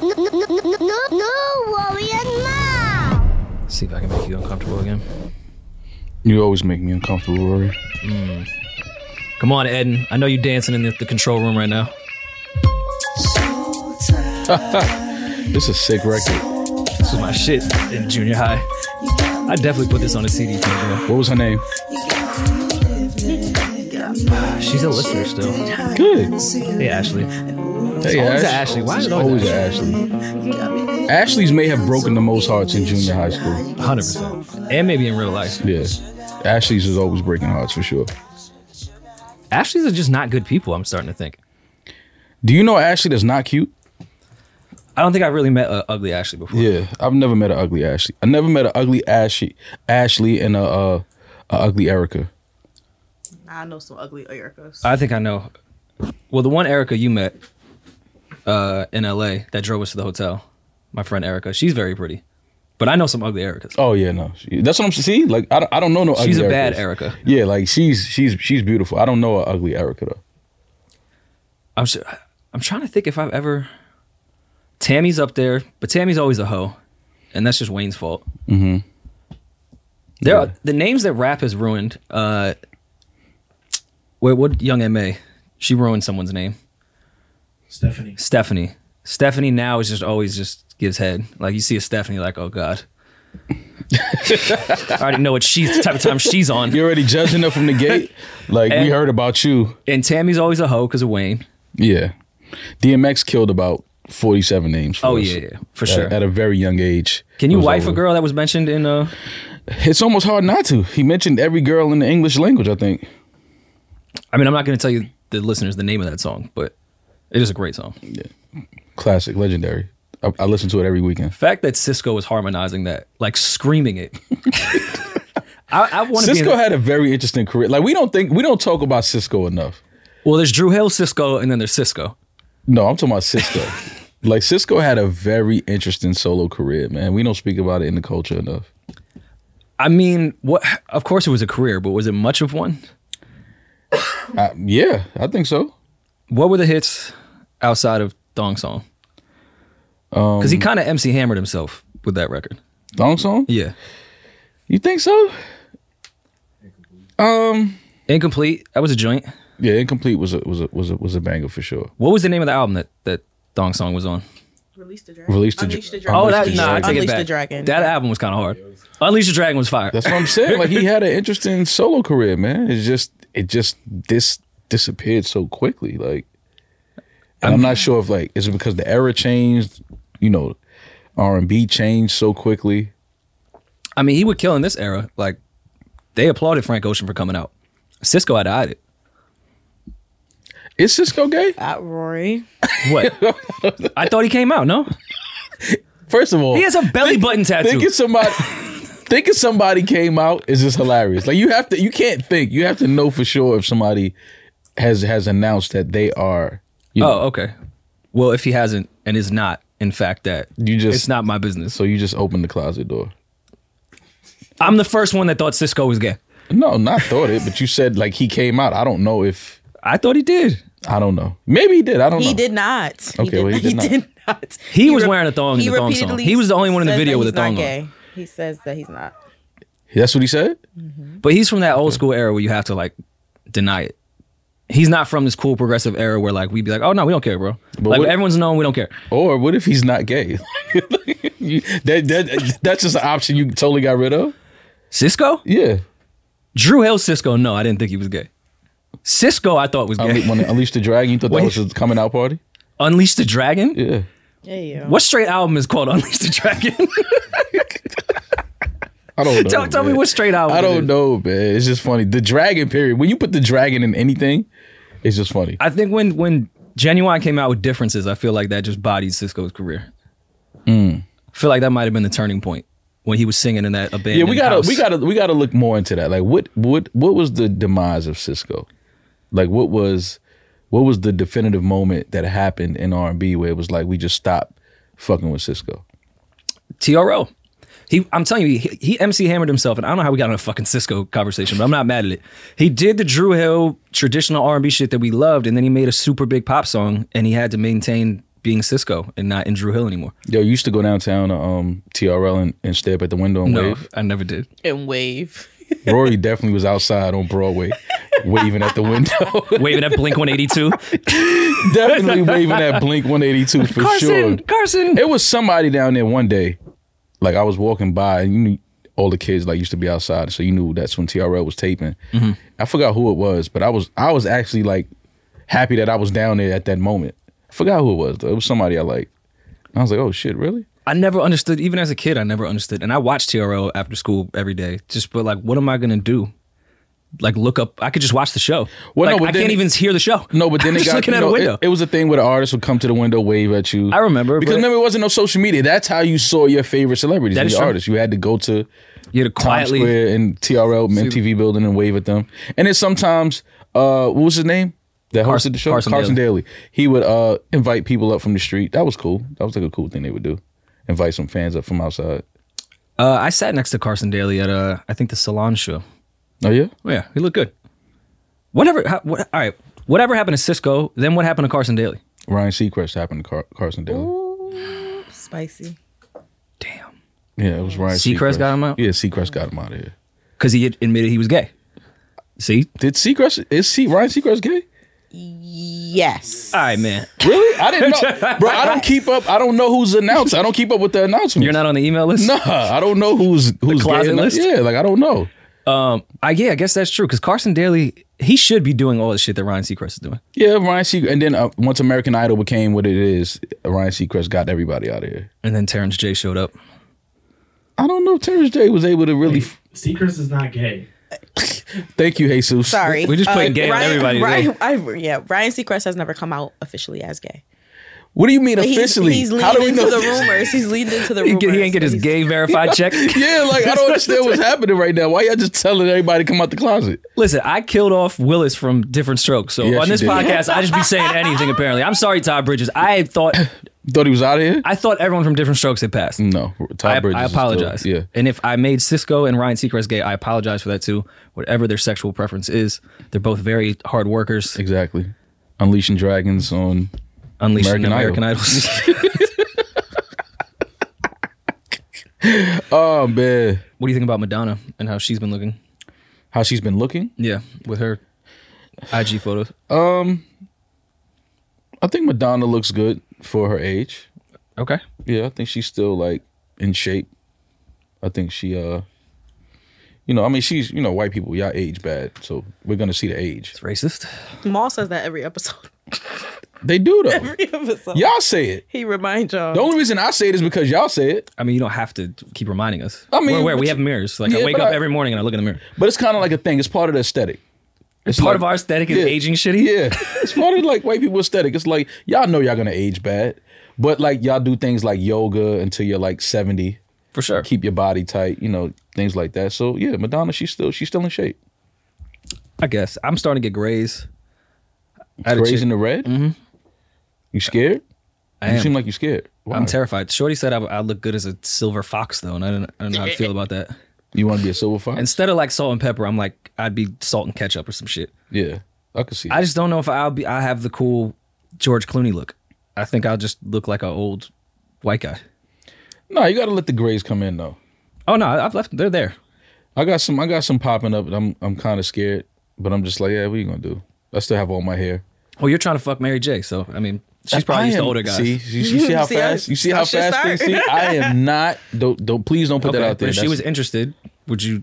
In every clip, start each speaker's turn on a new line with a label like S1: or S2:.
S1: no, no, no, no, no, no, warrior, no!
S2: See if I can make you uncomfortable again.
S3: You always make me uncomfortable, Rory.
S2: Come on, Eden. I know you're dancing in the, the control room right now.
S3: This is sick record.
S2: This was my shit in junior high. I definitely put this on a CD for her.
S3: What was her name?
S2: She's a listener still.
S3: Good.
S2: Hey, Ashley.
S3: Hey,
S2: always a Ashley. Why is it always
S3: always a Ashley? Ashley's may have broken the most hearts in junior high school.
S2: 100%. And maybe in real life.
S3: Yeah. Ashley's is always breaking hearts for sure.
S2: Ashleys are just not good people, I'm starting to think.
S3: Do you know Ashley that's not cute?
S2: I don't think I really met an ugly Ashley before.
S3: Yeah, I've never met an ugly Ashley. I never met an ugly Ashley, Ashley and a, uh, a ugly Erica.
S4: I know some ugly Erica's.
S2: I think I know. Well, the one Erica you met uh, in LA that drove us to the hotel, my friend Erica, she's very pretty. But I know some ugly Ericas.
S3: Oh yeah, no, She- that's what I'm see. Like I don't, I don't know no. Ugly
S2: She's a bad
S3: Ericas.
S2: Erica.
S3: Yeah, like she's she's she's beautiful. I don't know an ugly Erica though.
S2: I'm sure, I'm trying to think if I've ever. Tammy's up there, but Tammy's always a hoe, and that's just Wayne's fault. Mm-hmm. There are the names that rap has ruined. Uh, wait, what? Young Ma, she ruined someone's name.
S5: Stephanie.
S2: Stephanie. Stephanie now is just always just gives head. Like you see a Stephanie, like oh god. I already know what she's the type of time she's on.
S3: You're already judging her from the gate. Like we
S2: And-
S3: heard about you.
S2: And Tammy's always a hoe because of Wayne.
S3: Yeah, DMX killed about forty seven names. For
S2: Oh
S3: us
S2: yeah, yeah, for
S3: at,
S2: sure.
S3: At a very young age.
S2: Can you
S3: It was
S2: wife a
S3: over.
S2: girl that was mentioned in uh?
S3: It's almost hard not to. He mentioned every girl in the English language. I think.
S2: I mean, I'm not going to tell you the listeners the name of that song, but it is a great song.
S3: Classic, legendary. I, I listen to it every weekend.
S2: The fact that Cisco was harmonizing that, like screaming it. I, I want to be. in
S3: Cisco
S2: the-
S3: had a very interesting career. Like we don't think we don't talk about Cisco enough.
S2: well, there's Drew Hill, Cisco, and then there's Cisco.
S3: No, I'm talking about Cisco. like Cisco had a very interesting solo career, man. We don't speak about it in the culture enough.
S2: I mean, what? Of course, it was a career, but was it much of one?
S3: I, yeah, I think so.
S2: What were the hits outside of Thong Song? Because he kind of MC hammered himself with that record.
S3: Thong song?
S2: Yeah,
S3: You think so?
S2: incomplete. That was a joint.
S3: Yeah, incomplete was a was a was a was a banger for sure.
S2: What was the name of the album that that Thong Song was on?
S4: Release the dragon.
S3: Release the dra-
S4: Unleash the dragon.
S3: Oh, Unleash that- the
S2: nah, I take it
S4: Unleash
S2: back.
S4: the dragon.
S2: That album was kind of hard. Unleash the Dragon was fire.
S3: That's what I'm saying. like he had an interesting solo career, man. It's just it just this disappeared so quickly. Like and I'm, not sure if like is it because the era changed, you know, R and B changed so quickly.
S2: I mean, he would kill in this era. Like, they applauded Frank Ocean for coming out. Cisco had eyed it.
S3: Is Cisco gay?
S4: At Rory.
S2: What? I thought he came out. No,
S3: First of all,
S2: he has a belly button tattoo.
S3: thinking somebody thinking somebody came out is just hilarious. Like you have to you can't think. You have to know for sure if somebody has has announced that they are. You know,
S2: Oh, okay. Well, if he hasn't and is not, in fact, that
S3: you just
S2: it's not my business.
S3: so you just open the closet door.
S2: I'm the first one that thought Cisco was gay.
S3: No, not thought it, but you said like he came out. I don't know if
S2: I thought he did.
S3: I don't know. Maybe he did. I don't
S4: He
S3: know.
S4: did not.
S3: Okay, well, he did not.
S4: not.
S2: He was
S4: re-
S2: wearing a thong in
S4: he
S2: the thong song.
S4: repeatedly
S2: He was the only one in the
S4: says
S2: video
S4: that
S2: with a
S4: he's not
S2: thong on.
S4: gay. He says that he's not.
S3: That's what he said?
S2: But he's from that old school era where you have to like deny it. He's not from this cool progressive era where like we'd be like, oh no, we don't care, bro. like
S3: what-
S2: everyone's known, we don't care.
S3: Or what if he's not gay? You- that, that that's just an option you totally got rid of?
S2: Cisco,
S3: Yeah.
S2: Drew Hill, Cisco. No, I didn't think he was gay. Cisco, I thought was gay.
S3: Unle- when Unleash the Dragon, you thought that
S2: Wait.
S3: was his coming out party?
S2: Unleash the Dragon.
S3: Yeah.
S4: Yeah, yeah.
S2: What straight album is called Unleash the Dragon?
S3: I don't know.
S2: tell tell me
S3: man.
S2: what straight album.
S3: I
S2: it
S3: don't
S2: is.
S3: know, man. It's just funny. The dragon period. When you put the dragon in anything, it's just funny.
S2: I think when when Genuine came out with Differences, I feel like that just bodied Cisco's career.
S3: Hmm.
S2: I feel like that might have been the turning point when he was singing in that abandoned
S3: yeah, we gotta
S2: house.
S3: we gotta we gotta look more into that. Like what what what was the demise of Cisco? Like what was what was the definitive moment that happened in R and B where it was like we just stopped fucking with Cisco?
S2: TRO. He, I'm telling you, he, he MC hammered himself, and I don't know how we got on a fucking Cisco conversation, but I'm not mad at it. He did the Drew Hill traditional R&B shit that we loved, and then he made a super big pop song, and he had to maintain being Cisco and not in Drew Hill anymore.
S3: Yo, you used to go downtown to um, TRL and, and stay up at the window and
S2: No,
S3: wave.
S2: I never did.
S6: and wave.
S3: Rory definitely was outside on Broadway, waving at the window.
S2: Waving at Blink 182.
S3: definitely waving at Blink 182 for sure.
S2: Carson, Carson.
S3: It was somebody down there one day. Like I was walking by, and you knew all the kids like used to be outside, so you knew that's when TRL was taping.
S2: Mm-hmm.
S3: I forgot who it was, but I was I was actually like happy that I was down there at that moment. I forgot who it was. Though. It was somebody I liked. And I was like, oh shit, really?
S2: I never understood, even as a kid, I never understood. And I watched TRL after school every day, just but like, what am I gonna do? Like, look up. I could just watch the show.
S3: Well, no,
S2: Like,
S3: but
S2: I
S3: then
S2: can't
S3: it-
S2: even hear the show.
S3: No, but then
S2: I'm
S3: it
S2: just
S3: got
S2: looking
S3: you
S2: at
S3: know,
S2: a window.
S3: It, it was a thing where the artist would come to the window, wave at you.
S2: I remember,
S3: because
S2: but-
S3: remember it wasn't no social media. That's how you saw your favorite celebrities,
S2: That
S3: and
S2: is
S3: your
S2: true.
S3: artists. You had to go to
S2: you had to
S3: Times
S2: quietly.
S3: Square and TRL MTV building and wave at them. And then sometimes, uh, what was his name? That
S2: Carson-
S3: hosted the show,
S2: Carson
S3: Daly. He would uh invite people up from the street. That was cool. That was like a cool thing they would do. Invite some fans up from outside.
S2: Uh, I sat next to Carson Daly at uh, I think the Salon show.
S3: Oh yeah,
S2: Oh, yeah, he looked good. Whatever. How, what, all right. Whatever happened to Cisco? Then what happened to Carson Daly?
S3: Ryan Seacrest happened to Car- Carson Daly.
S4: Spicy.
S2: Damn.
S3: Yeah, it was Ryan
S2: Seacrest got him out?
S3: Yeah, Seacrest got him out of here.
S2: Because he had admitted he was gay. See.
S3: Did Seacrest is Se- Ryan Seacrest gay?
S6: Yes.
S2: All right, man.
S3: Really? I didn't know, bro. I don't keep up. I don't know who's announced. I don't keep up with the announcements.
S2: You're not on the email list.
S3: Nah, I don't know who's who's gay
S2: closet
S3: and not-
S2: list?
S3: Yeah, like I don't know.
S2: Um. I yeah. I guess that's true. Because Carson Daly, he should be doing all the shit that Ryan Seacrest is doing.
S3: Yeah, Ryan Seacrest. And then uh, once American Idol became what it is, Ryan Seacrest got everybody out of here.
S2: And then Terrence J showed up.
S3: I don't know if Terrence J was able to really. f-
S5: Seacrest is not gay.
S3: Thank you, Jesus.
S6: Sorry.
S2: We just
S4: Uh,
S2: played gay on
S6: Ryan,
S2: everybody
S6: Ryan, I, yeah, Ryan Seacrest has never come out officially as gay.
S3: What do you mean
S6: But he's-
S3: officially?
S6: he's, leading
S3: How do we
S6: into
S3: know
S6: the
S3: this?
S6: rumors. He's leading into the
S2: He,
S6: rumors.
S2: get- he ain't get his
S6: He's-
S2: gay verified check.
S3: Yeah, like I don't understand what's happening right now. Why y'all just telling everybody to come out the closet?
S2: Listen, I killed off Willis from Different Strokes. So
S3: Yes,
S2: on
S3: you
S2: this
S3: did.
S2: podcast, I just be saying anything. Apparently, I'm sorry, Todd Bridges. I thought
S3: Thought he was out of here?
S2: I thought everyone from Different Strokes had passed.
S3: no, Todd
S2: I,
S3: Bridges.
S2: I
S3: is still-
S2: apologize.
S3: yeah,
S2: And if I made Cisco and Ryan Seacrest gay, I apologize for that too. Whatever their sexual preference is, they're both very hard workers.
S3: exactly. Unleashing Dragons on.
S2: Unleashing
S3: American
S2: American,
S3: Idol.
S2: Idols.
S3: Oh man,
S2: what do you think about Madonna and how she's been looking?
S3: how she's been looking.
S2: Yeah, with her IG photos.
S3: I think Madonna looks good for her age.
S2: Okay.
S3: Yeah, I think she's still like in shape. I think she uh you know, I mean she's you know, white people, y'all age bad, so we're gonna see the age.
S2: It's racist.
S6: Maul says that every episode.
S3: They do though.
S6: Every episode.
S3: Y'all say it.
S6: He reminds y'all.
S3: The only reason I say it is because y'all say it.
S2: I mean, you don't have to keep reminding us.
S3: I mean,
S2: we're aware.
S3: but
S2: We
S3: you-
S2: have mirrors. Like,
S3: Yeah,
S2: I wake
S3: but
S2: up
S3: I-
S2: every morning and I look in the mirror.
S3: But it's kinda like a thing. It's part of the aesthetic. It's
S2: Part
S3: like-
S2: of our aesthetic is
S3: Yeah.
S2: aging shitty.
S3: Yeah. It's part of like white people aesthetic. It's like y'all know y'all gonna age bad. But like y'all do things like yoga until you're like seventy.
S2: For sure.
S3: Keep your body tight, you know, things like that. So yeah, Madonna, she's still she's still in shape.
S2: I guess. I'm starting to get grays. I had a chick-
S3: Raising the red? Mm-hmm. You scared?
S2: I
S3: You
S2: am.
S3: seem like you're scared. Why?
S2: I'm terrified. Shorty said I, I look good as a silver fox, though, and I don't, I don't know how to feel about that.
S3: You want to be a silver fox?
S2: Instead of like salt and pepper, I'm like I'd be salt and ketchup or some shit.
S3: yeah, I could see.
S2: I
S3: I,
S2: just don't know if I'll be. I have the cool George Clooney look. I think I'll just look like an old white guy.
S3: no, you got to let the grays come in though.
S2: Oh no, I- I've left. They're there.
S3: I got some. I got some popping up. and I'm I'm kind of scared, but I'm just like, yeah, what are you gonna do? I still have all my hair.
S2: Well, Oh, you're trying to fuck Mary J. So I mean, she's probably
S3: I
S2: used to
S3: am-
S2: older guys.
S3: See, you, you see how
S6: See how-
S3: fast? you see
S6: how
S3: how
S6: shit
S3: fast things? See,
S6: start?
S3: I am not. Don't don't please don't put
S2: Okay,
S3: that out
S2: but
S3: there.
S2: if she
S3: That's-
S2: was interested, would you?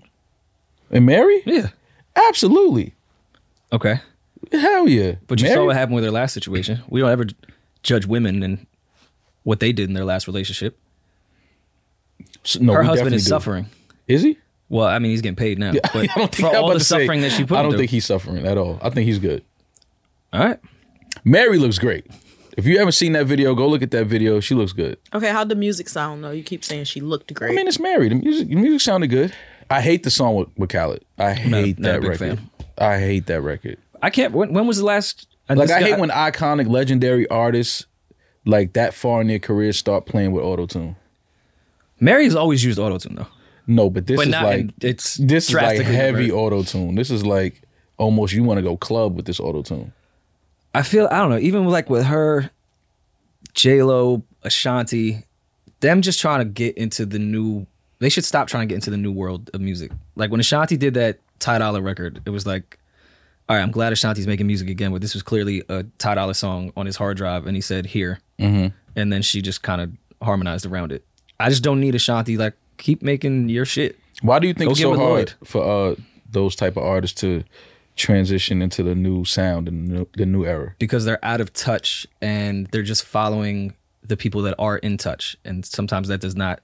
S3: and Mary?
S2: Yeah.
S3: Absolutely.
S2: Okay.
S3: Hell yeah.
S2: But you
S3: Mary?
S2: saw what happened with their last situation. We don't ever judge women and what they did in their last relationship.
S3: S- No,
S2: Her
S3: Oh, we
S2: husband
S3: definitely
S2: is
S3: do.
S2: suffering.
S3: Is he?
S2: Well, I mean, he's getting paid now. But
S3: I don't think
S2: for
S3: I'm
S2: all
S3: about
S2: the
S3: to say-
S2: suffering that she put
S3: I
S2: him
S3: don't
S2: through.
S3: think he's suffering at all. I think he's good.
S2: all right.
S3: Mary looks great. If you haven't seen that video, go look at that video. She looks good.
S6: okay, how'd the music sound though? You keep saying she looked great.
S3: I mean, it's Mary. The music, the music sounded good. I hate the song with, with Khaled.
S2: not
S3: I
S2: a-
S3: hate
S2: not a
S3: that
S2: big
S3: record.
S2: fan.
S3: I hate that record.
S2: I can't. When, when was the last?
S3: Like,
S2: this
S3: I
S2: guy-
S3: hate when iconic, legendary artists like that far in their career start playing with auto tune.
S2: Mary's always used auto tune though,
S3: No, but this
S2: but
S3: is
S2: not.
S3: like
S2: in, it's
S3: this is like
S2: drastically
S3: heavy
S2: different.
S3: auto tune. This is like almost you want to go club with this auto tune.
S2: I feel. I don't know. Even with, like with her, J Lo, Ashanti, them just trying to get into the new. They should stop trying to get into the new world of music. Like when Ashanti did that Ty Dolla record, it was like, all right, I'm glad Ashanti's making music again, but this was clearly a Ty Dolla song on his hard drive, and he said here, and then she just kind of harmonized around it. I just don't need Ashanti. Like keep making your shit.
S3: Why do you think
S2: Go
S3: it's
S2: get
S3: so
S2: with
S3: hard
S2: Lloyd.
S3: for uh, those type of artists to transition into the new sound and the new, the new era?
S2: because they're out of touch and they're just following the people that are in touch and sometimes that does not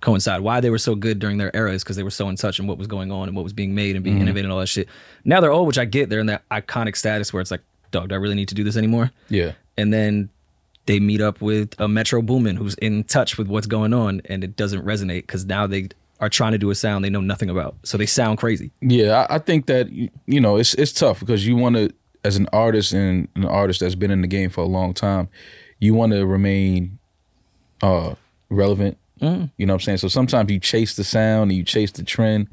S2: coincide why they were so good during their era is because they were so in touch and what was going on and what was being made and
S3: Mm-hmm.
S2: being innovated and all that shit now they're old which i get they're in that iconic status where it's like dog do i really need to do this anymore
S3: Yeah,
S2: and then they meet up with a metro boomin who's in touch with what's going on and it doesn't resonate because now they are trying to do a sound they know nothing about so they sound crazy
S3: yeah. I, I think that y- you know it's it's tough because you want to, as an artist and an artist that's been in the game for a long time, you want to remain uh, relevant. You know what I'm saying? So sometimes you chase the sound and you chase the trend,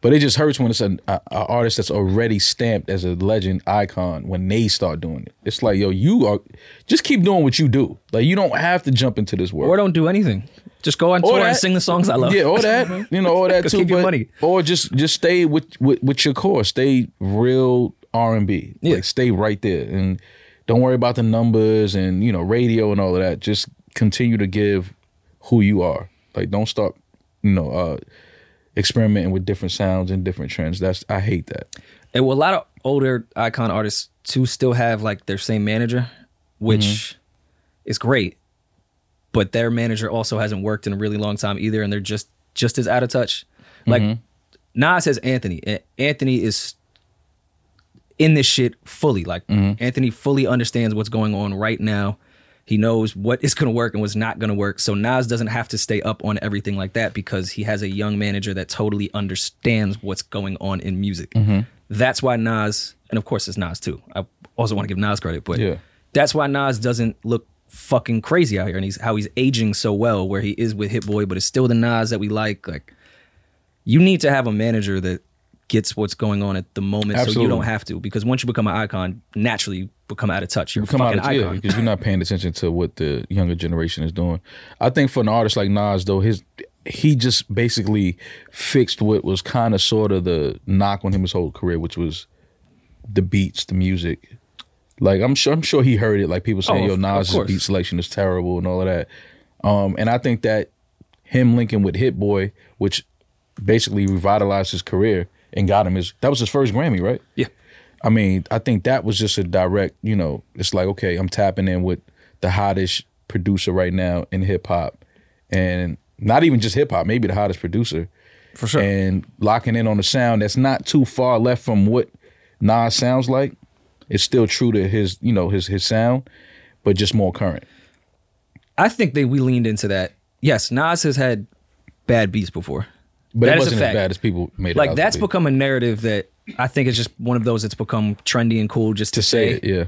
S3: but it just hurts when it's an a, a artist that's already stamped as a legend icon when they start doing it. It's like, yo, you are just keep doing what you do. Like you don't have to jump into this world.
S2: or don't do anything just go on tour and
S3: that.
S2: sing the songs i love
S3: Yeah, or that, you know, or that
S2: Just
S3: too.
S2: keep your
S3: but-
S2: money.
S3: Or just just stay with with, with your core. Stay real R and B.
S2: Yeah.
S3: Like stay right there, and don't worry about the numbers and you know radio and all of that. Just continue to give who you are. Like don't stop, you know, uh experimenting with different sounds and different trends. That's I hate that.
S2: And well, a lot of older icon artists too still have like their same manager, which is great. But their manager also hasn't worked in a really long time either, and they're just just as out of touch. Like Nas has Anthony, and Anthony is in this shit fully. Like Anthony fully understands what's going on right now. He knows what is going to work and what's not going to work. So Nas doesn't have to stay up on everything like that because he has a young manager that totally understands what's going on in music. That's why Nas, and of course it's Nas too. I also want to give Nas credit, but
S3: Yeah.
S2: that's why Nas doesn't look fucking crazy out here and he's how he's aging so well where he is with Hit Boy, but it's still the Nas that we like. Like you need to have a manager that gets what's going on at the moment so you
S3: Absolutely.
S2: don't have to because once you become an icon, naturally you become out of touch. You're
S3: come
S2: a
S3: out
S2: fucking
S3: of jail
S2: icon.
S3: because you're not paying attention to what the younger generation is doing. I think for an artist like Nas, though, his he just basically fixed what was kind of sort of the knock on him his whole career, which was the beats, the music. Like I'm sure, I'm sure he heard it. Like people saying,
S2: Oh,
S3: "Yo,
S2: of- of
S3: Nas's
S2: course.
S3: beat selection is terrible" and all of that. Um, and I think that him linking with Hit Boy, which basically revitalized his career and got him his that was his first Grammy, right?
S2: Yeah.
S3: I mean, I think that was just a direct, you know, it's like, okay, I'm tapping in with the hottest producer right now in hip hop and not even just hip hop, maybe the hottest producer.
S2: For sure.
S3: And locking in on a sound that's not too far left from what Nas sounds like. It's still true to his, you know, his his sound, but just more current.
S2: I think that we leaned into that. Yes, Nas has had bad beats before.
S3: But
S2: That is
S3: it
S2: a
S3: wasn't as
S2: fact.
S3: bad as people made it.
S2: Like
S3: out
S2: that's
S3: to be.
S2: become a narrative that I think is just one of those that's become trendy and cool just to,
S3: to say it, yeah.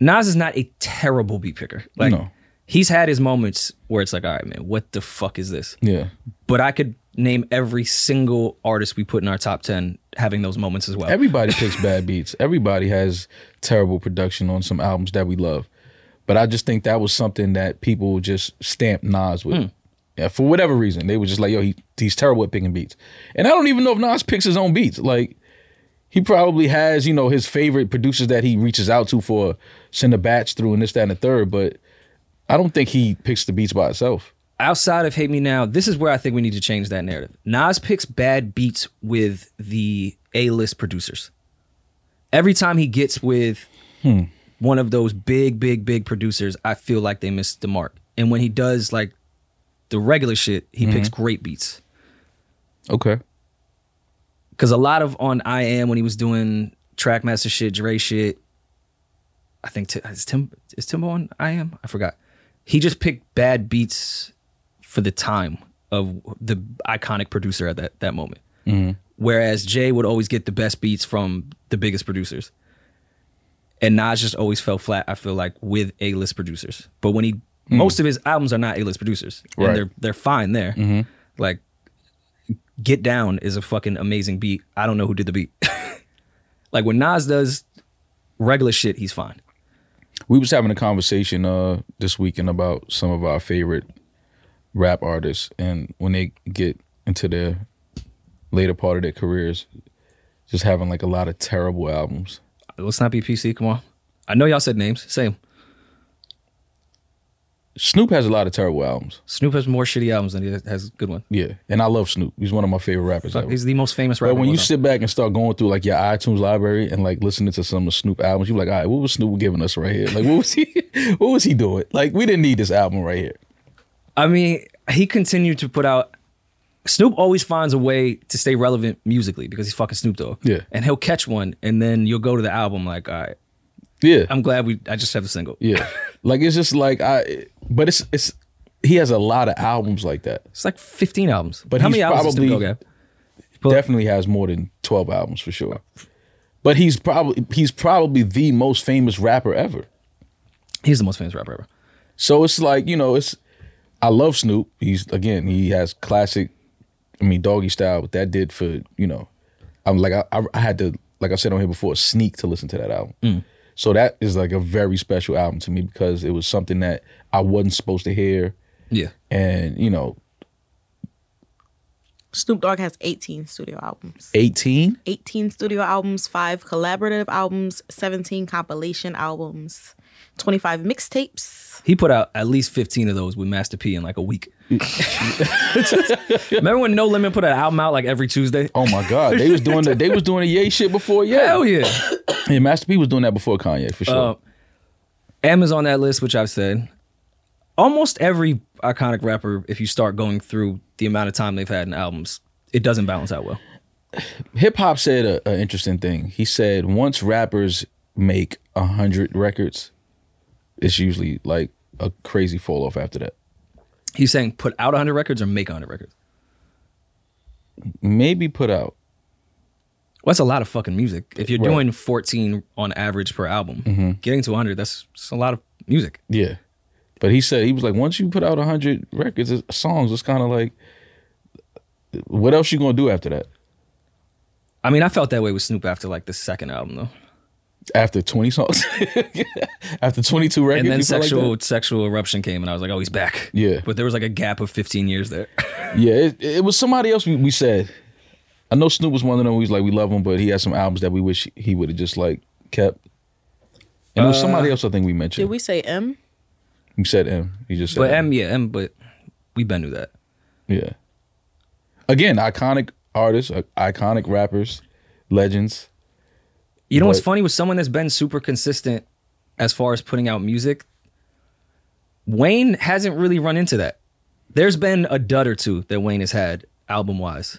S2: Nas is not a terrible beat picker. Like
S3: No.
S2: he's had his moments where it's like, all right, man, what the fuck is this?
S3: Yeah.
S2: But I could name every single artist we put in our top ten having those moments as well.
S3: Everybody picks bad beats. Everybody has terrible production on some albums that we love. But I just think that was something that people just stamped Nas with. Yeah, for whatever reason, they were just like, "Yo, he, he's terrible at picking beats," and I don't even know if Nas picks his own beats. Like, he probably has, you know, his favorite producers that he reaches out to for send a batch through and this, that, and the third. But I don't think he picks the beats by himself.
S2: outside of Hate Me Now, this is where I think we need to change that narrative. Nas picks bad beats with the A list producers. Every time he gets with one of those big, big, big producers, I feel like they missed the mark. And when he does like the regular shit, he picks great beats.
S3: Okay,
S2: Because a lot of on I Am when he was doing Trackmaster shit, Dre shit, I think Ti- is Tim is Timbo on I Am? I forgot. He just picked bad beats for the time of the iconic producer at that that moment. Whereas Jay would always get the best beats from the biggest producers, and Nas just always fell flat. I feel like with A list producers, but when he most of his albums are not A list producers,
S3: Right.
S2: and they're they're fine there. Like Get Down is a fucking amazing beat. I don't know who did the beat. like when Nas does regular shit, he's fine.
S3: we was having a conversation uh this weekend about some of our favorite rap artists and when they get into their later part of their careers just having like a lot of terrible albums
S2: Let's not be PC. Come on. I know y'all said names. Same.
S3: snoop has a lot of terrible albums
S2: Snoop has more shitty albums than he has good ones.
S3: yeah and i love snoop he's one of my favorite rappers ever.
S2: He's the most famous rapper.
S3: but when you
S2: sit,
S3: sit back and start going through like your itunes library and like listening to some of snoop albums you're like all right what was snoop giving us right here like what was he what was he doing like we didn't need this album right here
S2: I mean, he continued to put out. Snoop always finds a way to stay relevant musically because he's fucking Snoop Dogg.
S3: Yeah.
S2: And he'll catch one, and then you'll go to the album like, all right,
S3: yeah
S2: I'm glad we. I just have the single.
S3: Yeah. like it's just like I but it's it's he has a lot of albums like that.
S2: It's like 15 albums.
S3: But
S2: how
S3: he's
S2: many albums does Snoop Dogg
S3: probably-
S2: have? Well-
S3: Definitely has more than 12 albums for sure. But he's probably he's probably the most famous rapper ever.
S2: He's the most famous rapper ever.
S3: So it's like, you know, it's I love Snoop. He's again, he has classic I mean doggy style, what that did for, you know, I'm like I I- I had to like I said on here before, sneak to listen to that album. So that is like a very special album to me because it was something that I wasn't supposed to hear
S2: Yeah.
S3: and, you know,
S6: Snoop Dogg has 18 studio albums.
S3: 18
S6: 18 studio albums, 5 collaborative albums, 17 compilation albums, 25 mixtapes.
S2: He put out at least 15 of those with Master P in like a week. Remember when No Limit put an album out like every Tuesday?
S3: Oh my God, they was doing the they was doing the yay shit before yeah.
S2: Hell yeah.
S3: And Master P was doing that before Kanye for sure.
S2: Uh, M is on that list, which I've said. Almost every iconic rapper, if you start going through the amount of time they've had in albums, it doesn't balance out well.
S3: Hip hop said a an interesting thing. He said once rappers make a hundred records, it's usually like a crazy fall off after that.
S2: He's saying put out 100 records or make 100 records.
S3: Maybe put out.
S2: Well, that's a lot of fucking music. If you're
S3: Right. Mm-hmm.
S2: doing 14 on average per album, getting to 100, that's, that's a lot of music.
S3: Yeah. But he said he was like, once you put out a hundred records, it's- songs, it's kind of like, what else you gonna do after that?
S2: I mean, I felt that way with Snoop after like the second album, though.
S3: After twenty songs, after twenty two records,
S2: and then
S3: you feel like
S2: sexual
S3: that?
S2: sexual eruption came, and I was like, "Oh, he's back."
S3: Yeah.
S2: but there was like a gap of fifteen years there.
S3: Yeah, it, it was somebody else we, we said. I know Snoop was one of them. We was like, we love him, but he has some albums that we wish he would have just like kept. And
S2: Uh,
S3: it was somebody else I think we mentioned.
S6: Did we say M?
S3: we said M. He just said
S2: but M, yeah, M, but we been knew that.
S3: Yeah. Again, iconic artists, uh, iconic rappers, legends.
S2: You know what's
S3: But-
S2: funny with someone that's been super consistent as far as putting out music? Wayne hasn't really run into that. There's been a dud or two that Wayne has had album wise,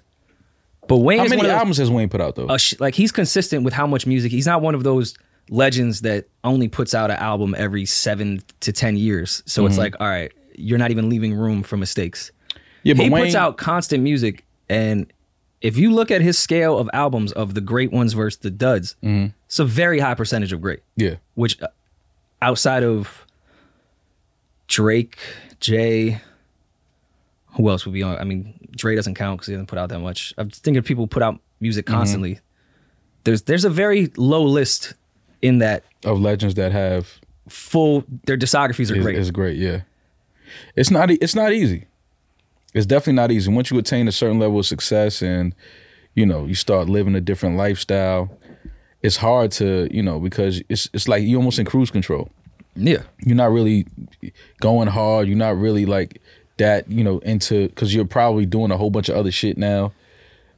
S2: but Wayne
S3: How
S2: is
S3: many
S2: one of those- Uh,
S3: albums has Wayne put out though?
S2: a sh- like he's consistent with how much music he's not one of those legends that only puts out an album every seven to ten years so
S3: Mm-hmm.
S2: it's like all right you're not even leaving room for mistakes
S3: yeah,
S2: he puts out constant music and if you look at his scale of albums of the great ones versus the duds
S3: Mm-hmm.
S2: it's a very high percentage of great
S3: Yeah,
S2: which uh, outside of drake jay who else would be on i mean dre doesn't count because he doesn't put out that much i'm thinking of people who put out music
S3: Mm-hmm.
S2: constantly there's there's a very low list in that
S3: of legends that have
S2: full their discographies are
S3: is,
S2: great
S3: is great. Yeah, it's not. e- It's not easy. It's definitely not easy. Once you attain a certain level of success, and you know, you start living a different lifestyle, it's hard to you know because it's it's like you almost in cruise control.
S2: yeah
S3: You're not really going hard. You're not really like that. You know, into because you're probably doing a whole bunch of other shit now.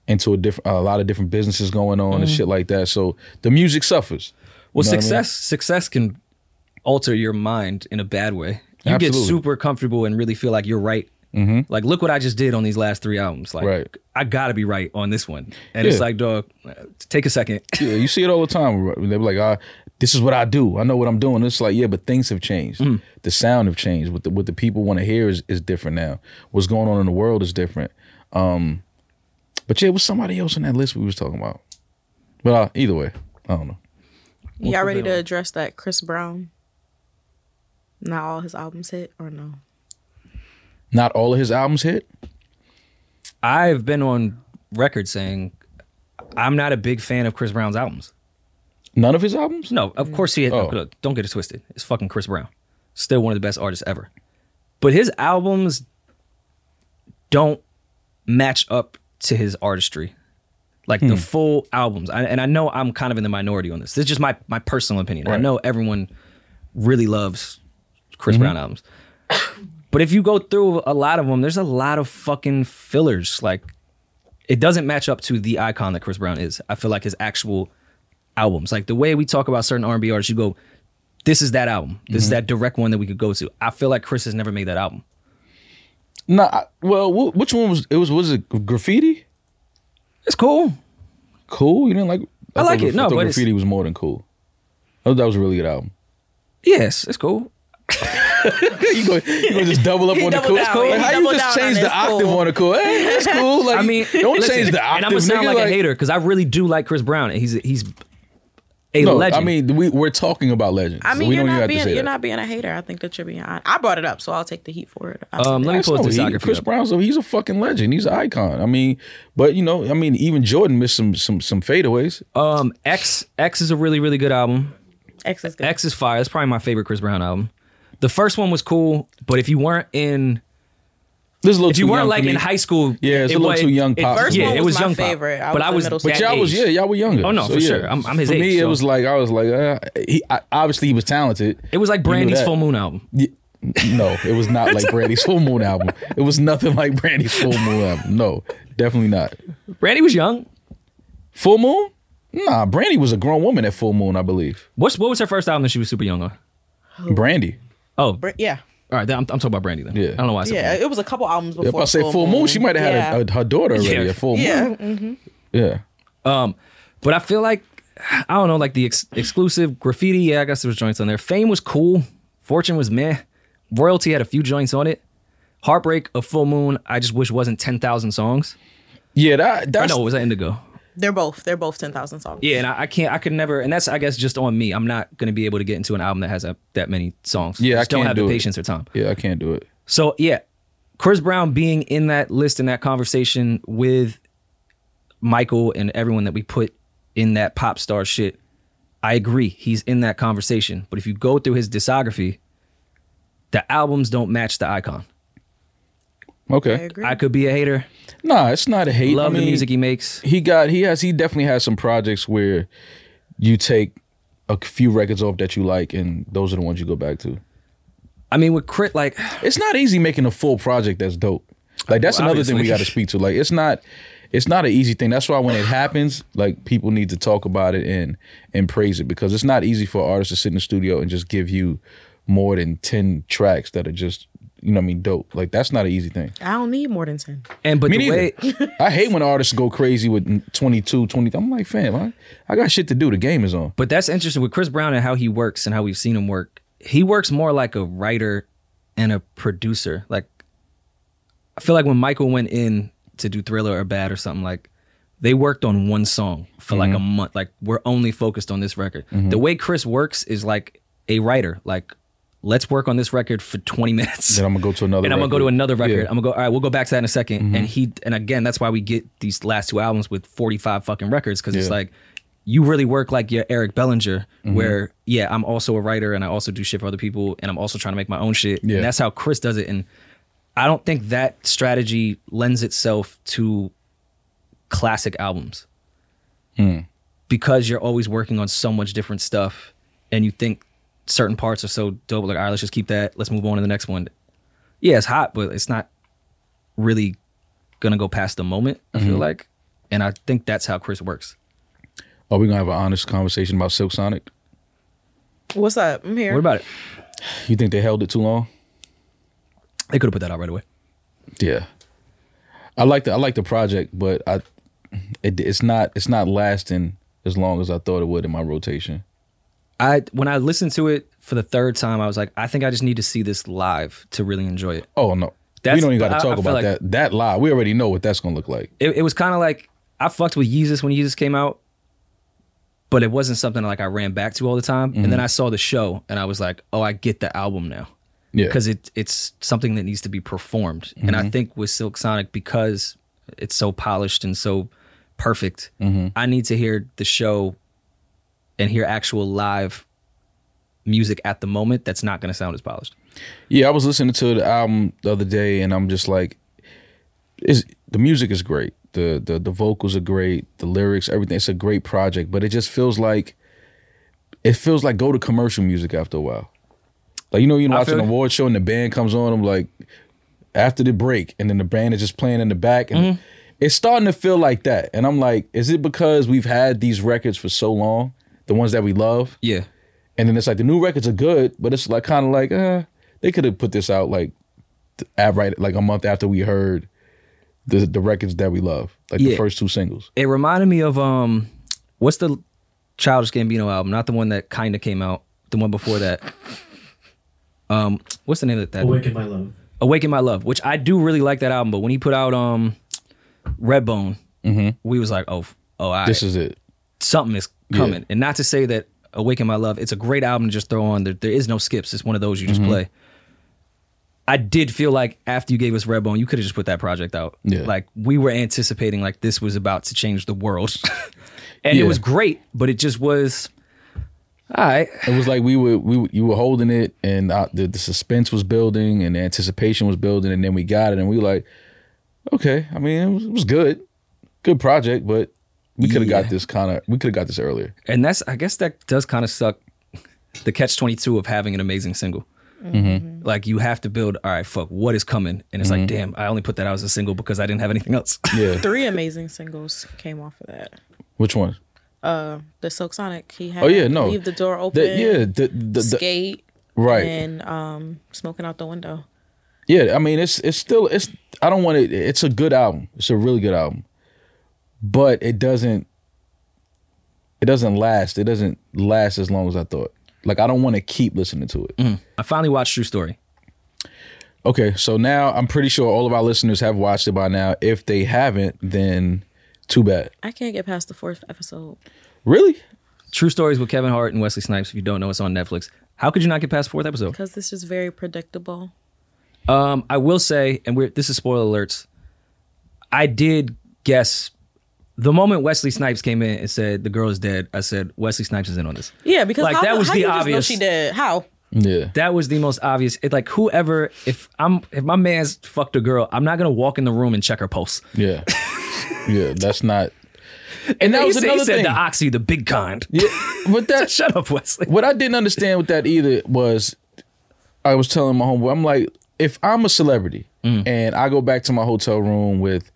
S3: Into a different, a lot of different businesses going on and shit like that. So the music suffers.
S2: Mm-hmm. well
S3: know what I mean?
S2: success success can alter your mind in a bad way you
S3: Absolutely. Mm-hmm.
S2: get super comfortable and really feel like you're right like look what i just did on these last three albums like
S3: Right.
S2: i gotta be right on this one and it's
S3: Yeah.
S2: like dog uh, take a second
S3: Yeah, you see it all the time. They're like, ah, this is what I do. I know what I'm doing. It's like, yeah, but things have changed.
S2: Mm.
S3: The sound have changed. What the what the people want to hear is, is different now. What's going on in the world is different. Um, but yeah, it was somebody else on that list we was talking about. But uh, either way, I don't know.
S6: Y'all ready to address that Chris Brown? Not all his albums hit or no?
S3: Not all of his albums hit.
S2: I've been on record saying I'm not a big fan of Chris Brown's albums.
S3: None of his albums?
S2: No, of course he had.
S3: Oh.
S2: Look, don't get it twisted. It's fucking Chris Brown. Still one of the best artists ever. But his albums don't match up to his artistry. Like
S3: Hmm.
S2: the full albums. I, and I know I'm kind of in the minority on this. This is just my, my personal opinion. I
S3: Right.
S2: know everyone really loves
S3: Mm-hmm.
S2: Chris Brown albums. But if you go through a lot of them, there's a lot of fucking fillers. Like, it doesn't match up to the icon that Chris Brown is. I feel like his actual albums, like the way we talk about certain R and B artists, you go, "This is that album. This
S3: Mm-hmm.
S2: is that direct one that we could go to." I feel like Chris has never made that album.
S3: No. I- well, wh- which one was it? Was was it graffiti?
S2: It's cool.
S3: Cool. You didn't like?
S2: I like
S3: thought
S2: it. No,
S3: I thought
S2: but it's-
S3: graffiti was more than cool. I thought that was a really good album.
S2: Yes, it's cool.
S3: you go, you go just double up on the
S6: doubled
S3: cool.
S6: down.
S3: Cool. Like,
S6: He
S3: how you
S6: doubled
S3: just
S6: down on
S3: change the
S6: his cool.
S3: octave on the cool? Hey, that's cool. Like,
S2: I mean,
S3: don't
S2: listen,
S3: change the octave.
S2: And I'm gonna sound
S3: nigga,
S2: like, a hater because I really do like Chris Brown, and he's he's a
S3: No,
S2: legend.
S3: I mean, we, we're talking about legends.
S6: I mean,
S3: we
S6: you're
S3: don't even
S6: not
S3: have to
S6: being
S3: say
S6: you're
S3: that.
S6: not being a hater. I think that you're being. hon- I brought it up, so I'll take the heat for it. I'll
S2: um,
S6: take
S2: let me
S3: That's
S2: pull up
S3: no
S2: the
S3: heat.
S2: discography.
S3: Chris
S2: up.
S3: Brown's a, he's a fucking legend. He's an icon. I mean, but you know, I mean, even Jordan missed some some some fadeaways.
S2: Um, X X is a really really good album.
S6: that. X is good.
S2: X is fire. That's probably my favorite Chris Brown album. The first one was cool, but if you weren't in
S3: This is a little
S2: if
S3: too
S2: you weren't
S3: young
S2: like
S3: for
S2: in
S3: me.
S2: high school,
S3: Yeah, it's a little
S2: wa-
S3: too young
S2: it-
S3: pop.
S6: First
S2: yeah,
S6: one
S2: it
S6: was
S2: was
S6: my
S2: young
S6: favorite. I
S2: Pop, but
S6: was
S2: I
S6: in
S2: was
S6: middle
S2: that
S6: school.
S3: But y'all was
S2: age.
S3: yeah, y'all were younger.
S2: Oh, no,
S3: So,
S2: for
S3: yeah.
S2: sure. I'm- I'm his
S3: for
S2: age,
S3: me, it
S2: so-
S3: was like I was like, uh, he I, obviously he was talented.
S2: It was like
S3: You knew
S2: Brandy's
S3: that.
S2: Full Moon album.
S3: Y- No, it was not like Brandy's Full Moon album. It was nothing like Brandy's Full Moon album. No, definitely not.
S2: Brandy was young.
S3: Full Moon? Nah, Brandy was a grown woman at Full Moon, I believe.
S2: What's what was her first album that she was super young on?
S3: Brandy.
S2: Oh,
S6: Br- yeah,
S2: all right. then I'm, I'm talking about Brandy then.
S3: Yeah.
S2: I don't know why I said.
S6: yeah.
S2: Brandy.
S6: It was a couple albums before.
S3: If I say Full, Moon, she might have had a, a, her daughter already
S2: Yeah.
S3: at Full Moon.
S6: yeah.
S3: Yeah.
S2: But I feel like I don't know, like the ex- exclusive graffiti. Yeah, I guess there was joints on there. Fame was cool. Fortune was meh. Royalty had a few joints on it. Heartbreak, a full moon. I just wish wasn't ten thousand songs.
S3: Yeah, that
S2: I
S3: that's
S2: know it was that Indigo.
S6: They're both. They're both ten thousand songs.
S2: Yeah, and I, I can't. I could never. And that's I guess just on me. I'm not gonna be able to get into an album that has a, that many songs.
S3: Yeah, I
S2: just don't
S3: can't
S2: have
S3: do
S2: the
S3: it.
S2: patience or time.
S3: Yeah, I can't do it.
S2: So yeah, Chris Brown being in that list in that conversation with Michael and everyone that we put in that pop star shit, I agree. He's in that conversation. But if you go through his discography, the albums don't match the icon.
S6: I
S3: Okay.
S6: agree.
S2: I could be a hater.
S3: Nah, it's not a hate.
S2: Love
S3: I mean,
S2: the music he makes.
S3: he got he has he definitely has some projects where you take a few records off that you like and those are the ones you go back to.
S2: I mean, with Crit, like
S3: It's not easy making a full project that's dope. Like that's
S2: Well,
S3: another thing we got to
S2: obviously.
S3: speak to. Like it's not it's not an easy thing. That's why when it happens, like people need to talk about it and and praise it because it's not easy for artists to sit in the studio and just give you more than 10 tracks that are just you know what I mean dope. Like that's not an easy thing.
S6: I don't need more than ten.
S2: and but
S3: Me
S2: the way
S3: neither. I hate when artists go crazy with 22, 20. I'm like, fam, I, I got shit to do. The game is on.
S2: But that's interesting with Chris Brown and how he works and how we've seen him work. He works more like a writer and a producer. Like I feel like when Michael went in to do Thriller or Bad or something like they worked on one song for like a
S3: Mm-hmm.
S2: month. Like we're only focused on this record. The way Chris works is like a writer. Like let's work on this record for 20 minutes.
S3: Then I'm gonna go to another. Mm-hmm.
S2: and I'm gonna go to another record.
S3: Yeah.
S2: I'm gonna go. All right, we'll go back to that in a 2nd And he and again, that's why we get these last two albums with 45 fucking records because it's
S3: Yeah.
S2: like you really work like your Eric Bellinger, where yeah, I'm also a writer and I also do shit for other people and I'm also trying to make my own shit.
S3: Yeah.
S2: And that's how Chris does it. And I don't think that strategy lends itself to classic albums because you're always working on so much different stuff and you think certain parts are so dope like all right let's just keep that let's move on to the next one yeah it's hot but it's not really gonna go past the moment i feel like and i think that's how chris works
S3: Are we gonna have an honest conversation about Silk Sonic?
S6: What's up? I'm here.
S2: what about it
S3: You think they held it too long?
S2: they could have put that out right away
S3: Yeah. I like the I like the project, but I it, it's not it's not lasting as long as I thought it would in my rotation.
S2: i when i listened to it for the third time i was like i think i just need to see this live to really enjoy it
S3: Oh no.
S2: That's-
S3: we don't even got
S2: I-
S3: to
S2: I
S3: talk
S2: feel
S3: about
S2: like-
S3: that. That lie, we already know what that's gonna look like.
S2: it, it was kind of like I fucked with Yeezus when Yeezus came out, but it wasn't something like I ran back to all the time. And then I saw the show and I was like, oh, I get the album now
S3: Yeah,
S2: because it it's something that needs to be performed. And I think with Silk Sonic because it's so polished and so perfect, I need to hear the show and hear actual live music at the moment that's not going to sound as polished.
S3: Yeah, I was listening to the album the other day, and I'm just like, is the music is great. The, the the vocals are great. The lyrics, everything. It's a great project, but it just feels like it feels like go to commercial music after a while. Like you know, you're
S2: I
S3: watching
S2: feel
S3: an
S2: you.
S3: award show and the band comes on. I'm like, after the break, and then the band is just playing in the back,
S2: Mm-hmm.
S3: and it's starting to feel like that. And I'm like, is it because we've had these records for so long, the ones that we love,
S2: Yeah.
S3: and then it's like the new records are good, but it's like kind of like uh, they could have put this out like th- at right like a month after we heard the the records that we love, like the
S2: Yeah.
S3: first two singles.
S2: It reminded me of um what's the Childish Gambino album, not the one that kind of came out, the one before that. Um what's the name of that?
S5: Awaken My Love.
S2: Awaken My Love, which I do really like that album, but when he put out um Redbone, we was like, "Oh, oh, all right.
S3: This is it.
S2: something is coming. And not to say that Awaken My Love, it's a great album to just throw on. There, there is no skips. It's one of those you
S3: Mm-hmm.
S2: just play. I did feel like after you gave us Redbone, you could have just put that project out.
S3: Yeah.
S2: Like we were anticipating like this was about to change the world. and
S3: Yeah.
S2: it was great, but it just was all right.
S3: It was like we were we were- you were holding it, and I, the, the suspense was building, and the anticipation was building, and then we got it, and we like, okay, I mean it was, it was good, good project, but we could have
S2: Yeah.
S3: got this kind of we could have got this earlier.
S2: And that's I guess that does kind of suck the catch twenty two of having an amazing single.
S3: Mm-hmm.
S2: Like you have to build, all right, fuck, what is coming? And it's like, damn, I only put that out as a single because I didn't have anything else.
S3: Yeah,
S6: Three amazing singles came off of that.
S3: which one?
S6: Uh, the Silk Sonic. He had.
S3: Oh yeah, no.
S6: Leave the door open.
S3: That- yeah, the, the, the,
S6: Skate.
S3: right.
S6: And um, smoking out the window.
S3: Yeah, I mean it's it's still it's I don't want it it's a good album. It's a really good album. But it doesn't it doesn't last. It doesn't last as long as I thought. Like I don't want to keep listening to it.
S2: I finally watched True Story.
S3: Okay, so now I'm pretty sure all of our listeners have watched it by now. If they haven't, then too bad.
S6: I can't get past the fourth episode.
S3: Really?
S2: True Stories with Kevin Hart and Wesley Snipes. If you don't know, it's on Netflix. How could you not get past the fourth episode?
S6: Because this is very predictable.
S2: Um, I will say, and we're this is spoiler alerts. I did guess the moment Wesley Snipes came in and said the girl is dead. I said Wesley Snipes is in on this.
S6: Yeah, because
S2: Like,
S6: how,
S2: that was
S6: how
S2: the
S6: you
S2: obvious-
S6: Just know she did. How?
S3: Yeah.
S2: That was the most obvious. It like whoever if I'm if my man's fucked a girl, I'm not gonna walk in the room and check her pulse.
S3: Yeah. yeah, that's not And that
S2: He
S3: was
S2: said, he
S3: another
S2: said
S3: thing.
S2: the oxy, the big kind.
S3: yeah, but that
S2: Shut up, Wesley.
S3: what I didn't understand with that either was I was telling my homeboy, I'm like, if I'm a celebrity and I go back to my hotel room with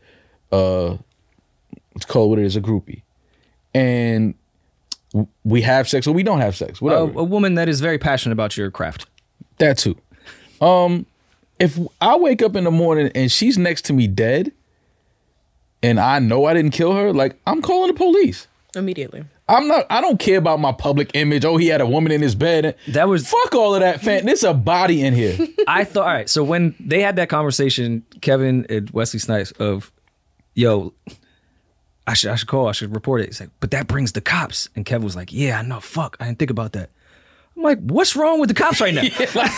S3: uh it's called what it is, a groupie, and w- we have sex or we don't have sex,
S2: A,
S3: whatever.
S2: a woman that is very passionate about your craft.
S3: that too. Um if I wake up in the morning and she's next to me dead and I know I didn't kill her, like I'm calling the police.
S6: Immediately.
S3: I'm not. I don't care about my public image. Oh, he had a woman in his bed.
S2: That was-
S3: fuck all of that, fam. There's a body in here.
S2: I thought, all right. So when they had that conversation, Kevin and Wesley Snipes of, yo, I should I should call, I should report it. He's like, but that brings the cops. And Kevin was like, yeah, I know. Fuck, I didn't think about that. I'm like, what's wrong with the cops right now?
S3: Like,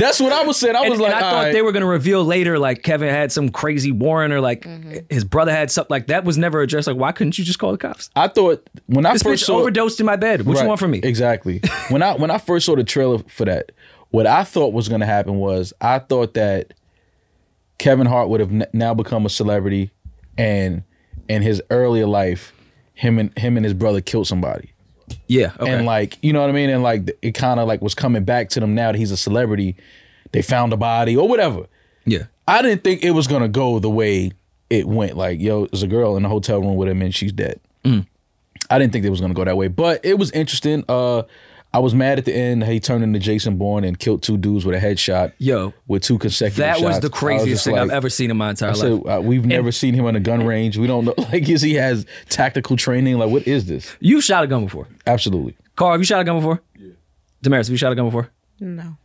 S3: that's what I was saying. I was
S2: and,
S3: like,
S2: and I
S3: all
S2: thought
S3: right.
S2: they were gonna reveal later, like Kevin had some crazy warrant or like his brother had something like that was never addressed. Like, why couldn't you just call the cops?
S3: I thought when I
S2: This
S3: first
S2: bitch
S3: saw,
S2: overdosed in my bed. What
S3: Right,
S2: you want from me?
S3: Exactly. when I when I first saw the trailer for that, what I thought was going to happen was I thought that Kevin Hart would have n- now become a celebrity, and in his earlier life, him and him and his brother killed somebody.
S2: yeah. Okay.
S3: and like you know what I mean, and like it kind of like was coming back to them now that he's a celebrity. They found a body or whatever.
S2: yeah.
S3: I didn't think it was gonna go the way it went. Like yo, there's a girl in the hotel room with him and she's dead.
S2: Mm.
S3: I didn't think it was gonna go that way, but it was interesting. Uh, I was mad at the end. He turned into Jason Bourne and killed two dudes with a headshot.
S2: Yo,
S3: with two consecutive.
S2: That was
S3: shots.
S2: the
S3: I
S2: craziest
S3: just
S2: thing I've
S3: like-
S2: ever seen in my entire
S3: I
S2: life.
S3: said, uh, we've never seen him on a gun range. We don't know. Like, is he has tactical training? Like, what is this?
S2: You've shot a gun before.
S3: Absolutely.
S2: Carl, have you shot a gun before? Yeah. Damaris, have you shot a gun before?
S6: No.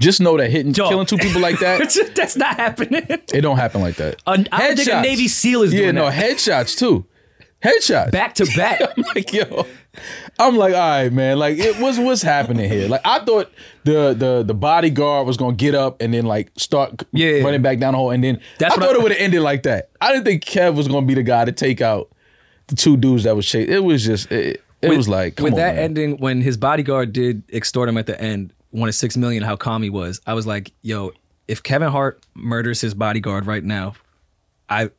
S3: Just know that hitting,
S2: Dog.
S3: killing two people like that,
S2: That's not happening.
S3: It don't happen like that.
S2: I don't think a
S3: Headshots.
S2: Navy SEAL is
S3: yeah,
S2: doing
S3: no
S2: that.
S3: headshots too. Headshots.
S2: Back to back.
S3: I'm like yo, I'm like all right, man. Like it was what's happening here. Like I thought the the the bodyguard was gonna get up and then like start
S2: Yeah.
S3: running back down the hall, and then
S2: That's
S3: I
S2: what
S3: thought
S2: I-
S3: it would have ended like that. I didn't think Kev was gonna be the guy to take out the two dudes that was chasing. It was just it, it It was like, come
S2: with
S3: on,
S2: that
S3: man.
S2: ending when his bodyguard did extort him at the end, wanted six million. How calm he was! I was like, yo, if Kevin Hart murders his bodyguard right now, I.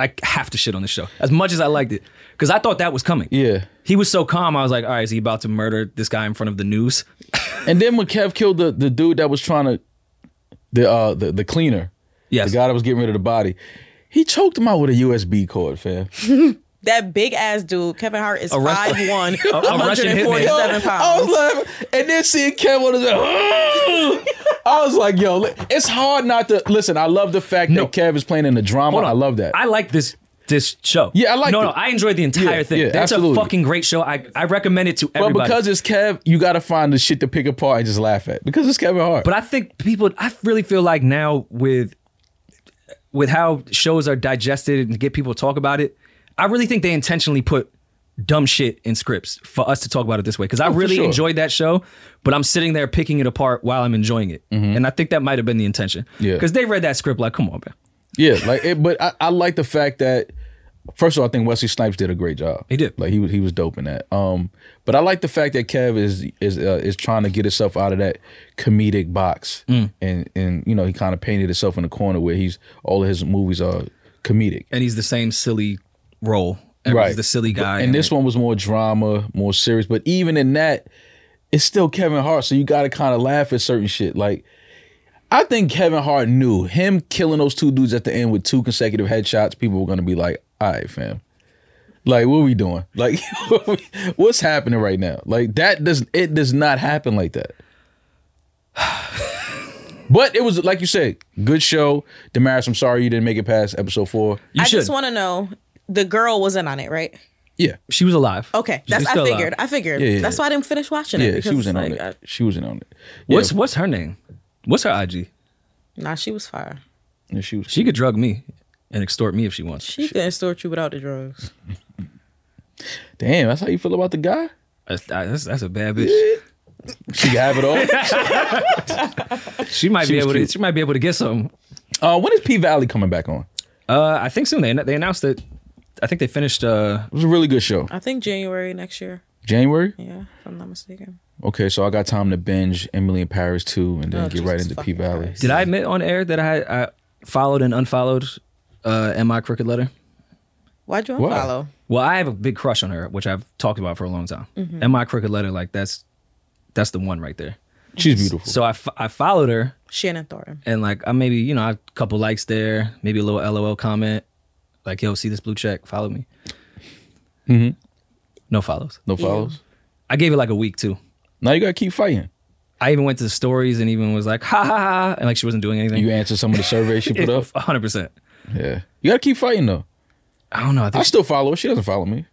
S2: I have to shit on the show as much as I liked it because I thought that was coming.
S3: Yeah.
S2: he was so calm. I was like, "All right, is he about to murder this guy in front of the news?"
S3: And then when Kev killed the, the dude that was trying to the uh the, the cleaner,
S2: Yes.
S3: the guy that was getting rid of the body, he choked him out with a USB cord, fam.
S6: That big ass dude, Kevin Hart, is
S2: A Rus-
S6: five one,
S2: a Russian hitman.
S3: I
S6: 147
S3: was
S6: pounds.
S3: laughing, and then seeing Kev on his I was like, yo, li- it's hard not to listen. I love the fact
S2: No.
S3: that Kev is playing in the drama.
S2: Hold on.
S3: I love that.
S2: I like this this show.
S3: Yeah, I liked
S2: No, no,
S3: it.
S2: I enjoyed the entire
S3: Yeah,
S2: thing.
S3: yeah,
S2: That's
S3: absolutely.
S2: a fucking great show. I, I recommend it to
S3: but
S2: everybody.
S3: because it's Kev, you gotta find the shit to pick apart and just laugh at. Because it's Kevin Hart.
S2: but I think people I really feel like now with with how shows are digested and get people to talk about it, I really think they intentionally put dumb shit in scripts for us to talk about it this way because I
S3: Oh, for
S2: really
S3: sure.
S2: enjoyed that show, but I'm sitting there picking it apart while I'm enjoying it, and I think that might have been the intention.
S3: Mm-hmm. Yeah.
S2: because they read that script like, come on, man,
S3: Yeah, like it, but I, I like the fact that first of all, I think Wesley Snipes did a great job.
S2: He did.
S3: Like he was he was dope in that. Um, but I like the fact that Kev is is uh, is trying to get himself out of that comedic box,
S2: Mm.
S3: and and you know he kind of painted himself in a corner where he's all of his movies are comedic.
S2: and he's the same silly role. He's
S3: Right.
S2: the silly guy.
S3: And
S6: Mm-hmm.
S3: this one was more drama, more serious. But even in that, it's still Kevin Hart, so you got to kind of laugh at certain shit. Like, I think Kevin Hart knew him killing those two dudes at the end with two consecutive headshots. People were gonna be like, "All right, fam, like what we doing? Like, what's happening right now? Like that does it does not happen like that." But it was like you said, good show. Damaris, I'm sorry you didn't make it past episode four.
S2: you
S6: I
S2: should.
S6: just want to know the girl wasn't on it, right?
S3: Yeah,
S2: she was alive.
S6: Okay, that's I
S2: still alive.
S6: figured. I figured.
S3: Yeah, yeah,
S6: That's
S3: yeah.
S6: why I didn't finish watching it.
S3: yeah, she
S6: because,
S3: was in on
S6: like,
S3: it.
S6: I-
S3: she was in on it. Yeah.
S2: What's what's her name? What's her IG?
S6: Nah, she was fire.
S3: Yeah, she was.
S2: She could drug me and extort me if she wants.
S6: She couldn't extort you without the drugs.
S3: Damn, that's how you feel about the guy.
S2: That's, that's, that's a bad bitch.
S3: She can have it all.
S2: She might
S3: She
S2: be
S3: was
S2: able
S3: cute.
S2: to. She might be able to get some.
S3: uh, when is P Valley coming back on?
S2: Uh, I think soon they they announced that. I think they finished. Uh,
S3: It was a really good show.
S6: I think January next year.
S3: January.
S6: Yeah, if I'm not mistaken.
S3: Okay, so I got time to binge Emily in Paris too, and then
S6: Oh,
S3: get right
S6: Jesus
S3: into P
S6: fucking
S3: Valley.
S6: Christ.
S2: did I admit on air that I, I followed and unfollowed? Uh, and my crooked letter.
S6: Why'd you
S3: Why?
S6: unfollow?
S2: Well, I have a big crush on her, which I've talked about for a long time.
S6: Mm-hmm.
S2: And my crooked letter, like that's that's the one right there.
S3: She's beautiful.
S2: So I, f- I followed her
S6: Shannon Thornton.
S2: and like I maybe you know I- a couple likes there, maybe a little LOL comment, like yo see this blue check, follow me.
S3: Mm-hmm.
S2: No follows.
S3: no follows.
S2: I gave it like a week too.
S3: Now you gotta keep fighting.
S2: I even went to the stories and even was like, ha ha ha, and like she wasn't doing anything.
S3: You answer some of the surveys she put up.
S2: hundred percent.
S3: Yeah, you gotta keep fighting though.
S2: I don't know. I think,
S3: I still follow her. She doesn't follow me.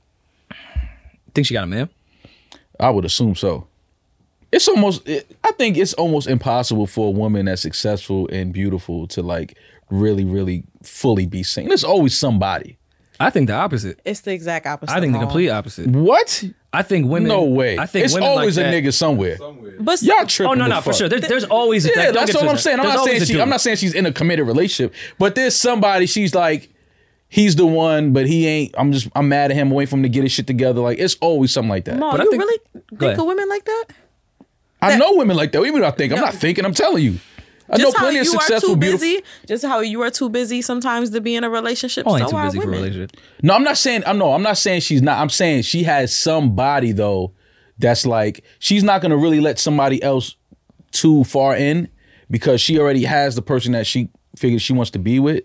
S2: think she got a man.
S3: I would assume so. It's almost. It, I think it's almost impossible for a woman that's successful and beautiful to like really, really fully be seen. There's always somebody.
S2: I think the opposite.
S6: It's the exact opposite.
S2: I think the
S6: of all.
S2: complete opposite.
S3: What?
S2: I think women.
S3: No way.
S2: I think
S3: it's
S2: women
S3: always
S2: like
S3: a
S2: that-
S3: nigga somewhere.
S6: But
S3: Y'all tripping.
S2: Oh no,
S3: the
S2: no, for
S3: fuck.
S2: sure. There's, there's always a
S3: Yeah,
S2: don't get
S3: that's
S2: it
S3: all I'm
S2: twisted.
S3: saying. I'm
S2: There's
S3: not saying
S2: always a
S3: she, I'm
S2: dude.
S3: not saying she's in a committed relationship, but there's somebody she's like, he's the one, but he ain't. I'm just I'm mad at him, waiting for him to get his shit together. Like it's always something like that.
S6: Ma,
S2: But I
S6: you
S2: think-
S6: really think
S2: ahead.
S6: of women like that?
S3: I know women like that. What do you mean I think? I'm not thinking. I'm telling you. I know
S6: Just how
S3: plenty of
S6: you are
S3: successful,
S6: too
S3: beautiful.
S6: busy. Just how you are too busy sometimes to be in a relationship.
S2: Oh, I
S6: so
S2: ain't too
S6: are
S2: busy for a
S6: women.
S2: relationship.
S3: No, I'm not saying. I'm no. I'm not saying she's not. I'm saying she has somebody though. That's like she's not gonna really let somebody else too far in because she already has the person that she figures she wants to be with.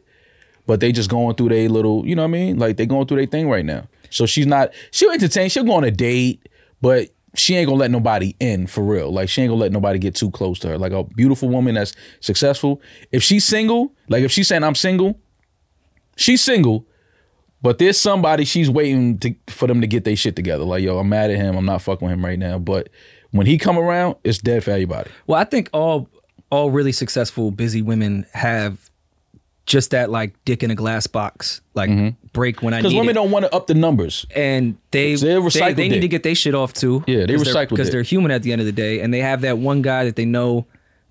S3: But they just going through their little, you know what I mean? Like they going through their thing right now. So she's not. She'll entertain. She'll go on a date, but she ain't gonna let nobody in for real. Like she ain't gonna let nobody get too close to her. Like a beautiful woman that's successful. If she's single, like if she's saying I'm single, she's single. But there's somebody she's waiting to, for them to get their shit together. Like, yo, I'm mad at him. I'm not fucking with him right now. But when he come around, it's dead for everybody.
S2: Well, I think all all really successful busy women have just that like dick in a glass box like break when I
S3: Because
S2: need
S3: Mm-hmm. women
S2: it.
S3: don't want to up the numbers.
S2: and they
S3: So they
S2: they,
S3: recycle
S2: they need
S3: dick.
S2: to get their shit off too.
S3: Yeah, they recycle
S2: because
S3: dick.
S2: they're human at the end of the day, and they have that one guy that they know,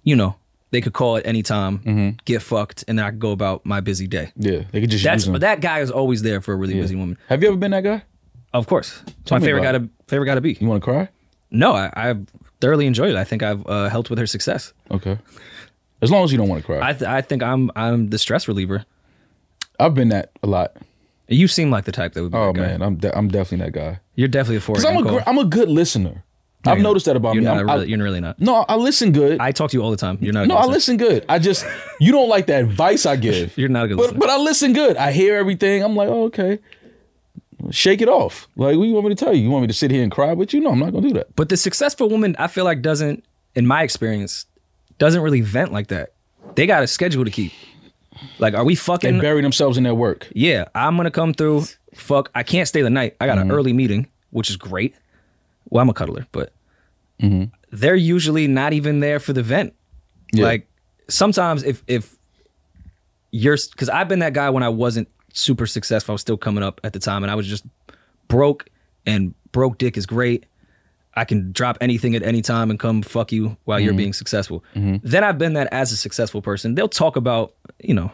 S2: you know, they could call at any time,
S3: Mm-hmm.
S2: get fucked, and then I could go about my busy day.
S3: Yeah, they could just
S2: That's
S3: use them.
S2: but that guy is always there for a really busy woman.
S3: Have you ever been that guy?
S2: Of course, it's
S3: Tell
S2: my
S3: me
S2: favorite guy
S3: about
S2: to flavor got to be.
S3: You want to cry?
S2: No, I, I thoroughly enjoyed it. I think I've uh, helped with her success.
S3: Okay. As long as you don't want to cry.
S2: I th- I think I'm I'm the stress reliever.
S3: I've been that a lot.
S2: You seem like the type that would. Be
S3: Oh
S2: that guy.
S3: man, I'm de- I'm definitely that guy.
S2: you're definitely a four.
S3: Cause I'm a gr- I'm a good listener. I've noticed that about
S2: you're
S3: me.
S2: Not
S3: I'm-
S2: a
S3: I-
S2: really, you're really not.
S3: no, I listen good.
S2: I talk to you all the time. You're not. A
S3: no,
S2: good
S3: I
S2: listener.
S3: listen good. I just you don't like the advice I give.
S2: You're not a good
S3: but
S2: listener.
S3: but I listen good. I hear everything. I'm like, oh, okay. Shake it off. Like, what you want me to tell you? You want me to sit here and cry with you? No, I'm not gonna do that.
S2: But the successful woman, I feel like doesn't, in my experience, doesn't really vent like that. They got a schedule to keep. Like, are we
S3: They
S2: fucking?
S3: bury themselves in their work.
S2: yeah, I'm gonna come through. Fuck, I can't stay the night. I got
S3: Mm-hmm.
S2: an early meeting, which is great. Well, I'm a cuddler, but they're usually not even there for the vent.
S3: Mm-hmm. Yeah.
S2: Like sometimes if if you're because I've been that guy when I wasn't super successful, I was still coming up at the time, and I was just broke. And broke dick is great. I can drop anything at any time and come fuck you while
S3: Mm-hmm.
S2: you're being successful. Then I've been that as a successful person. They'll talk about you know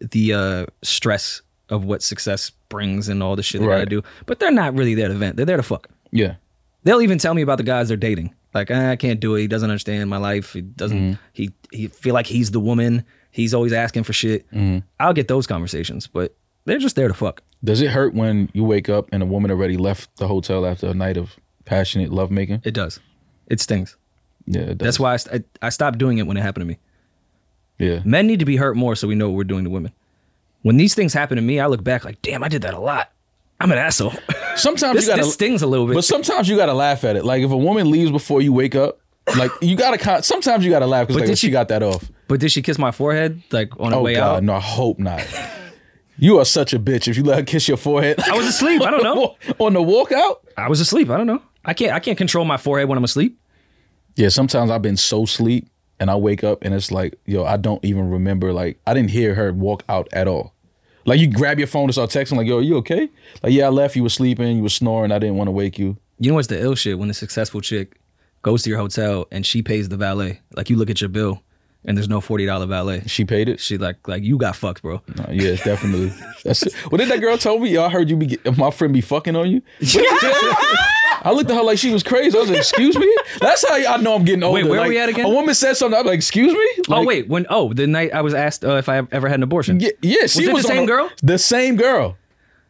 S2: the uh, stress of what success brings and all the shit they gotta
S3: Right.
S2: do, but they're not really there to vent. They're there to fuck.
S3: Yeah.
S2: They'll even tell me about the guys they're dating. Like "Ah, I can't do it. He doesn't understand my life. He doesn't.
S3: Mm-hmm.
S2: He he feel like he's the woman. He's always asking for shit.
S3: Mm-hmm.
S2: I'll get those conversations, but they're just there to fuck.
S3: Does it hurt when you wake up and a woman already left the hotel after a night of passionate lovemaking?
S2: It does. It stings.
S3: Yeah, it does.
S2: That's why I, st- I I stopped doing it when it happened to me.
S3: Yeah.
S2: Men need to be hurt more so we know what we're doing to women. When these things happen to me, I look back like, damn, I did that a lot. I'm an asshole.
S3: Sometimes
S2: this,
S3: you gotta
S2: this stings a little bit.
S3: But sometimes you gotta laugh at it. Like if a woman leaves before you wake up, like you gotta. Con- sometimes you gotta laugh because
S2: But
S3: like,
S2: did
S3: oh, she
S2: she-
S3: got that off.
S2: but did she kiss my forehead like on her
S3: Oh
S2: way
S3: God,
S2: out?
S3: no, I hope not. you are such a bitch if you let her kiss your forehead.
S2: I was asleep. I don't know.
S3: on the walkout.
S2: I was asleep. I don't know. I can't I can't control my forehead when I'm asleep.
S3: Yeah, sometimes I've been so sleep and I wake up and it's like, yo, I don't even remember. Like I didn't hear her walk out at all. Like you grab your phone and start texting, like, yo, you okay? Like, yeah, I left. You were sleeping. You were snoring. I didn't want to wake you.
S2: You know what's the ill shit when the successful chick goes to your hotel and she pays the valet. Like you look at your bill and there's no forty dollar valet.
S3: She paid it.
S2: She like like you got fucked, bro.
S3: Uh, yeah, definitely. That's it. What did that girl tell me? Yo, I heard you be get- my friend be fucking on you. What did you tell me? I looked at her like she was crazy. I was like, "Excuse me." That's how I know I'm getting older.
S2: Wait, where are
S3: Like,
S2: we at again?
S3: A woman said something. I'm like, "Excuse me."
S2: oh
S3: Like,
S2: wait, when oh the night I was asked uh, if I ever had an abortion.
S3: Yeah, yeah she
S2: Was it
S3: was,
S2: the
S3: on
S2: same
S3: a-
S2: girl?
S3: The same girl.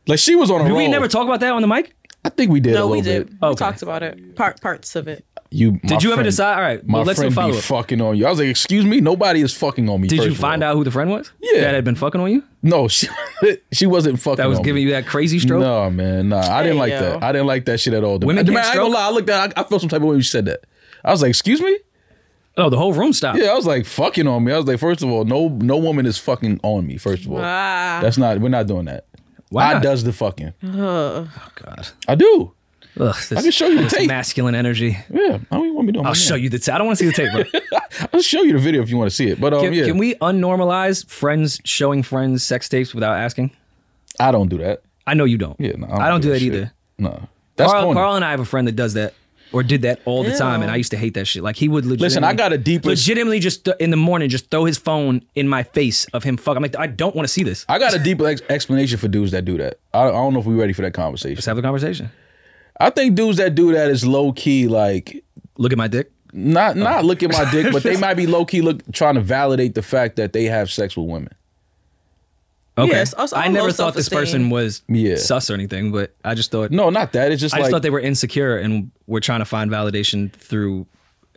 S3: Like she was on a
S2: Did
S3: roll.
S2: we never talk about that on the mic?
S3: I think we did. a
S6: No,
S3: little
S6: we did.
S3: Bit.
S6: We
S2: Okay.
S6: talked about it. Part parts of it.
S3: You my
S2: Did you ever
S3: friend-
S2: decide? All right,
S3: My
S2: well, let's do
S3: friend
S2: follow
S3: be
S2: up.
S3: fucking on you. I was like, "Excuse me." Nobody is fucking on me.
S2: Did
S3: first
S2: you
S3: of
S2: find
S3: all.
S2: out who the friend was?
S3: Yeah.
S2: That had been fucking on you?
S3: No, she she wasn't fucking.
S2: That was
S3: on me.
S2: giving you that crazy stroke?
S3: No, man, nah. I didn't
S6: Hey,
S3: like
S6: yo.
S3: that. I didn't like that shit at all.
S2: Women
S3: I,
S2: can't
S3: I ain't gonna
S2: stroke?
S3: lie. I looked at. I, I felt some type of way when you said that. I was like, "Excuse me."
S2: Oh, the whole room stopped.
S3: Yeah, I was like, "Fucking on me." I was like, first of all, no, no woman is fucking on me." First of all,
S6: Ah.
S3: that's not. We're not doing that.
S2: Why
S3: I
S2: not?
S3: does the fucking.
S2: Oh, God.
S3: I do.
S2: Ugh, this,
S3: I can show you the tape.
S2: masculine energy.
S3: Yeah, I don't even want me doing.
S2: I'll show you the tape. I don't want to see the tape, bro.
S3: I'll show you the video if you want to see it. But um,
S2: Can,
S3: yeah,
S2: can we unnormalize friends showing friends sex tapes without asking?
S3: I don't do that.
S2: I know you don't.
S3: Yeah, no,
S2: I don't do that
S3: shit.
S2: either.
S3: No, that's
S2: Carl,
S3: corny.
S2: Carl and I have a friend that does that or did that all the time,
S6: Ew.
S2: and I used to hate that shit. Like he would legitimately,
S3: Listen, I got a deeper-
S2: legitimately just th- in the morning just throw his phone in my face of him fuck. I'm like, I don't want to see this.
S3: I got a deeper ex- explanation for dudes that do that. I, I don't know if we're ready for that
S2: Let's
S3: conversation.
S2: have a conversation.
S3: I think dudes that do that is low key like
S2: Look at my dick.
S3: not
S2: Oh.
S3: not look at my dick, but they might be low key look trying to validate the fact that they have sex with women.
S2: Okay.
S6: Yes, also,
S2: I
S6: I'm
S2: never
S6: low
S2: thought this person
S6: self-esteem.
S2: was
S3: Yeah.
S2: sus or anything, but I just thought
S3: No, not that. It's just
S2: I just
S3: like
S2: thought they were insecure and were trying to find validation through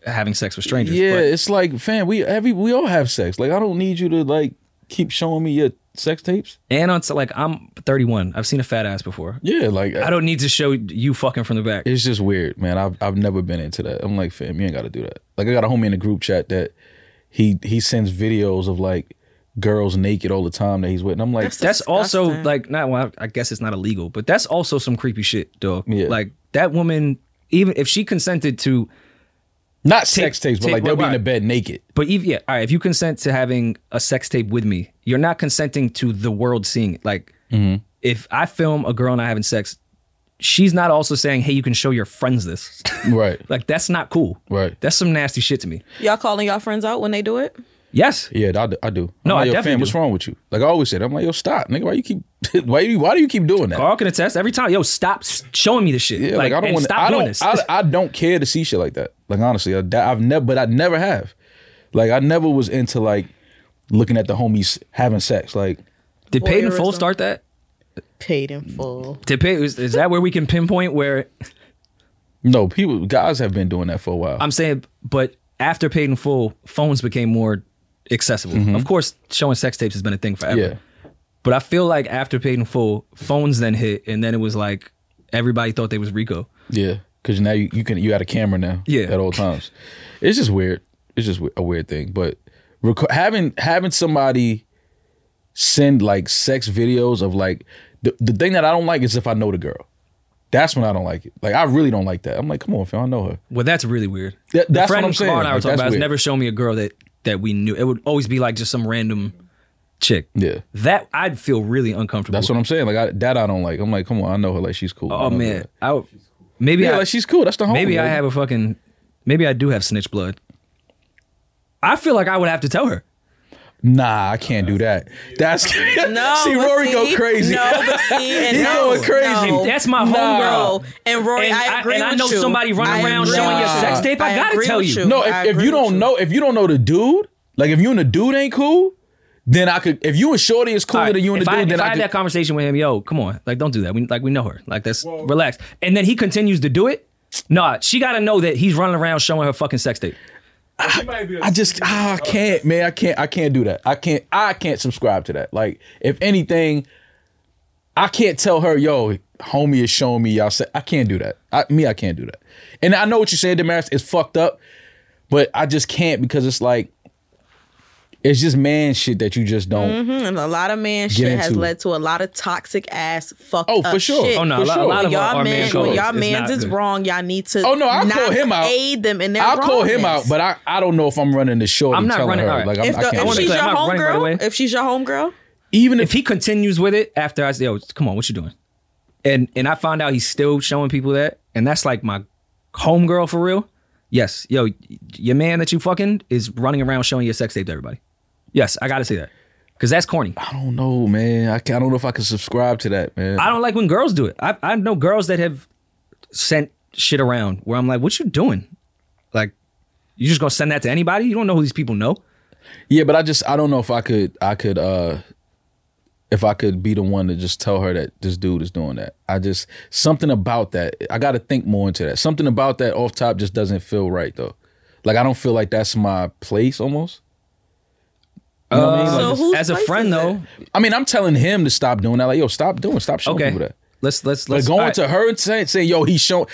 S2: having sex with strangers.
S3: yeah,
S2: but
S3: it's like fam, we every we all have sex. Like I don't need you to like keep showing me your sex tapes.
S2: and on like I'm 31. I've seen a fat ass before.
S3: Yeah, like
S2: I don't need to show you fucking from the back.
S3: It's just weird, man. I've I've never been into that. I'm like, fam, you ain't got to do that. Like I got a homie in the group chat that he he sends videos of like girls naked all the time that he's with, and I'm like,
S6: That's
S2: that's also
S6: Disgusting.
S2: like not well, I guess it's not illegal, but that's also some creepy shit, dog.
S3: Yeah.
S2: Like that woman, even if she consented to,
S3: not sex tapes, but
S2: take
S3: like they'll
S2: what-
S3: be in the
S2: right.
S3: bed naked.
S2: but even yeah, all right, if you consent to having a sex tape with me, you're not consenting to the world seeing it. Like
S3: Mm-hmm.
S2: if I film a girl and I having sex, she's not also saying, hey, you can show your friends this.
S3: Right,
S2: like that's not cool.
S3: right.
S2: That's some nasty shit to me.
S6: Y'all calling y'all friends out when they do it?
S2: Yes.
S3: Yeah, I do. I do.
S2: No,
S3: I'm
S2: I
S3: like, yo,
S2: definitely
S3: fam, what's
S2: do.
S3: wrong with you? Like I always said, I'm like, yo, stop, nigga. Why you keep? Why you? Why do you keep doing that?
S2: Carl can attest every time. Yo, stop s- showing me this shit.
S3: Yeah, like, I don't
S2: and
S3: want.
S2: stop
S3: I
S2: doing
S3: don't.
S2: this.
S3: I, I don't care to see shit like that. Like honestly, I, have never. But I never have. Like I never was into like looking at the homies having sex. Like
S2: Did Paid in Full
S6: voyeurism.
S2: start that?
S4: Paid in full.
S2: Did Paid, is, is that where we can pinpoint where
S3: no, people, guys have been doing that for a while.
S2: I'm saying? But after Paid in Full, phones became more accessible. Of course, showing sex tapes has been a thing forever.
S3: Mm-hmm. yeah,
S2: But I feel like after Paid in Full, phones then hit, and then it was like everybody thought they was Rico.
S3: yeah. Because now you, you can you got a camera now.
S2: Yeah.
S3: at all times. it's just weird. It's just we- a weird thing. But reco- having having somebody send like sex videos of like the, the thing that I don't like is if I know the girl. That's when I don't like it. Like I really don't like that. I'm like, come on, fam, I know her.
S2: Well, that's really weird.
S3: Th-
S2: The
S3: that's
S2: friend
S3: what I'm saying.
S2: Carl and I were
S3: Like,
S2: talking
S3: that's
S2: about has
S3: weird.
S2: never shown me a girl that that we knew. It would always be like just some random chick.
S3: Yeah.
S2: That I'd feel really uncomfortable.
S3: That's what I'm saying. Like I, that, I don't like. I'm like, come on, I know her. Like she's cool. I
S2: Oh
S3: know
S2: man,
S3: that.
S2: I would- maybe
S3: yeah,
S2: I,
S3: like she's cool. That's the homie.
S2: maybe I
S3: like,
S2: have a fucking maybe I do have snitch blood. I feel like I would have to tell her.
S3: Nah, I can't do that. That's
S6: No,
S3: see
S6: but
S3: Rory go
S6: see-
S3: crazy.
S6: No, but see, and
S3: He
S6: no,
S3: going crazy.
S6: No,
S2: That's my
S6: no.
S2: homegirl.
S6: And Rory,
S2: And I-
S6: I agree
S2: and I
S6: with
S2: know
S6: you.
S2: somebody running
S6: I
S2: around
S6: agree
S2: showing
S6: with
S2: your sex tape, I gotta
S6: agree
S2: tell
S6: with
S2: you.
S3: No,
S6: I
S3: if, if
S6: agree
S3: you
S6: with
S3: don't know, if you don't know the dude, like if you and the dude ain't cool, then I could. If you and Shorty is cooler
S2: All right,
S3: than you and
S2: if
S3: the
S2: I,
S3: dude,
S2: if
S3: then
S2: I
S3: I,
S2: had
S3: could.
S2: that conversation with him, yo, come on, like don't do that. We like we know her. Like that's relax. And then he continues to do it. Nah, she gotta know that he's running around showing her fucking sex tape.
S3: I just ah, I can't, man. I can't. I can't do that. I can't. I can't subscribe to that. Like if anything, I can't tell her, yo, homie is showing me y'all. Say, I can't do that. I, me, I can't do that. And I know what you're saying, Damaris. It's fucked up, but I just can't because it's like. It's just man shit that you just don't.
S6: Hmm, And a lot of man shit has
S3: into it.
S6: led to a lot of toxic ass fuck.
S3: Oh, for
S6: up
S3: sure.
S6: shit.
S2: Oh no,
S3: For
S2: a, lot, a
S3: sure.
S2: lot
S6: When
S2: of our,
S6: y'all
S2: our
S6: man,
S2: man
S6: when
S2: codes
S6: y'all
S2: is
S6: man's
S2: not
S6: is
S2: good.
S6: wrong. Y'all need to.
S3: Oh, no, I'll
S6: not
S3: call him out.
S6: Aid them in their
S3: I'll call him
S6: wrongness.
S3: out, but I, I don't know if I'm running the short.
S2: I'm
S3: and
S2: not
S3: telling
S2: running-
S3: Her.
S2: all right.
S3: Like I'm,
S6: If,
S3: I
S6: the,
S3: can't. do
S6: if
S2: wanna
S3: that.
S6: she's
S2: be
S6: your
S2: clear, I'm not running right
S6: homegirl,
S2: away.
S6: if she's your homegirl,
S3: even
S2: if he continues with it after I say, "Yo, come on, what you doing?" and and I find out he's still showing people that, and that's like my homegirl for real. Yes, yo, y- your man that you fucking is running around showing your sex tape to everybody. Yes, I gotta say that because that's corny.
S3: I don't know, man. I, can, I don't know if I can subscribe to that, man.
S2: I don't like when girls do it. I I know girls that have sent shit around where I'm like, "What you doing?" Like, you just gonna send that to anybody? You don't know who these people know.
S3: yeah, but I just I don't know if I could I could uh if I could be the one to just tell her that this dude is doing that. I just something about that. I got to think more into that. Something about that off top just doesn't feel right though. Like I don't feel like that's my place almost. You know what I mean?
S6: So
S3: Like,
S6: whose
S2: as a
S6: place
S2: friend
S6: is it?
S2: though,
S3: I mean, I'm telling him to stop doing that. Like, yo, stop doing, stop showing
S2: okay.
S3: people that.
S2: Let's let's
S3: But
S2: let's
S3: going
S2: all right.
S3: to her and saying, saying yo, he's showing.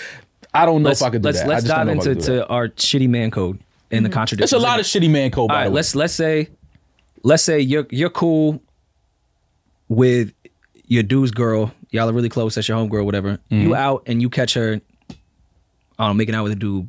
S3: I don't know
S2: let's,
S3: if I could do
S2: let's,
S3: that.
S2: Let's
S3: I just
S2: dive
S3: don't know if I
S2: into
S3: could do that.
S2: to our shitty man code
S6: Mm-hmm.
S2: and the contradictions.
S3: It's a lot
S2: in
S3: of shitty man code.
S2: All
S3: By
S2: right,
S3: the way.
S2: let's let's say, let's say you're you're cool with your dude's girl. Y'all are really close. That's your homegirl, whatever.
S3: Mm-hmm.
S2: You out and you catch her. I don't know, making out with a dude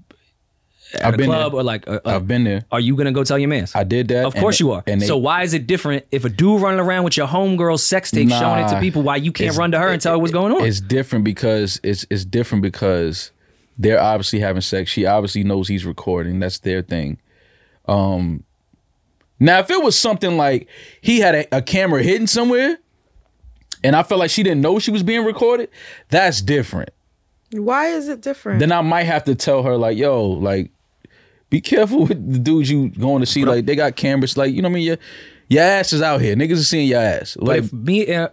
S2: at
S3: I've
S2: a
S3: been
S2: club
S3: there.
S2: or like. A, a-
S3: I've been there.
S2: Are you gonna go tell your man's?
S3: I did that.
S2: Of course
S3: and-
S2: you are.
S3: And they,
S2: so why is it different if a dude running around with your homegirl sex tape showing it to
S3: Nah,
S2: people? Why you can't
S3: it's-
S2: run to her and tell her what's going on?
S3: It's different because it's it's different because they're obviously having sex. She obviously knows he's recording. That's their thing. Um now if it was something like he had a, a camera hidden somewhere and I felt like she didn't know she was being recorded, that's different.
S4: Why is it different?
S3: Then I might have to tell her like, yo, like be careful with the dudes you going to see. Like they got cameras. Like, you know what I mean? Your, your ass is out here. Niggas is seeing your ass.
S2: But
S3: Like
S2: if me and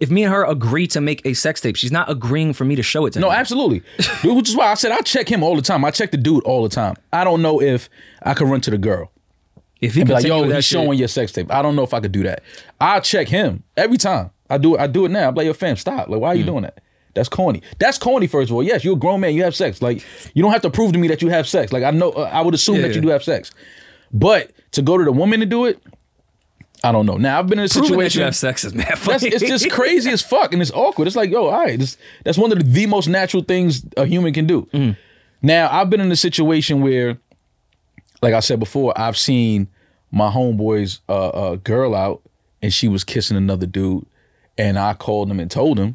S2: if me and her agree to make a sex tape, she's not agreeing for me to show it to
S3: No,
S2: him.
S3: absolutely. Dude, which is why I said I check him all the time. I check the dude all the time. I don't know if I could run to the girl
S2: If he
S3: and be like,
S2: continue
S3: yo,
S2: with that
S3: he's
S2: shit-
S3: showing your sex tape. I don't know if I could do that. I check him every time. I do it. I do it now. I'm like, yo, fam, stop. Like, why
S2: Mm.
S3: are you doing that? That's corny. That's corny. First of all, yes, you're a grown man. You have sex. Like, you don't have to prove to me that you have sex. Like, I know. Uh, I would assume that
S2: Yeah.
S3: you do have sex, but to go to the woman to do it, I don't know. Now I've been in a
S2: Proving that
S3: situation.
S2: you have sex is mad
S3: That's,
S2: funny.
S3: it's just crazy as fuck and it's awkward. It's like, yo, all right, this, that's one of the, the most natural things a human can do. Now, I've been in a situation where, like I said before, I've seen my homeboy's uh, uh, girl out and she was kissing another dude, and I called him and told him,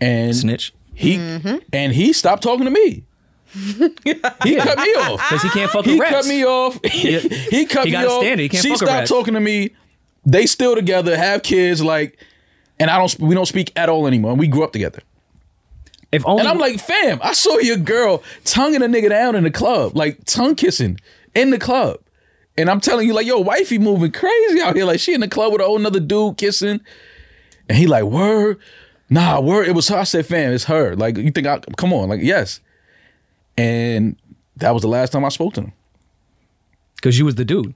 S3: and
S2: Snitch.
S3: he and he stopped talking to me. He cut me off.
S2: because he can't fuck
S3: He
S2: with
S3: cut
S2: reps.
S3: me off. he, cut
S2: He
S3: me
S2: got a
S3: off.
S2: standard. He can't
S3: she
S2: fuck a
S3: stopped
S2: rat.
S3: talking to me. They still together, have kids, like, and I don't. sp- We don't speak at all anymore. And we grew up together.
S2: If only
S3: And I'm like, fam, I saw your girl tonguing a nigga down in the club, like tongue kissing in the club. And I'm telling you, like, yo, wifey moving crazy out here. Like, she in the club with a whole nother dude kissing. And he like, word, nah, word. It was her. I said, fam, it's her. Like, you think I come on, like, yes. And that was the last time I spoke to him.
S2: because you was the dude.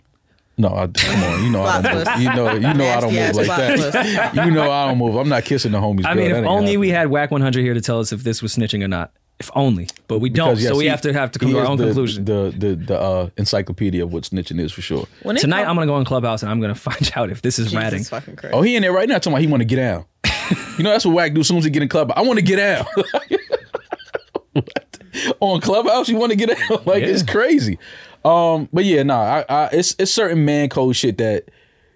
S3: No, I, come on, you know, I don't move. you know, you know, I don't move
S4: Nasty
S3: like
S4: ass
S3: that. you know, I don't move. I'm not kissing the homies.
S2: I
S3: girl.
S2: mean, if
S3: That ain't
S2: only we
S3: happening.
S2: had Whack 100 here to tell us if this was snitching or not. If only, but we don't,
S3: Because, yes,
S2: so we
S3: he-
S2: have to have to
S3: he
S2: come to our
S3: is
S2: own
S3: the-
S2: conclusion.
S3: The the the uh, encyclopedia of what snitching is for sure.
S4: When it
S2: Tonight,
S4: come-
S2: I'm gonna go in clubhouse and I'm gonna find out if this is
S4: Jesus
S2: ratting.
S4: fucking Christ.
S3: Oh, he in there right now talking about he want to get out. you know that's what whack do. As soon as he get in club, I want to get out. What? On clubhouse, you want to get out? like it's
S2: Yeah.
S3: crazy. Um, but yeah, nah, I, I, it's it's certain man code shit that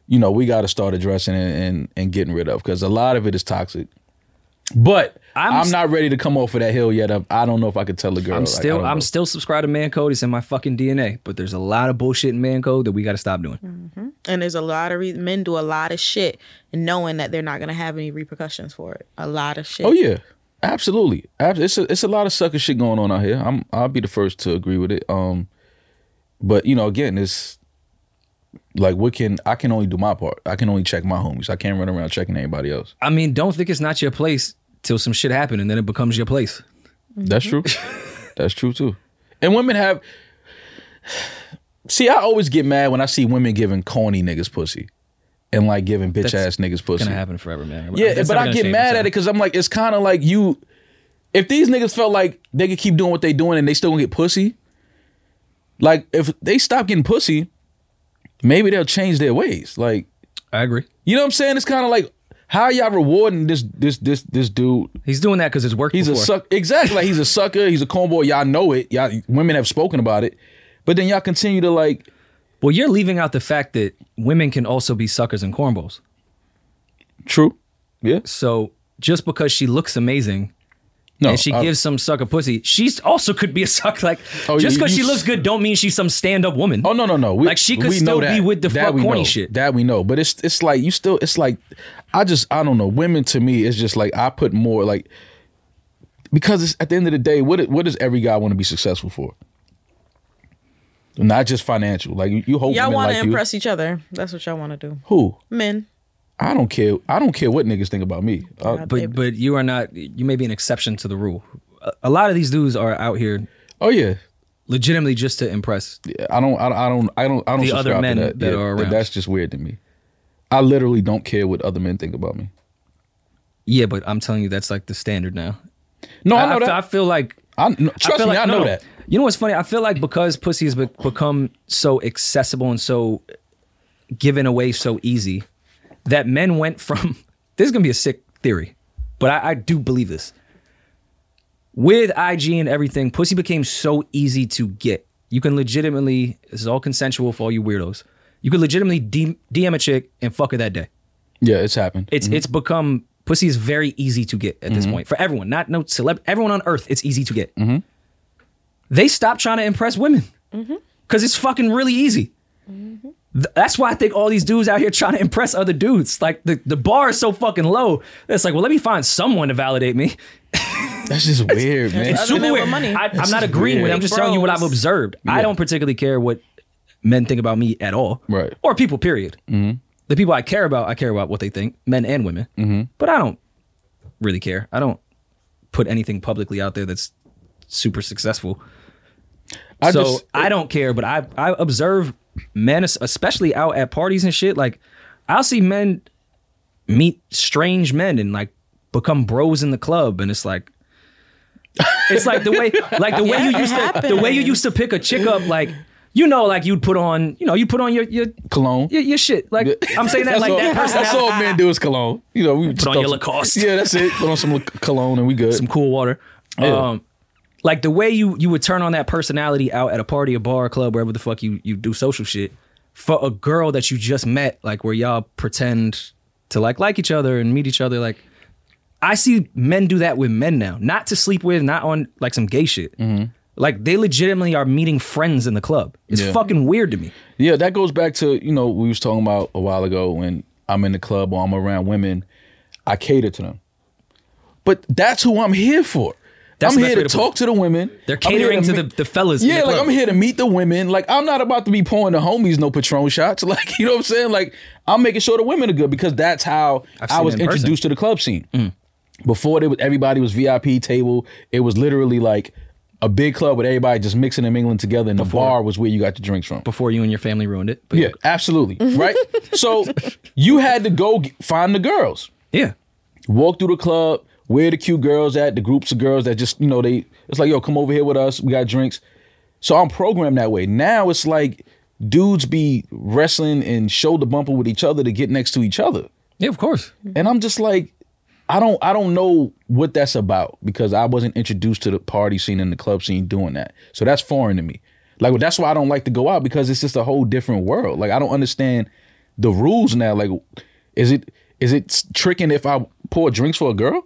S3: you know we got to start addressing and, and and getting rid of because a lot of it is toxic. But
S2: I'm
S3: I'm,
S2: s-
S3: not ready to come off of that hill yet. I, I don't know if I could tell a girl.
S2: I'm
S3: Like, I
S2: still,
S3: don't
S2: I'm
S3: know.
S2: still subscribed to man code. It's in my fucking DNA. But there's a lot of bullshit in man code that we got to stop doing.
S6: And there's a lot of re- men do a lot of shit knowing that they're not going to have any repercussions for it. A lot of shit.
S3: Oh yeah, absolutely. Ab- It's a, it's a lot of sucker shit going on out here. I'm I'll be the first to agree with it. Um, but you know, again, it's like what can I can only do my part. I can only check my homies. I can't run around checking anybody else.
S2: I mean, don't think it's not your place till some shit happen and then it becomes your place. Mm-hmm.
S3: That's true. That's true too. And women have. See, I always get mad when I see women giving corny niggas pussy, and like giving bitch
S2: That's
S3: ass niggas
S2: It's
S3: pussy.
S2: gonna happen forever, man.
S3: Yeah,
S2: That's
S3: but
S2: never
S3: I
S2: gonna
S3: get
S2: change.
S3: mad
S2: It's
S3: at it because I'm like, it's kind of like you. If these niggas felt like they could keep doing what they doing and they still gonna get pussy, like if they stop getting pussy, maybe they'll change their ways. Like,
S2: I agree.
S3: you know what I'm saying? It's kind of like how y'all rewarding this this this this dude?
S2: He's doing that because it's worked.
S3: He's
S2: before.
S3: a suck. Exactly, like he's a sucker. He's a cornball. Y'all know it. Y'all women have spoken about it, but then y'all continue to like.
S2: Well, you're leaving out the fact that women can also be suckers and cornballs.
S3: True. Yeah.
S2: So just because she looks amazing
S3: No.
S2: and she
S3: I-
S2: gives some sucker pussy, she's also could be a sucker. Like
S3: Oh,
S2: just
S3: you-
S2: because
S3: you-
S2: she looks good, don't mean she's some stand up woman.
S3: Oh no no no! We,
S2: Like, she could
S3: we
S2: still
S3: know that.
S2: be with the
S3: that
S2: fuck
S3: we
S2: corny
S3: know.
S2: shit.
S3: That we know, but it's it's like you still it's like I just I don't know. Women to me it's just like I put more like because it's, at the end of the day, what it- what does every guy want to be successful for? Not just financial. Like you, you hope
S6: Y'all
S3: women
S6: want to
S3: like you.
S6: impress each other. That's what y'all want to do.
S3: who?
S6: Men.
S3: I don't care. I don't care what niggas think about me. Uh,
S2: but but you are not. You may be an exception to the rule. A, a lot of these dudes are out here
S3: oh yeah,
S2: legitimately just to impress.
S3: I don't I, don't- I don't I don't I don't
S2: The other
S3: subscribe
S2: men
S3: to that.
S2: that
S3: Yeah,
S2: are
S3: th-
S2: around.
S3: That's just weird to me. I literally don't care what other men think about me.
S2: Yeah, but I'm telling you, that's like the standard now.
S3: No, I,
S2: I,
S3: know
S2: I fe-
S3: that.
S2: I feel like
S3: I, no, trust
S2: feel
S3: me,
S2: like-
S3: I
S2: no,
S3: know
S2: no.
S3: that.
S2: You know what's funny? I feel like because pussy has be- become so accessible and so given away so easy, that men went from this is gonna be a sick theory, but I, I do believe this. With IG and everything, pussy became so easy to get. You can legitimately, this is all consensual for all you weirdos. You could legitimately D- DM a chick and fuck her that day.
S3: Yeah, it's happened.
S2: It's it's become pussy is very easy to get at this point for everyone. Not no celeb. Everyone on earth, it's easy to get. They stop trying to impress women because it's fucking really easy. Th- That's why I think all these dudes out here trying to impress other dudes. Like the, the bar is so fucking low. It's like, well, let me find someone to validate me.
S3: That's just weird, man.
S2: It's
S6: Other
S2: super
S6: men with
S2: weird.
S6: money.
S2: I, I'm not agreeing with it. I'm just telling you what I've
S6: Bros.
S2: observed. I don't particularly care what men think about me at all.
S3: Right. Mm-hmm.
S2: Or people, period. The people I care about, I care about what they think, men and women.
S3: Mm-hmm.
S2: But I don't really care. I don't put anything publicly out there that's super successful.
S3: I
S2: so
S3: just-
S2: I don't care, but I I observe men, es- especially out at parties and shit. Like I'll see men meet strange men and like become bros in the club, and it's like it's like the way like the way you
S6: Yeah, it
S2: used to the way you used to pick a chick up like. You know, like you'd put on, you know, you put on your your
S3: cologne.
S2: your, your shit. Like I'm saying that
S3: That's
S2: like
S3: all,
S2: that person
S3: That's
S2: had
S3: all men do is cologne. You know, we just
S2: on
S3: throw
S2: your
S3: some-
S2: Lacoste.
S3: Yeah, that's it. Put on some Lac- cologne and we good.
S2: some cool water.
S3: Yeah.
S2: Um, like the way you you would turn on that personality out at a party, a bar, a club, wherever the fuck you you do social shit for a girl that you just met, like where y'all pretend to like like each other and meet each other. Like
S3: Mm-hmm.
S2: I see men do that with men now, not to sleep with, not on like some gay shit. Like they legitimately are meeting friends in the club. It's
S3: Yeah.
S2: fucking weird to me.
S3: Yeah, that goes back to you know we was talking about a while ago when I'm in the club or I'm around women, I cater to them. But that's who I'm here for.
S2: That's
S3: I'm
S2: the best
S3: here
S2: way
S3: to,
S2: to put
S3: talk to the women.
S2: They're
S3: I'm here
S2: catering to,
S3: me-
S2: the, the fellas. in
S3: Yeah,
S2: the
S3: like
S2: club.
S3: I'm here to meet the women. Like I'm not about to be pouring the homies no Patron shots. Like you know what I'm saying. Like I'm making sure the women are good because that's how
S2: I've
S3: I
S2: seen
S3: was
S2: it in person. Mm.
S3: introduced to the club scene. Before they was everybody was VIP table. It was literally like a big club with everybody just mixing and mingling together, and the bar was where you got the drinks from.
S2: before you and your family ruined it. But
S3: Yeah, absolutely. Right. so you had to go g find the girls,
S2: yeah.
S3: walk through the club, where the cute girls at, the groups of girls that just you know they. It's like yo, come over here with us. We got drinks. So I'm programmed that way. Now it's like dudes be wrestling and shoulder bumping with each other to get next to each other,
S2: Yeah, of course.
S3: and I'm just like. I don't I don't know what that's about because I wasn't introduced to the party scene and the club scene doing that. So that's foreign to me. Like that's why I don't like to go out because it's just a whole different world. Like I don't understand the rules now. Like is it is it s- tricking if I pour drinks for a girl?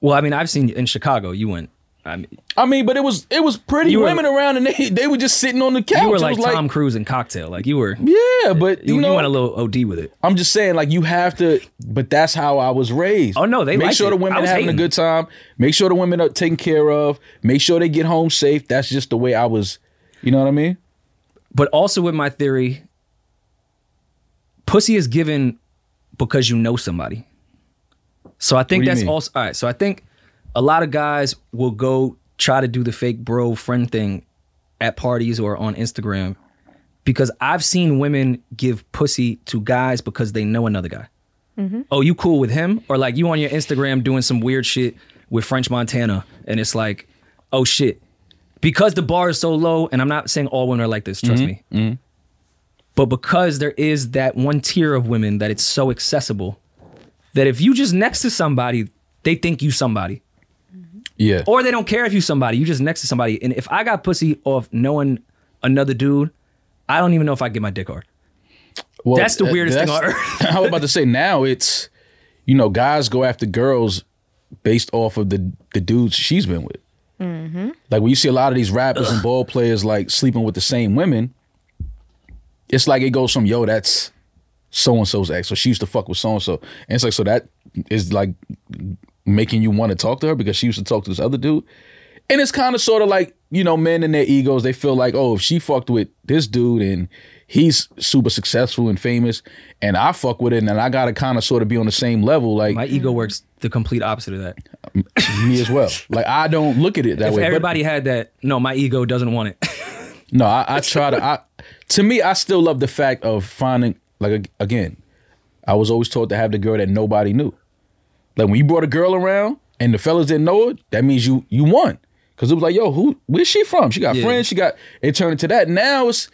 S2: Well, I mean, I've seen in Chicago, you went. I mean,
S3: I mean, but it was it was pretty
S2: You were-
S3: women around and they they were just sitting on the couch.
S2: you were
S3: It
S2: like
S3: was
S2: Tom Cruise in Cocktail. Like you were.
S3: Yeah, but
S2: You,
S3: you, know
S2: you went a little OD with it.
S3: I'm just saying, like you have to, but that's how I was raised.
S2: Oh, no, they
S3: make
S2: liked
S3: sure
S2: it.
S3: the
S2: I
S3: women
S2: was
S3: having
S2: hating.
S3: a good time. Make sure the women are taken care of. Make sure they get home safe. That's just the way I was. You know what I mean?
S2: But also with my theory, pussy is given because you know somebody. So I
S3: What do
S2: think
S3: you
S2: that's
S3: mean?
S2: also all right. So I think a lot of guys will go try to do the fake bro friend thing at parties or on Instagram because I've seen women give pussy to guys because they know another guy. Oh, you cool with him? Or like you on your Instagram doing some weird shit with French Montana and it's like, oh shit. Because the bar is so low, and I'm not saying all women are like this, trust me.
S3: Mm-hmm.
S2: But because there is that one tier of women that it's so accessible that if you just next to somebody, they think you somebody.
S3: Yeah.
S2: Or they don't care if you somebody, you just next to somebody. And if I got pussy off knowing another dude, I don't even know if I get my dick hard.
S3: Well,
S2: That's the
S3: uh,
S2: weirdest thing on
S3: I was about to say now it's, you know, guys go after girls based off of the the dudes she's been with. Like when you see a lot of these rappers and ball players like sleeping with the same women, it's like it goes from yo, that's so and so's ex, so she used to fuck with so and so, and it's like so that is like making you want to talk to her because she used to talk to this other dude. And it's kind of sort of like, you know, men and their egos, they feel like, oh, if she fucked with this dude and he's super successful and famous, and I fuck with it, and then I gotta kind of sort of be on the same level, like
S2: My ego works the complete opposite of that.
S3: me as well. Like I don't look at it that
S2: If
S3: way. but-
S2: everybody had that, no, my ego doesn't want it.
S3: No, I, I try to. I to me, I still love the fact of finding. Like ag- again, I was always taught to have the girl that nobody knew. Like when you brought a girl around and the fellas didn't know it, that means you you won. Cause it was like, yo, who? Where's she from? She got
S2: Yeah.
S3: friends. She got. It turned into that. Now it's.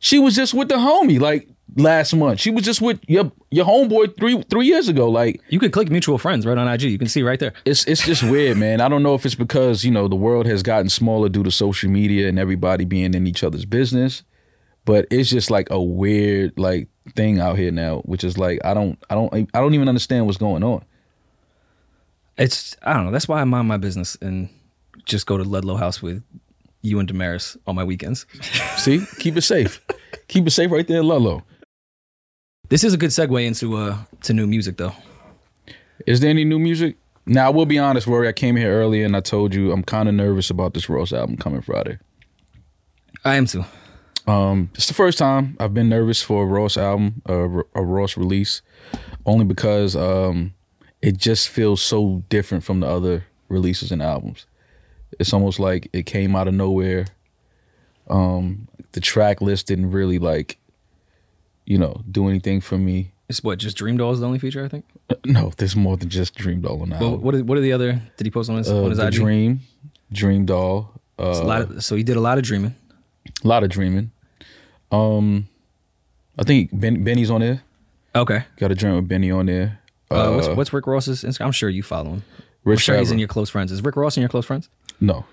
S3: She was just with the homie like last month. She was just with your your homeboy three three years ago. Like
S2: you can click mutual friends right on IG. You can see right there.
S3: it's it's just weird, man. I don't know if it's because you know the world has gotten smaller due to social media and everybody being in each other's business, but it's just like a weird like thing out here now, which is like I don't I don't I don't even understand what's going on.
S2: It's I don't know. That's why I mind my business and just go to Ludlow House with you and Damaris on my weekends.
S3: See, keep it safe, keep it safe right there, Lolo.
S2: This is a good segue into uh to new music though.
S3: Is there any new music? Now I will be honest, Rory. I came here earlier and I told you I'm kind of nervous about this Rose album coming Friday.
S2: I am too.
S3: Um, it's the first time I've been nervous for a Ross album, a, a Ross release, only because um, it just feels so different from the other releases and albums. It's almost like it came out of nowhere. Um, the track list didn't really like, you know, do anything for me.
S2: It's what just Dream Doll is the only feature I think.
S3: No, there's more than just Dream Doll on the
S2: Well,
S3: album.
S2: what are, what are the other? Did he post on his on
S3: Oh. Uh,
S2: his
S3: The
S2: IG?
S3: Dream, Dream Doll, uh,
S2: It's a lot of- so he did a lot of dreaming.
S3: a lot of dreaming. Um, I think ben, Benny's on there.
S2: Okay.
S3: Got a dream with Benny on there.
S2: Uh, what's what's Rick Ross's Instagram? I'm sure you follow him. I'm
S3: Rich
S2: sure he's
S3: Favre.
S2: in your close friends. Is Rick Ross in your close friends?
S3: No,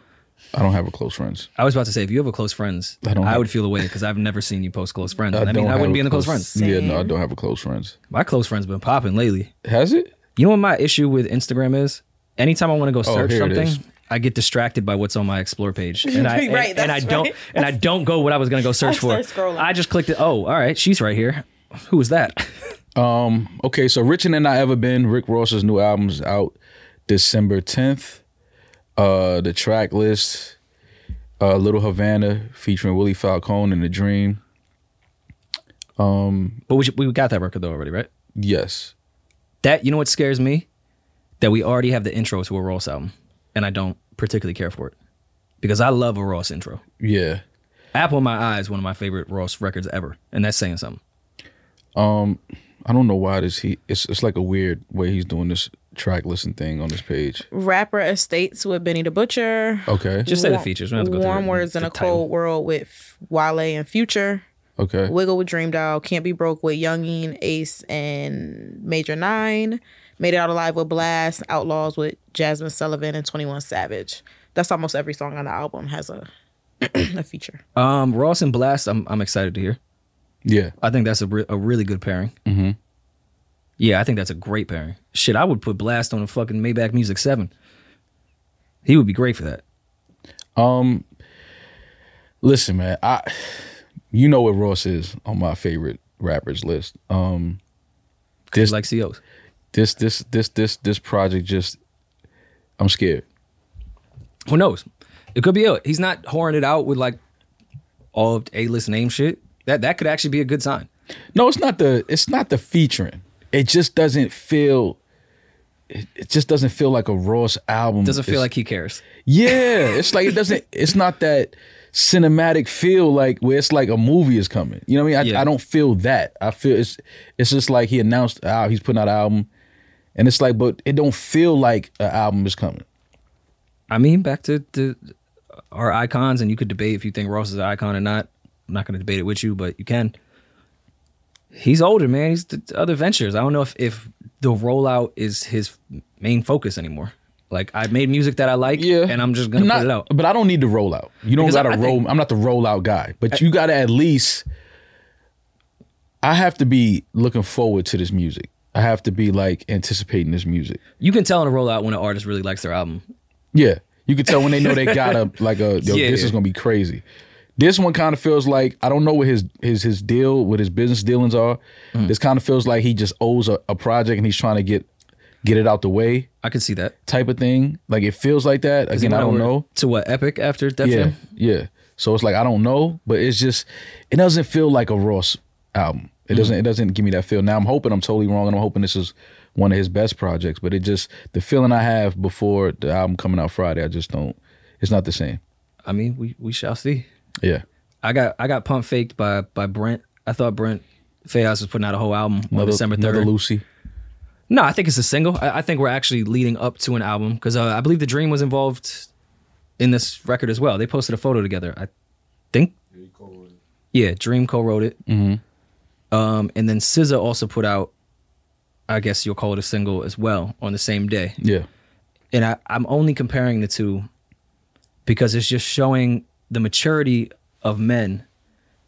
S3: I don't have a close friends.
S2: I was about to say if you have a close friends, I,
S3: I don't have-
S2: would feel the way because I've never seen you post close friends. I,
S3: don't
S2: mean, I
S3: have
S2: wouldn't
S3: a
S2: be in the close friends.
S3: Yeah, no, I don't have a close friends.
S2: My close friends been popping lately.
S3: Has it?
S2: You know what my issue with Instagram is? Anytime I want to go search
S3: here it
S2: something,
S3: is.
S2: I get distracted by what's on my explore page, and I and,
S6: Right,
S2: and I
S6: that's
S2: don't
S6: right.
S2: and I don't go what I was gonna go search
S6: I
S2: for.
S6: start scrolling.
S2: I just clicked it. Oh, all right, she's right here. Who is that?
S3: Okay, so Richer Than I Ever Been, Rick Ross's new album's out December 10th. Uh the track list, uh Little Havana featuring Willie Falcone and The Dream.
S2: But we, should- we got that record though already, right?
S3: Yes.
S2: That you know what scares me? That we already have the intro to a Ross album, and I don't particularly care for it because I love a Ross intro.
S3: Yeah.
S2: Apple in My Eye is one of my favorite Ross records ever, and that's saying something.
S3: I don't know why this he it's it's like a weird way he's doing this track listing thing on this page.
S6: Rapper Estates with Benny the Butcher.
S3: Okay.
S2: Oh, Just say the
S6: Warm-
S2: features. We don't have to go through
S6: Warm
S2: the-
S6: Words in
S2: the
S6: a
S2: title.
S6: Cold World with Wale and Future.
S3: Okay.
S6: Wiggle with Dream Doll. Can't Be Broke with Youngin, Ace, and Major Nine. Made It Out Alive with Blast. Outlaws with Jasmine Sullivan and 21 Savage. That's almost every song on the album has a a feature.
S2: Um, Ross and Blast, I'm I'm excited to hear.
S3: Yeah.
S2: I think that's a, re- a really good pairing. Mm-hmm. Yeah, I think that's a great pairing. Shit, I would put Blast on a fucking Maybach Music Seven. He would be great for that.
S3: Listen, man, I you know what Ross is on my favorite rappers list. Um
S2: He's
S3: this
S2: like COs.
S3: this this this this this project just I'm scared.
S2: Who knows? It could be ill. He's not whoring it out with like all of A list name shit. That that could actually be a good sign.
S3: No, it's not the it's not the featuring. It just doesn't feel it, it just doesn't feel like a Ross album.
S2: Doesn't feel
S3: It's-
S2: like he cares.
S3: Yeah, it's like it doesn't. It's not that cinematic feel like where it's like a movie is coming. You know what I mean? I,
S2: Yeah.
S3: I don't feel that. I feel it's it's just like he announced oh, he's putting out an album, and it's like, but it don't feel like an album is coming.
S2: I mean, back to the our icons, and you could debate if you think Ross is an icon or not. I'm not going to debate it with you, but you can. He's older, man. He's the other ventures. I don't know if if the rollout is his main focus anymore. Like I made music that I like,
S3: Yeah,
S2: and I'm just gonna
S3: Not-
S2: put it out.
S3: But I don't need to roll out. You don't
S2: Because I-
S3: got to
S2: I
S3: roll.
S2: think-
S3: I'm not the rollout guy, but you got to at least. I have to be looking forward to this music. I have to be like anticipating this music.
S2: You can tell in a rollout when an artist really likes their album.
S3: Yeah, you can tell when they know they got a like a yo,
S2: Yeah,
S3: this
S2: yeah.
S3: is gonna be crazy. This one kind of feels like I don't know what his his his deal what his business dealings are. This kind of feels like he just owes a, a project and he's trying to get get it out the way
S2: I can see that.
S3: type of thing. Like it feels like that. Again, I don't
S2: Went over
S3: know.
S2: to what Epic after Def
S3: Yeah,
S2: Jam?
S3: yeah. So it's like I don't know, but it's just it doesn't feel like a Ross album. It
S2: Mm.
S3: doesn't it doesn't give me that feel. Now I'm hoping I'm totally wrong, and I'm hoping this is one of his best projects. But it just the feeling I have before the album coming out Friday, I just don't. It's not the same.
S2: I mean, we we shall see.
S3: Yeah,
S2: I got I got pump faked by by Brent. I thought Brent Fayaz was putting out a whole album on
S3: another,
S2: December
S3: another
S2: third.
S3: Lucy.
S2: No, I think it's a single. I, I think we're actually leading up to an album because uh, I believe the Dream was involved in this record as well. They posted a photo together. I think. Yeah, Dream co-wrote it. Mm-hmm. Um, and then SZA also put out, I guess you'll call it a single as well on the same day.
S3: Yeah,
S2: And I, I'm only comparing the two because it's just showing the maturity of men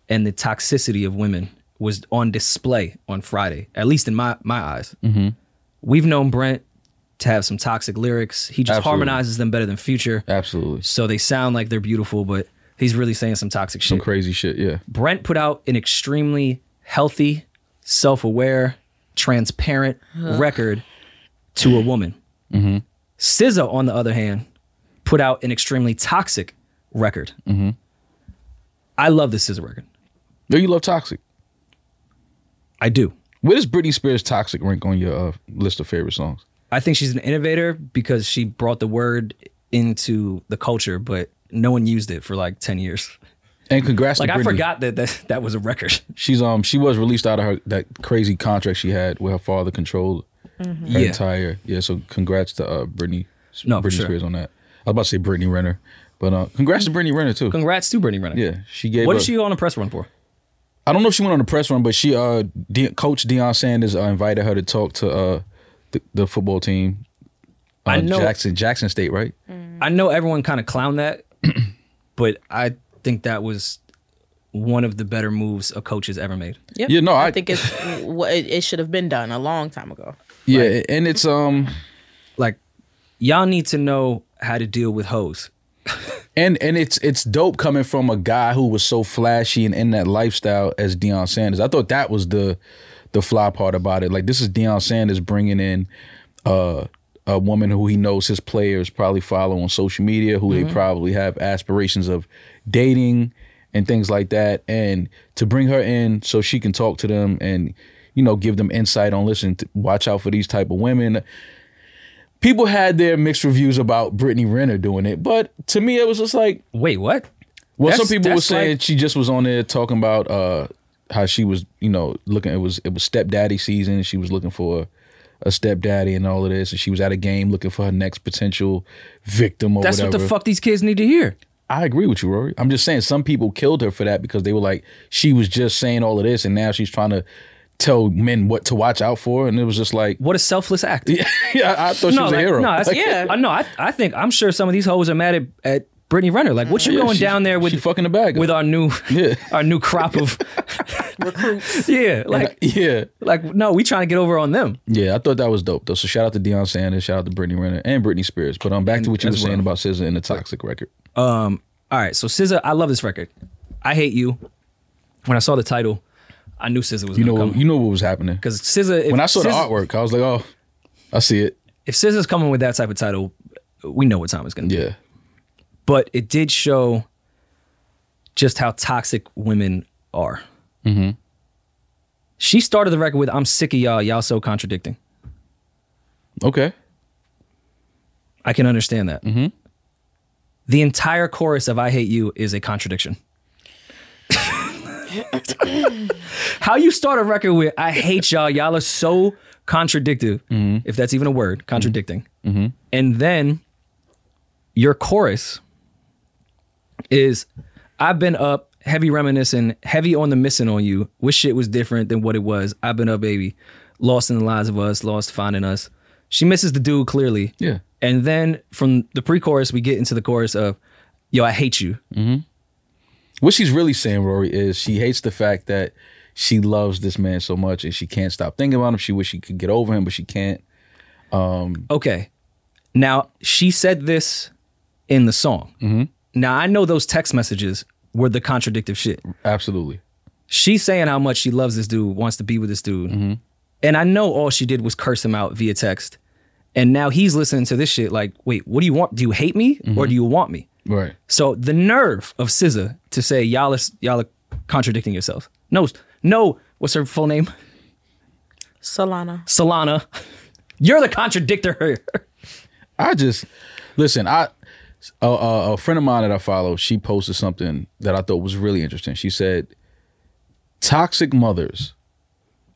S2: and the toxicity of women was on display on Friday, at least in my my eyes. We've known Brent to have some toxic lyrics. He just
S3: Absolutely.
S2: harmonizes them better than Future,
S3: absolutely.
S2: so they sound like they're beautiful, but he's really saying some toxic shit.
S3: Some crazy shit. Yeah,
S2: Brent put out an extremely healthy, self aware, transparent record to a woman. SZA, on the other hand, put out an extremely toxic record. I love the SZA record.
S3: no, you love toxic.
S2: I do.
S3: Where does Britney Spears' "Toxic" rank on your uh, list of favorite songs?
S2: I think she's an innovator because she brought the word into the culture, but no one used it for like 10 years.
S3: And congrats
S2: Like,
S3: to
S2: I
S3: Britney.
S2: forgot that, that that was a record.
S3: She's um she was released out of her that crazy contract she had where her father controlled her
S2: Yeah.
S3: entire yeah. So congrats to uh Brittany
S2: No, for
S3: Brittany
S2: sure.
S3: Spears on that. I was about to say Brittany Renner, but uh congrats to Brittany Renner too.
S2: Congrats to Brittany Renner.
S3: yeah, she gave.
S2: What
S3: a-
S2: did she go on a press run for?
S3: I don't know if she went on the press run, but she uh De- Coach Deion Sanders uh, invited her to talk to uh the, the football team. Uh,
S2: I know-
S3: Jackson Jackson State, right?
S2: I know everyone kind of clowned that, but I think that was one of the better moves a coach has ever made.
S6: Yep.
S3: Yeah, no, I-
S6: think it's what it, it should have been done a long time ago.
S3: Yeah, and it's um
S2: Like, y'all need to know how to deal with hoes.
S3: And and it's it's dope coming from a guy who was so flashy and in that lifestyle as Deion Sanders. I thought that was the the fly part about it. Like this is Deion Sanders bringing in uh, a woman who he knows his players probably follow on social media, who they probably have aspirations of dating and things like that. And to bring her in so she can talk to them and you know give them insight on listen, t- watch out for these type of women people had their mixed reviews about Brittany Renner doing it, but to me, it was just like,
S2: Wait, what?
S3: well,
S2: That's-
S3: some people were
S2: that's
S3: saying
S2: like-
S3: she just was on there talking about uh, how she was, you know, looking. It was it was stepdaddy season. She was looking for a stepdaddy and all of this, and she was at a game looking for her next potential victim or
S2: That's
S3: whatever.
S2: what the fuck these kids need to hear.
S3: I agree with you, Rory. I'm just saying some people killed her for that because they were like, she was just saying all of this, and now she's trying to tell men what to watch out for, and it was just like,
S2: What a selfless act.
S3: yeah, I thought she was
S2: like,
S3: a hero.
S2: No, that's,
S3: Like,
S2: yeah. I know. I, I think I'm sure some of these hoes are mad at, at Brittany Renner. Like, what you
S3: Yeah,
S2: going
S3: she-
S2: down there with
S3: she fucking the bag up.
S2: with our new
S3: Yeah.
S2: our new crop of yeah, like
S3: yeah.
S2: like no, we trying to get over on them.
S3: Yeah, I thought that was dope though. So shout out to Deion Sanders, shout out to Brittany Renner and Britney Spears. But um, back to what you were
S2: as
S3: saying
S2: well.
S3: about SZA and the Toxic record.
S2: All right, so SZA, I love this record. I hate you. When I saw the title, I knew SZA was
S3: You
S2: gonna
S3: know,
S2: come
S3: you know what was happening
S2: because SZA. If
S3: when I saw the
S2: SZA
S3: artwork. I was like, oh, I see it.
S2: if SZA's coming with that type of title, we know what time it's gonna be.
S3: Yeah,
S2: But it did show just how toxic women are.
S3: Mm-hmm.
S2: She started the record with "I'm sick of y'all. Y'all so contradicting."
S3: okay.
S2: I can understand that. The entire chorus of I Hate You is a contradiction. How you start a record with I hate y'all, y'all are so contradictive, if that's even a word, contradicting. And then your chorus is I've been up, heavy reminiscing, heavy on the missing on you. Wish shit was different than what it was. I've been up, baby, lost in the lives of us, lost finding us. She misses the dude clearly.
S3: Yeah.
S2: And then from the pre-chorus, we get into the chorus of, "Yo, I hate you."
S3: What she's really saying, Rory, is she hates the fact that she loves this man so much and she can't stop thinking about him. She wish she could get over him, but she can't.
S2: Okay. Now she said this in the song. Now I know those text messages were the contradictive shit.
S3: Absolutely.
S2: She's saying how much she loves this dude, wants to be with this dude, and I know all she did was curse him out via text. And now he's listening to this shit like, wait, what do you want? Do you hate me or do you want me?
S3: Right.
S2: So the nerve of SZA to say y'all are y'all are contradicting yourselves. No, no. What's her full name?
S6: Solana.
S2: Solana, you're the contradictor.
S3: I just listen. I a, a, a friend of mine that I follow, she posted something that I thought was really interesting. She said, "Toxic mothers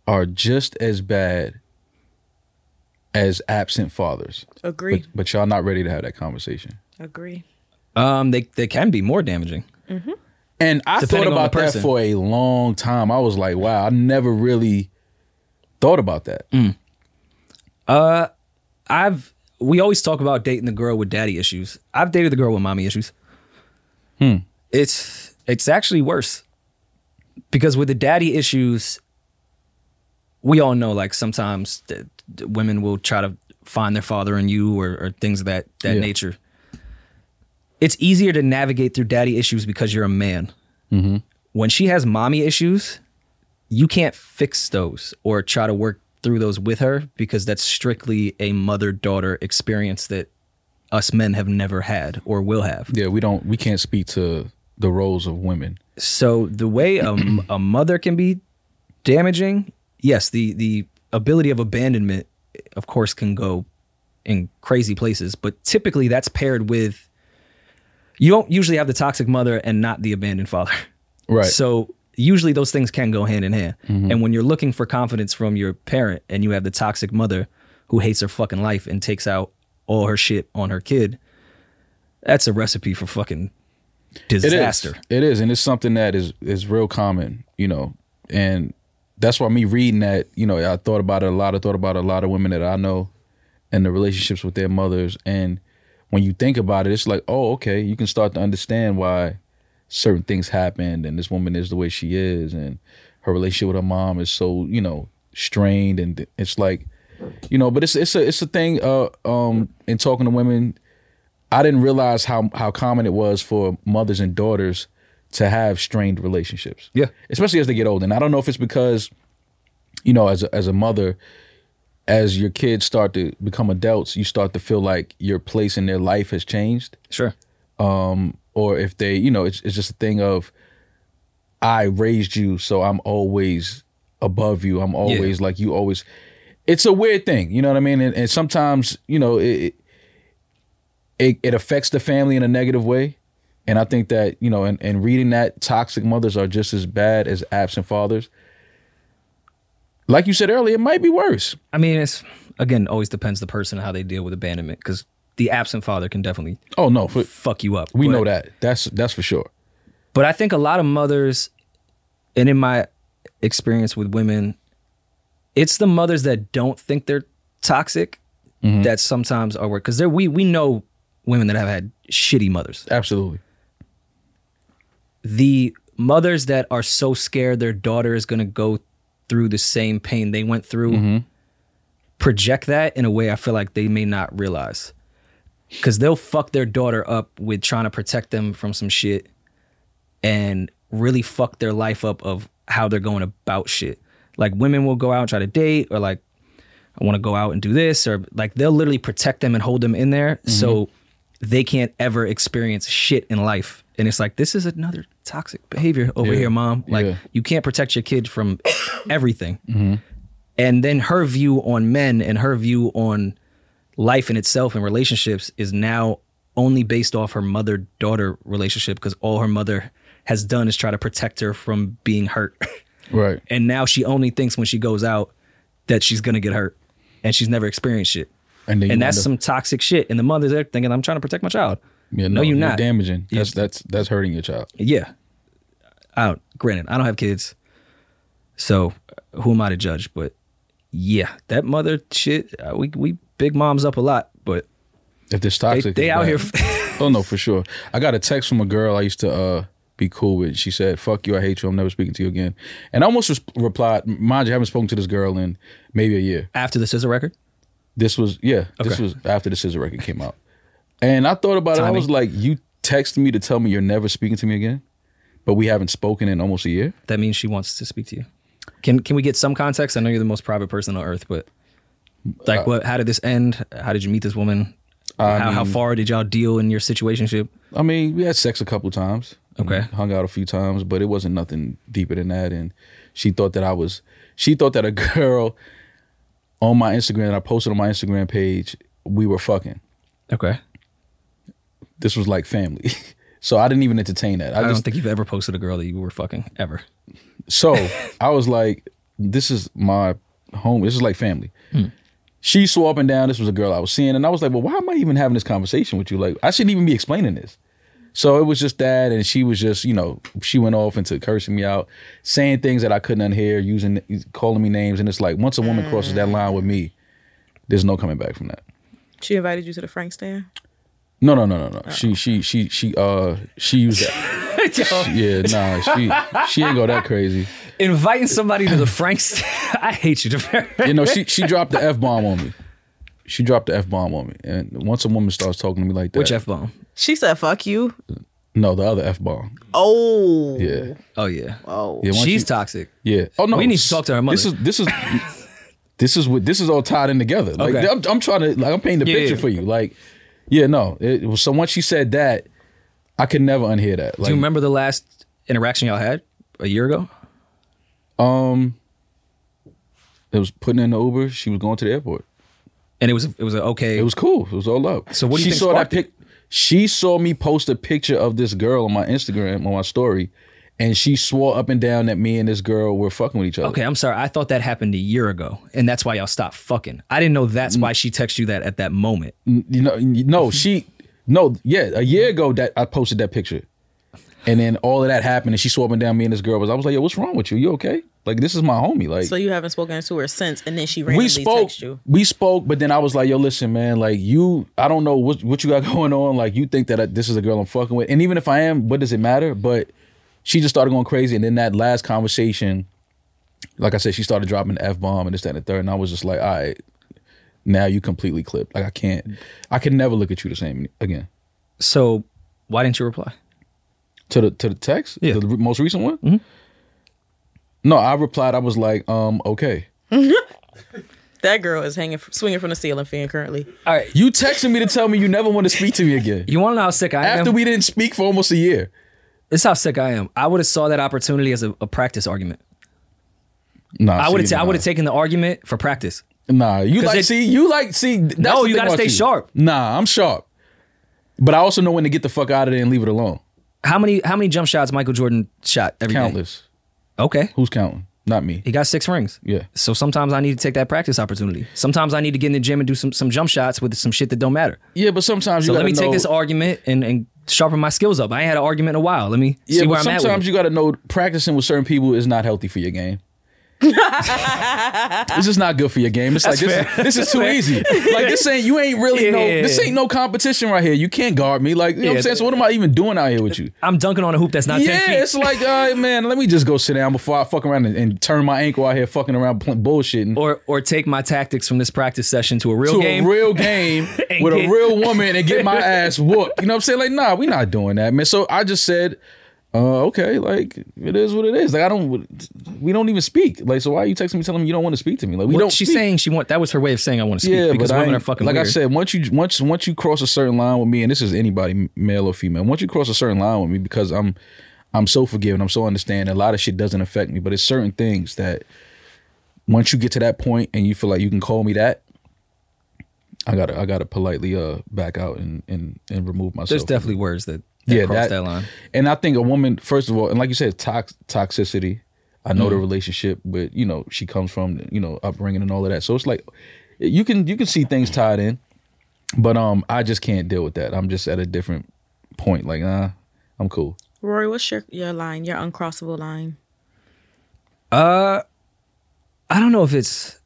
S3: are just as bad as absent fathers,
S6: Agree.
S3: but, but y'all not ready to have that conversation."
S6: Agree.
S2: um, they they can be more damaging.
S3: And I
S2: Depending on
S3: thought
S2: the
S3: about that
S2: person.
S3: for a long time. I was like, "Wow, I never really thought about that."
S2: Mm. I've we always talk about dating the girl with daddy issues. I've dated the girl with mommy issues. Hmm. It's it's actually worse because with the daddy issues, we all know like sometimes th- th- women will try to find their father in you or, or things of that that
S3: Yeah.
S2: nature. It's easier to navigate through daddy issues because you're a man. When she has mommy issues, you can't fix those or try to work through those with her because that's strictly a mother daughter experience that us men have never had or will have.
S3: Yeah, we don't. We can't speak to the roles of women.
S2: So the way a, a mother can be damaging, yes, the the ability of abandonment, of course, can go in crazy places. But typically, that's paired with you don't usually have the toxic mother and not the abandoned father.
S3: Right. Mm-hmm.
S2: So usually those things can go hand in hand. And when you're looking for confidence from your parent and you have the toxic mother who hates her fucking life and takes out all her shit on her kid, that's a recipe for fucking
S3: It is.
S2: disaster.
S3: It is, and it's something that is is real common, you know. And that's why me reading that, you know, I thought about it a lot. I thought about a lot of women that I know and the relationships with their mothers. And when you think about it, it's like, oh, okay, you can start to understand why certain things happened and this woman is the way she is and her relationship with her mom is so, you know, strained and th- it's like you know, but it's it's a it's a thing uh um in talking to women I didn't realize how how common it was for mothers and daughters to have strained relationships.
S2: Yeah.
S3: especially as they get older. And I don't know if it's because, you know, as a, as a mother, as your kids start to become adults, you start to feel like your place in their life has changed,
S2: Sure.
S3: or if they, you know, it's it's just a thing of, I raised you, so I'm always above you. I'm always like you. Always, it's a weird thing, you know what I mean? And, and sometimes, you know, it, it it it affects the family in a negative way. And I think that, you know, and, and reading that toxic mothers are just as bad as absent fathers. Like you said earlier, it might be worse.
S2: I mean, it's again always depends the person and how they deal with abandonment because the absent father can definitely
S3: Oh no, for,
S2: fuck you up.
S3: we
S2: but-
S3: know that. That's that's for sure.
S2: But I think a lot of mothers, and in my experience with women, it's the mothers that don't think they're toxic that sometimes are worse because they're we we know women that have had shitty mothers.
S3: Absolutely.
S2: The mothers that are so scared their daughter is going to go through the same pain they went through project that in a way I feel like they may not realize. Cause they'll fuck their daughter up with trying to protect them from some shit and really fuck their life up of how they're going about shit. Like women will go out and try to date or like I want to go out and do this or like they'll literally protect them and hold them in there
S3: Mm-hmm.
S2: so they can't ever experience shit in life. And it's like this is another toxic behavior over here, mom. Like
S3: Yeah. Mm-hmm.
S2: you can't protect your kid from everything and then her view on men and her view on life in itself and relationships is now only based off her mother daughter relationship because all her mother has done is try to protect her from being hurt.
S3: Right.
S2: and now she only thinks when she goes out that she's going to get hurt and she's never experienced shit.
S3: And, then you
S2: And that's
S3: wonder-
S2: some toxic shit. And the mother's there thinking, I'm trying to protect my child.
S3: Yeah,
S2: no, you're not.
S3: damaging. That's that's that's hurting your child.
S2: Yeah. I don't, granted, I don't have kids. So who am I to judge? But yeah, that mother shit, uh, we, we big moms up a lot, but
S3: If this
S2: they,
S3: toxic,
S2: they
S3: it's
S2: out
S3: bad.
S2: here.
S3: oh no, for sure. I got a text from a girl I used to uh, be cool with. She said, "Fuck you, I hate you. I'm never speaking to you again." And I almost res- replied, "Mind you, I haven't spoken to this girl in maybe a year."
S2: after the scissor record.
S3: This was yeah, this
S2: Okay.
S3: was after the Scissor record came out, and I thought about it. I
S2: Timing.
S3: was like, "You texted me to tell me you're never speaking to me again." But we haven't spoken in almost a year.
S2: That means she wants to speak to you. Can can we get some context? I know you're the most private person on earth, but like
S3: Uh,
S2: what how did this end? How did you meet this woman? how,
S3: Um,
S2: how far did y'all deal in your situationship?
S3: I mean, we had sex a couple times.
S2: Okay.
S3: Hung out a few times, but it wasn't nothing deeper than that. And she thought that I was, she thought that a girl on my Instagram, that I posted on my Instagram page, we were fucking.
S2: Okay.
S3: This was like family. So I didn't even entertain that. I,
S2: I, don't
S3: just,
S2: think you've ever posted a girl that you were fucking ever.
S3: so I was like, this is my home. This is like family. She swore up and down this was a girl I was seeing. And I was like, well, why am I even having this conversation with you? Like, I shouldn't even be explaining this. So it was just that, and she was just, you know, she went off into cursing me out, saying things that I couldn't unhear, using, calling me names, and it's like once a woman crosses that line with me, there's no coming back from that.
S6: She invited you to the Frank stand.
S3: No, no, no, no, no. She, she, she, she, uh, she used that. yeah, nah, she, she ain't go that crazy.
S2: Inviting somebody to the Franks. I hate you, DeFerre.
S3: You know, she, she dropped the f bomb on me. She dropped the f bomb on me, and once a woman starts talking to me like that,
S2: Which F bomb?
S6: She said, "Fuck you."
S3: no, the other f bomb.
S6: Oh,
S3: Yeah,
S2: Oh yeah.
S6: oh,
S3: yeah. once
S2: She's
S3: you-
S2: toxic.
S3: Yeah. Oh no.
S2: We need to talk to her mother.
S3: This is this is this is what this is all tied in together. Like
S2: Okay.
S3: I'm, I'm trying to like I'm painting the
S2: Yeah,
S3: picture
S2: yeah.
S3: for you. Like, yeah, no. It, was- so once she said that, I could never unhear that. Like,
S2: Do you remember the last interaction y'all had a year ago?
S3: Um, it was putting in the Uber. She was going to the airport.
S2: And it was it was a okay.
S3: It was cool. It was all up.
S2: So what do you
S3: she
S2: think
S3: saw that
S2: sparked it?
S3: pic? She saw me post a picture of this girl on my Instagram on my story, and she swore up and down that me and this girl were fucking with each other.
S2: okay, I'm sorry. I thought that happened a year ago, and that's why y'all stopped fucking. I didn't know that's
S3: Mm.
S2: why she texted you that at that moment.
S3: you know, you- no, she, no, yeah, a year ago that I posted that picture, and then all of that happened, and she swore up and down me and this girl was. I was like, yo, what's wrong with you? You okay? Like this is my homie. Like
S6: So you haven't spoken to her since, and then she randomly
S3: we spoke,
S6: texted you.
S3: we spoke, but then I was like, yo, listen, man, like you, I don't know what what you got going on. Like you think that I, this is a girl I'm fucking with, and even if I am, what does it matter? But she just started going crazy, and then that last conversation, like I said, she started dropping the f bomb and this that and the third, and I was just like, all right. Now you completely clipped. Like I can't, I can never look at you the same again.
S2: So why didn't you reply?
S3: To the to the text,
S2: Yeah.
S3: the most recent one. No, I replied. I was like, um, okay.
S6: That girl is hanging, swinging from the ceiling fan currently.
S2: All right.
S3: You texted me to tell me you never want to speak to me again.
S2: You want to know how sick I
S3: After
S2: am?
S3: we didn't speak for almost a year.
S2: this is how sick I am. I would have saw that opportunity as a, a practice argument.
S3: Nah,
S2: I
S3: see,
S2: would have. I
S3: nah.
S2: would have taken the argument for practice.
S3: Nah, you like
S2: it-
S3: see, you like see. th- That's
S2: No,
S3: the
S2: you
S3: thing
S2: gotta
S3: about
S2: stay sharp.
S3: Nah, I'm sharp, but I also know when to get the fuck out of there and leave it alone.
S2: How many? How many jump shots Michael Jordan shot every game?
S3: Countless.
S2: Okay,
S3: Who's counting? Not me.
S2: he got six rings.
S3: Yeah.
S2: So sometimes I need to take that practice opportunity. Sometimes I need to get in the gym and do some some jump shots with some shit that don't matter.
S3: Yeah, but sometimes
S2: So
S3: you
S2: let me
S3: gotta
S2: take
S3: know-
S2: this argument and and sharpen my skills up. I ain't had an argument in a while. Let me see
S3: Yeah, but
S2: where I'm at.
S3: sometimes
S2: With it.
S3: you gotta know practicing with certain people is not healthy for your game. this is not good for your game. It's like this, is, this is too easy. Like this ain't you ain't really no
S2: Yeah.
S3: this ain't no competition right here. You can't guard me. Like you know what
S2: Yeah.
S3: I'm saying. So what am I even doing out here with you?
S2: I'm dunking on a hoop that's not ten
S3: Yeah,
S2: feet.
S3: it's like, all right, man, let me just go sit down before I fuck around and, and turn my ankle out here fucking around pl- bullshitting.
S2: Or or take my tactics from this practice session to a real
S3: to
S2: game.
S3: a real game
S2: And
S3: with a
S2: get-
S3: real woman and get my ass whooped. You know what I'm saying? Like, nah, we not doing that, man. So I just said, uh, okay, like it is what it is. Like I don't, we don't even speak. Like, so why are you texting me telling me you don't want to speak to me? Like we
S2: Well,
S3: don't.
S2: she's
S3: speak.
S2: saying she want that was her way of saying I want to speak
S3: Yeah,
S2: because
S3: but I
S2: women are
S3: ain't-
S2: fucking
S3: like
S2: weird.
S3: I said, once you once once you cross a certain line with me, and this is anybody, male or female, once you cross a certain line with me, because I'm I'm so forgiving, I'm so understanding. A lot of shit doesn't affect me, but it's certain things that once you get to that point and you feel like you can call me that, I gotta I gotta politely uh back out and and and remove myself.
S2: there's
S3: from it.
S2: definitely words that, that
S3: Yeah,
S2: cross
S3: that-
S2: that, line.
S3: And I think a woman, first of all, and like you said, tox- toxicity. I
S2: Mm-hmm.
S3: know the relationship, but you know she comes from you know upbringing and all of that. So it's like you can you can see things tied in, but um, I just can't deal with that. I'm just at a different point. Like nah, I'm cool.
S6: Rory, what's your, your line, your uncrossable line?
S2: I don't know if it's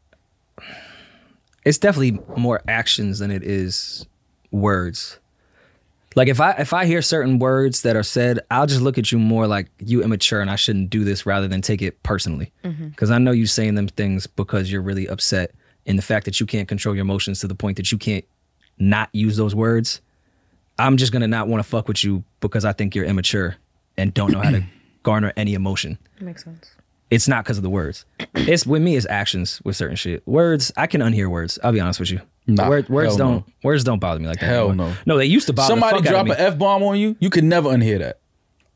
S2: it's definitely more actions than it is words. Like if I if I hear certain words that are said, I'll just look at you more like you immature and I shouldn't do this rather than take it personally. Cuz I know you saying them things because you're really upset and the fact that you can't control your emotions to the point that you can't not use those words. I'm just going to not want to fuck with you because I think you're immature and don't know how to garner any emotion
S6: Makes sense.
S2: it's not because of the words. It's with me, it's actions with certain shit. Words, I can unhear words. I'll be honest with you.
S3: Nah,
S2: Word- words
S3: hell
S2: don't words don't bother me like that.
S3: Hell
S2: anymore.
S3: no.
S2: No, they used to bother
S3: Somebody
S2: Somebody the fuck out
S3: drop
S2: of
S3: an
S2: me.
S3: f bomb on you, you can never unhear that.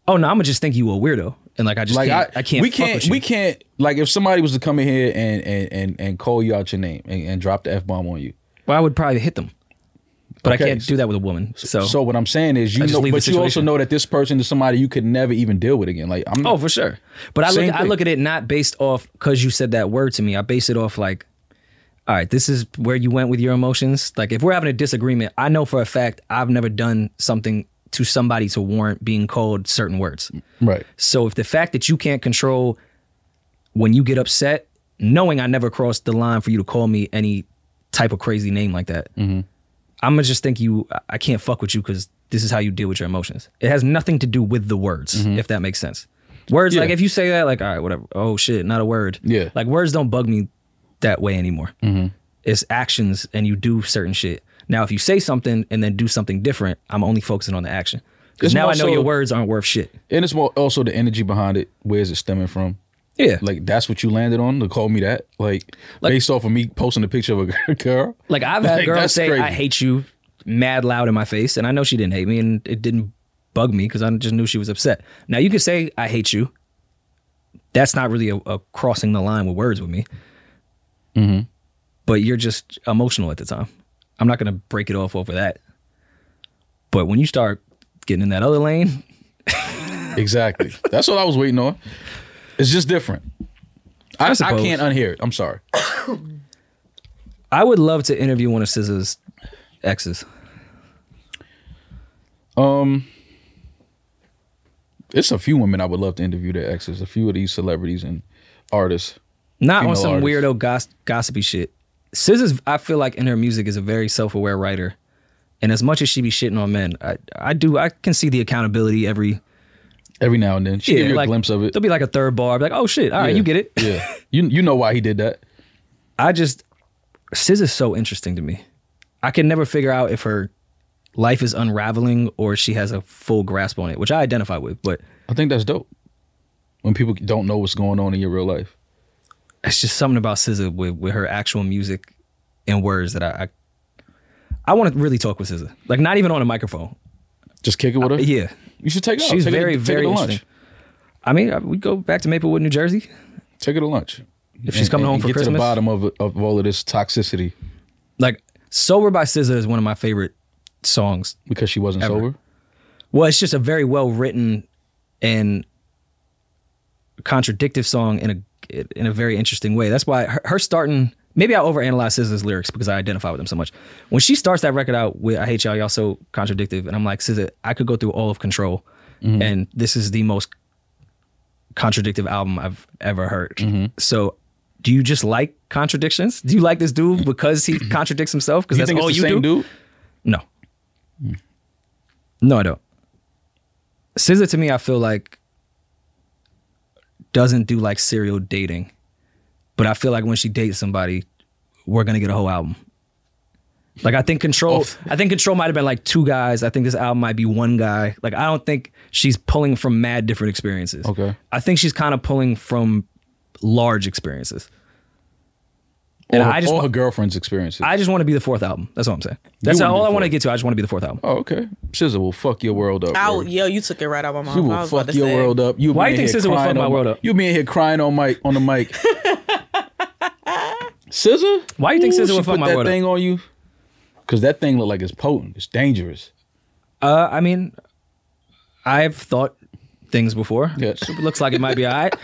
S2: oh no, I'm gonna just think you a weirdo, and like I just
S3: Like
S2: can't, I,
S3: I,
S2: can't.
S3: we
S2: fuck
S3: can't
S2: with you.
S3: we can't like if somebody was to come in here and and and, and call you out your name and, and drop the f bomb on you.
S2: Well, I would probably hit them, but
S3: Okay,
S2: I can't
S3: so-
S2: do that with a woman. So,
S3: So what I'm saying is, you
S2: I just
S3: know,
S2: leave the
S3: but you also
S2: situation.
S3: know that this person is somebody you could never even deal with again. Like I'm not,
S2: oh for sure. But I
S3: Um, Same
S2: look I
S3: thing.
S2: look at it not based off because you said that word to me. I base it off like. All right, this is where you went with your emotions. Like, if we're having a disagreement, I know for a fact I've never done something to somebody to warrant being called certain words.
S3: right.
S2: So if the fact that you can't control when you get upset, knowing I never crossed the line for you to call me any type of crazy name like that,
S3: Mm-hmm.
S2: I'm gonna just think you. I- I can't fuck with you because this is how you deal with your emotions. It has nothing to do with the words, if that makes sense. Words
S3: Mm-hmm. Yeah.
S2: like if you say that, like all right, whatever. Oh shit, not a word.
S3: Yeah. Mm-hmm.
S2: like words don't bug me that way anymore. It's actions, and you do certain shit. Now, if you say something and then do something different, I'm only focusing on the action.
S3: It's
S2: Because now
S3: more
S2: I know
S3: so-
S2: your words aren't worth shit.
S3: And it's more also the energy behind it. Where is it stemming from?
S2: Yeah.
S3: Like that's what you landed on to call me that. Like,
S2: Like-
S3: based off of me posting a picture of a girl.
S2: Like I've had
S3: Like,
S2: girls
S3: that's
S2: say
S3: crazy.
S2: I hate you mad loud in my face and I know she didn't hate me and it didn't bug me cuz I just knew she was upset. Now you can say I hate you. That's not really a, a crossing the line with words with me.
S3: Mm-hmm.
S2: But you're just emotional at the time. I'm not going to break it off over that. But when you start getting in that other lane,
S3: Exactly. that's what I was waiting on. It's just different. I, I,
S2: suppose.
S3: can't unhear it. I'm sorry.
S2: I would love to interview one of SZA's exes.
S3: Um, It's a few women I would love to interview their exes. A few of these celebrities and artists.
S2: not on
S3: female
S2: some
S3: artist.
S2: weirdo goss- gossipy shit. Scissors, I feel like in her music is a very self aware writer, and as much as she be shitting on men, I I do I can see the accountability every
S3: Every now and then, she give you a glimpse of it.
S2: There'll be like a third bar, be like oh shit, all right,
S3: Yeah.
S2: you get it.
S3: yeah, you you know why he did that.
S2: I just Sis is so interesting to me. I can never figure out if her life is unraveling or she has a full grasp on it, which I identify with, but
S3: I think that's dope. When people don't know what's going on in your real life.
S2: it's just something about SZA with, with her actual music and words that I I, I want to really talk with SZA. Like not even on a microphone.
S3: Just kick it with her.
S2: Yeah.
S3: You should take it out.
S2: Uh, She's
S3: Take her-
S2: very,
S3: take her
S2: very
S3: to lunch.
S2: interesting. I mean, I- we go back to Maplewood, New Jersey.
S3: Take her to lunch. If
S2: she's coming home for
S3: get to
S2: Christmas?
S3: the bottom of, of all of this toxicity
S2: Like Sober by SZA is one of my favorite songs.
S3: because she wasn't
S2: Ever.
S3: sober.
S2: Well, it's just a very well written and contradictive song in a in a very interesting way. That's why her, her starting. Maybe I overanalyze SZA's lyrics because I identify with them so much. When she starts that record out with "I hate y'all, y'all so contradictive," and I'm like, SZA, I could go through all of Control,
S3: Mm-hmm.
S2: and this is the most contradictive album I've ever heard.
S3: Mm-hmm.
S2: So. Do you just like contradictions? Do you like this dude because he contradicts himself? Because
S3: You
S2: that's
S3: think it's
S2: all
S3: the
S2: you
S3: same
S2: do.
S3: dude?
S2: No. No, I don't. Scissor to me, I feel like doesn't do like serial dating, but I feel like when she dates somebody, we're gonna get a whole album. Like I think control,
S3: Off.
S2: I think control might have been like two guys. I think this album might be one guy. Like I don't think she's pulling from mad different experiences.
S3: Okay.
S2: I think she's kind of pulling from large experiences. And
S3: all, her-
S2: I just
S3: all her girlfriend's experiences.
S2: I just want to be the fourth album. That's all I'm saying. That's
S3: wanna be
S2: all I
S3: the
S2: want to
S3: fourth.
S2: get to. I just want to be the fourth album.
S3: oh, okay. Scissor will fuck your world up.
S6: I
S3: bro.
S6: would, yo, you took it right out of my mouth.
S3: You
S6: I
S3: will
S6: was
S3: fuck
S6: about to
S3: your
S6: say.
S3: world up. You
S2: Why
S3: be
S2: you
S3: in
S2: think
S3: here
S2: SZA will fuck
S3: crying
S2: my
S3: on-
S2: world up?
S3: You be in here crying on mic on the mic. Scissor?
S2: Why you think
S3: Ooh,
S2: SZA
S3: she
S2: would fuck
S3: put
S2: my
S3: that
S2: world up?
S3: thing on you? Cause that thing look like it's potent. It's dangerous.
S2: Uh, I mean, I've thought things before.
S3: Yes.
S2: It looks like it might be all right.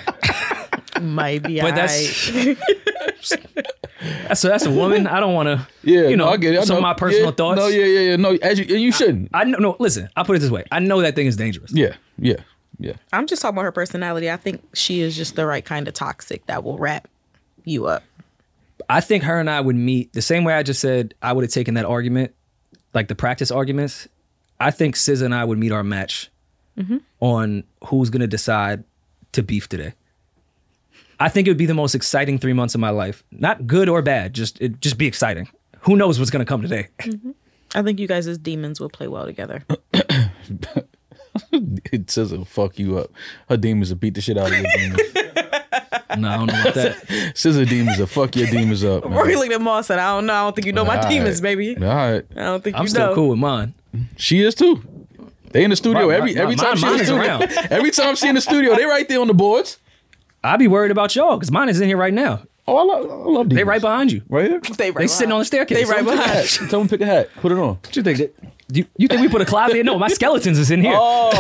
S6: Might be,
S2: But that's that's a, that's a woman. I don't want to.
S3: Yeah,
S2: you know,
S3: no, I get it. I
S2: some of
S3: know.
S2: my personal
S3: Yeah,
S2: thoughts.
S3: No, yeah, yeah, yeah. No, as you, and you shouldn't.
S2: I know. No, listen. I'll put it this way. I know that thing is dangerous.
S3: yeah, yeah, yeah.
S6: I'm just talking about her personality. I think she is just the right kind of toxic that will wrap you up.
S2: I think her and I would meet the same way I just said. I would have taken that argument, like the practice arguments. I think SZA and I would meet our match
S6: Mm-hmm.
S2: on who's gonna decide to beef today. I think it would be the most exciting three months of my life. Not good or bad. Just it just be exciting. Who knows what's gonna come today?
S6: Mm-hmm. I think you guys as demons will play well together.
S3: Scissor will fuck you up. Her demons will beat the shit out of your demons.
S2: no, I don't know about that.
S3: Scissor demons will fuck your demons up. Man.
S6: Rory looked at Ma and said, I don't know. I don't think you know my
S3: All
S6: demons,
S3: right.
S6: baby.
S3: All right,
S6: I don't think
S2: I'm
S6: you
S2: still
S6: know.
S2: cool with mine.
S3: she is too. They in the studio
S2: My-
S3: every
S2: my-
S3: every
S2: my-
S3: time she in
S2: mine
S3: the
S2: is
S3: studio.
S2: around.
S3: Every time she in the studio, they right there on the boards.
S2: I'd be worried about y'all because mine is in here right now.
S3: Oh, I love, I love demons.
S2: They right behind you.
S3: right here.
S6: They, right
S2: They sitting on the staircase.
S6: They right
S2: What
S6: behind.
S3: Hat. Tell them to pick a hat. Put it on.
S2: you think? That, you, you think we put a closet? in? No, my skeletons is in here.
S3: Oh,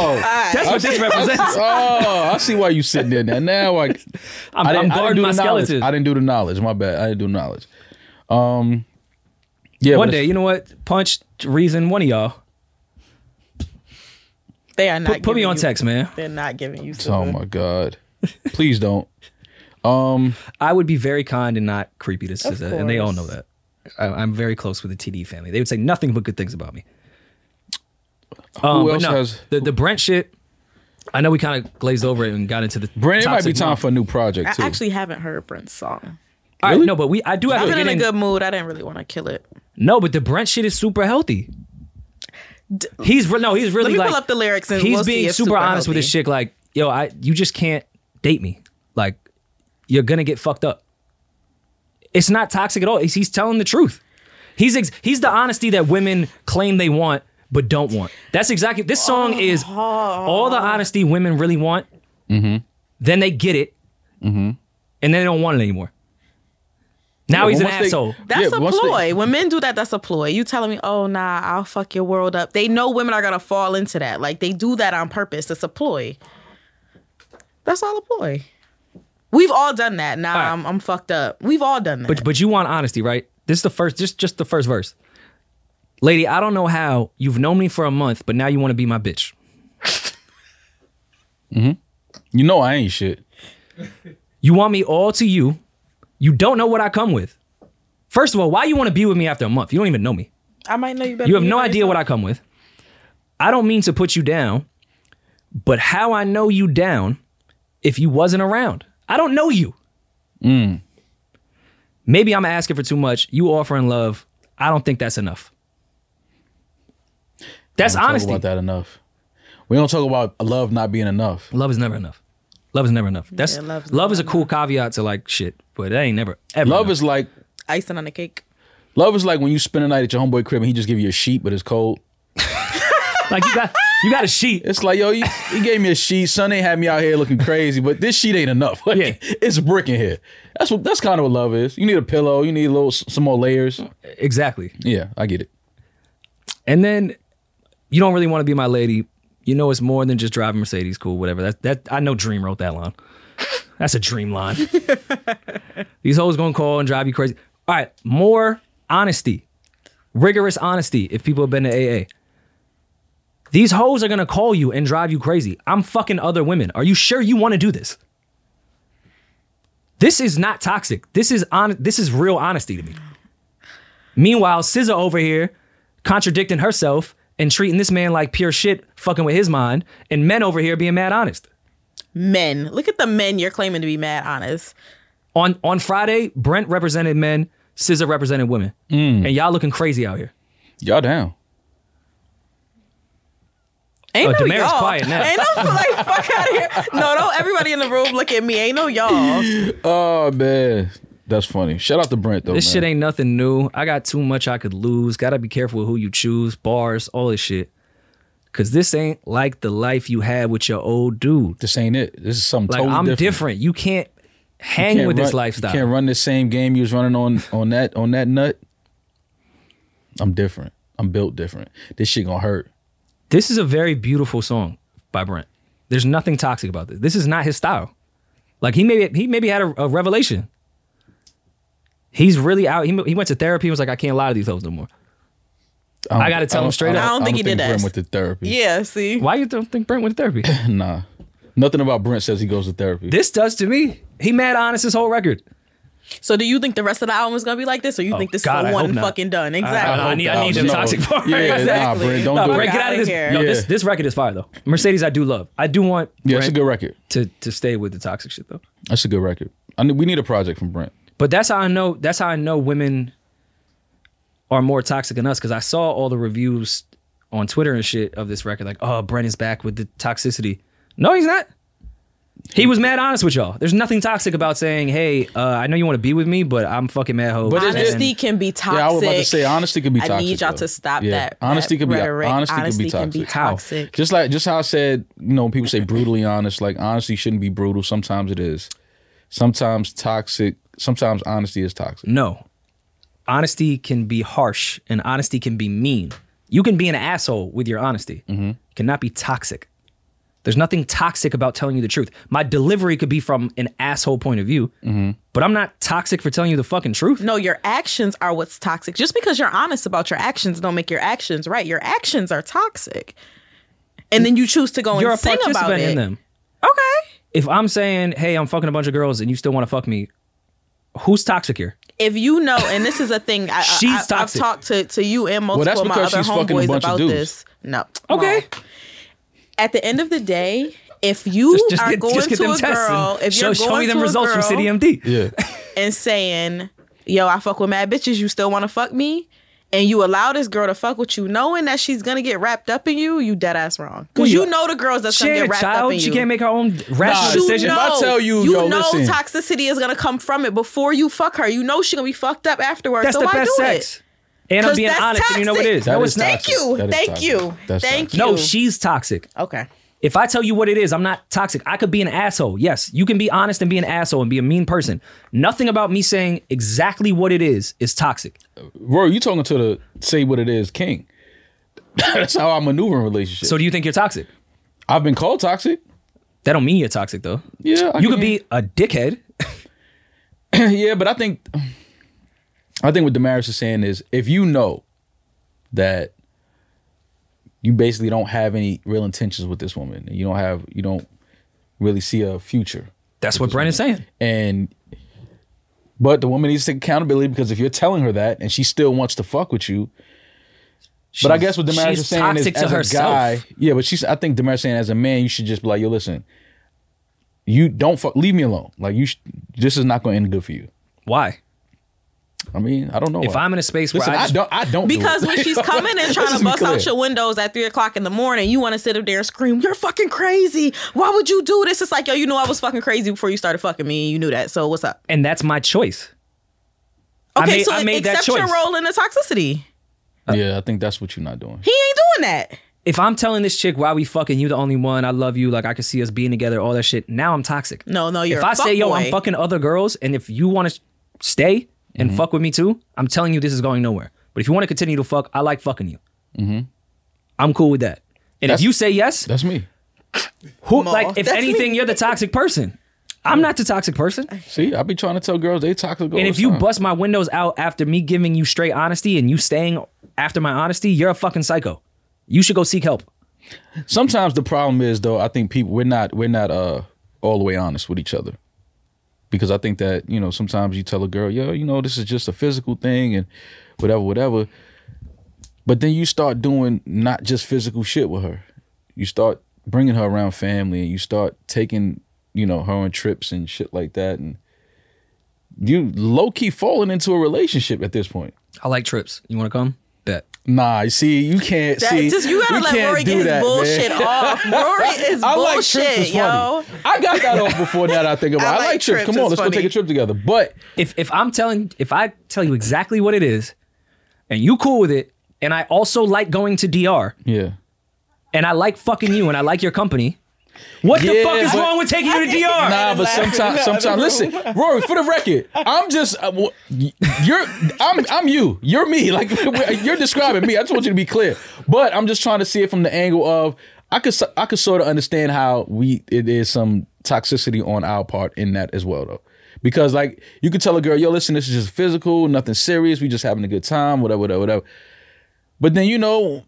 S2: That's what this represents.
S3: oh, I see why you sitting there now. Now I,
S2: I'm,
S3: I
S2: I'm
S3: didn't, I didn't
S2: guarding
S3: do
S2: my
S3: the knowledge.
S2: skeletons.
S3: I didn't do the knowledge. My bad. I didn't do knowledge. Um, yeah.
S2: One
S3: but
S2: day,
S3: it's-
S2: you know what? Punch reason one of y'all.
S6: They are not
S2: Put, put me
S6: giving
S2: on
S6: you-
S2: text, man.
S6: They're not giving you
S3: Oh
S6: something.
S3: my god. Please don't.
S2: I would be very kind and not creepy to SZA, and they all know
S6: course.
S2: that. I, I'm very close with the TD family. They would say nothing but good things about me. Um,
S3: Who
S2: but
S3: else
S2: no,
S3: has?
S2: the the Brent shit? I know we kind of glazed over it and got into the.
S3: Brent, it might be
S2: toxic
S3: time
S2: mom.
S3: for a new project too.
S6: I actually haven't heard Brent's song.
S2: All right, no, but we I do have
S6: I've
S2: to
S6: been
S2: get
S6: in a
S2: in.
S6: good mood. I didn't really want to kill it.
S2: no, but the Brent shit is super healthy. He's re- no, he's really
S6: Let me
S2: like
S6: pull up the lyrics and
S2: he's
S6: we'll
S2: being
S6: see if
S2: super, honest with
S6: healthy.
S2: his shit. Like, yo, I you just can't date me. Like, you're gonna get fucked up. It's not toxic at all. He's, he's telling the truth. He's ex- he's the honesty that women claim they want but don't want. That's exactly this song is
S6: Oh,
S2: all the honesty women really want.
S3: Mm-hmm.
S2: Then they get it, and then they don't want it anymore. Now
S3: Yeah,
S2: he's an
S3: once they-
S2: asshole.
S6: That's
S3: Yeah,
S6: a
S3: once they-
S6: ploy. when men do that, that's a ploy. You telling me, oh nah, I'll fuck your world up. They know women are gonna fall into that. Like they do that on purpose. It's a ploy. That's all a ploy. We've all done that. Nah,
S2: right.
S6: I'm, I'm fucked up. We've all done that.
S2: But but you want honesty, right? This is the first, just just the first verse. Lady, I don't know how you've known me for a month, but now you want to be my bitch.
S3: you know I ain't shit.
S2: You want me all to you. You don't know what I come with. First of all, why you want to be with me after a month? You don't even know me.
S6: I might know you better.
S2: You have no idea what I come with. I don't mean to put you down, but how I know you down if you wasn't around. I don't know you. Maybe I'm asking for too much. You offering love. I don't think that's enough. That's
S3: We don't
S2: honesty.
S3: Talk about that enough. We don't talk about love not being enough.
S2: Love is never enough. Love is never enough. That's
S6: Yeah,
S2: love
S6: love's
S2: is a cool caveat to like shit, but that ain't never ever.
S3: Love
S2: enough.
S3: is like
S6: Icing on the cake.
S3: love is like when you spend a night at your homeboy crib and he just give you a sheet, but it's cold.
S2: like you got you got a sheet.
S3: It's like yo, he, he gave me a sheet. Son ain't had me out here looking crazy, but this sheet ain't enough. Like,
S2: Yeah.
S3: it's brick in here. That's what that's kind of what love is. You need a pillow. You need a little some more layers.
S2: Exactly.
S3: Yeah, I get it.
S2: And then you don't really want to be my lady. You know it's more than just driving Mercedes, cool, whatever. That that I know Dream wrote that line. That's a dream line. These hoes gonna call and drive you crazy. All right, more honesty, rigorous honesty. If people have been to AA, these hoes are gonna call you and drive you crazy. I'm fucking other women. Are you sure you want to do this? This is not toxic. This is on. This is real honesty to me. Meanwhile, SZA over here contradicting herself and treating this man like pure shit, fucking with his mind, and men over here being mad honest.
S6: Men. Look at the men you're claiming to be mad honest.
S2: On on Friday, Brent represented men, SZA represented women,
S3: Mm.
S2: and y'all looking crazy out here.
S3: Y'all down.
S6: Ain't
S2: Oh,
S6: no
S2: Demaryi's
S6: y'all.
S2: quiet now.
S6: Ain't no like fuck out of here. No, don't everybody in the room look at me. Ain't no y'all.
S3: Oh man, that's funny. Shout out to Brent though.
S2: This
S3: Oh, man.
S2: shit ain't nothing new. I got too much I could lose. Gotta be careful with who you choose, bars, all this shit. Cause this ain't like the life you had with your old dude.
S3: This ain't it. This is something
S2: Like
S3: totally
S2: I'm different.
S3: different.
S2: You can't hang
S3: Can't
S2: with
S3: run-
S2: this
S3: you
S2: lifestyle.
S3: Can't run the same game you was running on on that on that nut. I'm different. I'm built different. This shit gonna hurt.
S2: This is a very beautiful song by Brent. There's nothing toxic about this. This is not his style. Like he maybe he maybe had a, a revelation. He's really out. He, he went to therapy. and was like, I can't lie to these hoes no more.
S3: don't-
S2: I gotta tell
S3: don't-
S2: him straight up.
S6: I don't think he did
S3: Brent
S6: that.
S3: went to therapy.
S6: Yeah, see.
S2: Why you don't think Brent went to therapy?
S3: Nah, nothing about Brent says he goes to therapy.
S2: this does to me. He mad honest his whole record.
S6: So do you think the rest of the album is gonna be like this, or you think this
S2: Oh, God, I
S6: is
S2: hope
S6: the one
S2: not.
S6: fucking done?
S2: I
S6: Exactly.
S2: hope need- I need them toxic parts.
S3: Yeah, nah,
S6: Exactly.
S3: Brent, don't
S2: No,
S3: do
S2: Brent,
S3: it.
S2: get out of this.
S6: here.
S2: No, this
S3: Yeah.
S2: this record is fire though. Mercedes, I do love. I do want
S3: Yeah, it's a
S2: Brent
S3: good record.
S2: to to stay with the toxic shit though.
S3: That's a good record. I need, we need a project from Brent.
S2: But that's how I know. That's how I know women are more toxic than us because I saw all the reviews on Twitter and shit of this record. Like, oh, Brent is back with the toxicity. No, he's not. He was mad honest with y'all. There's nothing toxic about saying, "Hey, uh, I know you want to be with me, but I'm fucking mad hoe."
S3: But it's-
S6: Honesty can be toxic.
S3: Yeah, I was about to say honesty could be toxic.
S6: I need y'all
S3: though.
S6: to stop
S3: Yeah.
S6: that.
S3: Honesty
S6: that
S3: could be
S6: rhetoric.
S3: honesty, could be toxic.
S2: How?
S6: toxic.
S3: Just like just how I said, you know, when people say brutally honest, like honesty shouldn't be brutal. Sometimes it is. Sometimes toxic. Sometimes honesty is toxic.
S2: No. Honesty can be harsh and honesty can be mean. You can be an asshole with your honesty. It cannot be toxic. There's nothing toxic about telling you the truth. My delivery could be from an asshole point of view, but I'm not toxic for telling you the fucking truth.
S6: No, your actions are what's toxic. Just because you're honest about your actions don't make your actions right. Your actions are toxic. And then you choose to go
S2: You're a
S6: and sing about
S2: participant
S6: it.
S2: in them.
S6: Okay.
S2: If I'm saying, hey, I'm fucking a bunch of girls and you still want to fuck me, who's toxic here?
S6: If you know, and this is a thing I,
S2: She's
S6: I, have
S2: toxic.
S6: talked to, to you and multiple
S3: that's
S6: of my
S3: because
S6: other
S3: she's fucking a
S6: homeboys
S3: bunch of
S6: about
S3: dudes.
S6: this. No.
S2: Okay.
S6: Well, at the end of the day, if you
S2: Just, just
S6: are
S2: get,
S6: going
S2: just get
S6: to
S2: them
S6: a
S2: tests
S6: girl,
S2: and
S6: if
S2: show,
S6: you're
S2: show
S6: going
S2: me them
S6: to a
S2: results from
S6: girl-
S2: CDMD.
S3: Yeah.
S6: and saying, "Yo, I fuck with mad bitches. You still want to fuck me?" And you allow this girl to fuck with you, knowing that she's gonna get wrapped up in you. You dead ass wrong
S2: Well,
S6: because you
S2: you-
S6: know the girls that's
S2: She
S6: gonna get
S2: ain't a
S6: wrapped up in
S2: child.
S6: you.
S2: She can't make her own rational
S3: you
S2: decision.
S3: know- If I tell you,
S6: you
S3: yo,
S6: know
S3: listen.
S6: toxicity is gonna come from it before you fuck her. You know she gonna be fucked up afterwards.
S2: That's
S6: so
S2: the
S6: why
S2: best
S6: do
S2: sex.
S6: it?
S2: And I'm
S6: 'Cause
S2: being
S6: that's
S2: honest, and you know what it is.
S6: toxic.
S2: no,
S3: That
S2: it's
S3: is
S2: not.
S6: Thank
S3: Toxic.
S6: you,
S3: That is
S6: thank
S3: toxic.
S6: you,
S3: That's
S6: thank
S3: toxic.
S6: you.
S2: No, she's toxic.
S6: okay.
S2: If I tell you what it is, I'm not toxic. I could be an asshole. Yes, you can be honest and be an asshole and be a mean person. Nothing about me saying exactly what it is is toxic.
S3: Roy, you talking to the say what it is king. That's how I maneuver in relationships.
S2: So do you think you're toxic?
S3: I've been called toxic.
S2: That don't mean you're toxic though.
S3: Yeah, I
S2: you could
S3: can-
S2: be a dickhead.
S3: yeah, but I think I think what Damaris is saying is if you know that you basically don't have any real intentions with this woman, and you don't have you don't really see a future,
S2: That's what Brennan's saying.
S3: and but the woman needs to take accountability because if you're telling her that and she still wants to fuck with you, but I guess what Damaris
S2: she's
S3: is saying is
S2: toxic
S3: as
S2: to
S3: a
S2: herself.
S3: guy, yeah. But she's I think Damaris is saying as a man, you should just be like, yo, listen, you don't fuck, leave me alone. Like you, sh- this is not going to end good for you
S2: Why?
S3: I mean, I don't know.
S2: If
S3: why.
S2: I'm in a space where
S3: listen,
S2: I
S3: I,
S2: just
S3: don't. I don't do
S6: Because
S3: it.
S6: when she's coming and
S3: Let's
S6: trying
S3: just
S6: to
S3: be
S6: bust
S3: clear.
S6: out your windows at three o'clock in the morning, you want to sit up there and scream, "You're fucking crazy! Why would you do this?" It's like, yo, you know I was fucking crazy before you started fucking me. You knew that, so what's up?
S2: and that's my choice. I
S6: Okay,
S2: made-
S6: so
S2: I made that
S6: accept
S2: choice.
S6: your role in the toxicity.
S3: Yeah, I think that's what you're not doing.
S6: He ain't doing that.
S2: If I'm telling this chick why we fucking you the only one, I love you, like I can see us being together, all that shit. Now I'm toxic.
S6: No, no, you're.
S2: if
S6: I
S2: I say yo, I'm fucking other girls, and if you want to stay and fuck with me too, I'm telling you this is going nowhere. But if you want to continue to fuck, I like fucking you. I'm cool with that. And
S3: That's-
S2: if you say yes,
S3: That's me.
S2: who
S6: Aw,
S2: like if
S6: that's
S2: anything, you're the toxic person. I'm not the toxic person.
S3: See, I be trying to tell girls they toxic. all
S2: And if
S3: the
S2: you
S3: time.
S2: bust my windows out after me giving you straight honesty and you staying after my honesty, you're a fucking psycho. You should go seek help.
S3: sometimes the problem is though i think people we're not we're not uh all the way honest with each other because i think that you know sometimes you tell a girl yo you know this is just a physical thing and whatever whatever but then you start doing not just physical shit with her you start bringing her around family and you start taking you know her on trips and shit like that and you low-key falling into a relationship at this point
S2: I like trips. You want to come? Bet.
S3: nah you see you can't see
S6: just you gotta
S3: we
S6: let
S3: can't
S6: Rory
S3: do
S6: get his
S3: that, man.
S6: bullshit off. Rory is
S3: I like trips
S6: bullshit,
S3: is
S6: yo.
S3: funny. I got that off before now that I think about. it. I,
S6: I
S3: like,
S6: like
S3: trips.
S6: trips,
S3: Come on,
S6: it's
S3: let's go
S6: funny.
S3: take a trip together. But
S2: If if I'm telling if I tell you exactly what it is, and you cool with it, and I also like going to DR,
S3: yeah,
S2: and I like fucking you, and I like your company. What the
S3: Yeah,
S2: fuck is
S3: but-
S2: wrong with taking you to DR?
S3: nah. But sometimes, sometimes, listen, Rory. For the record, I'm just uh, wh- you're. I'm I'm you. You're me. Like you're describing me. I just want you to be clear. But I'm just trying to see it from the angle of I could so- I could sort of understand how we it is some toxicity on our part in that as well though. Because like you could tell a girl, yo, listen, this is just physical, nothing serious. We just having a good time, whatever, whatever, whatever. But then you know,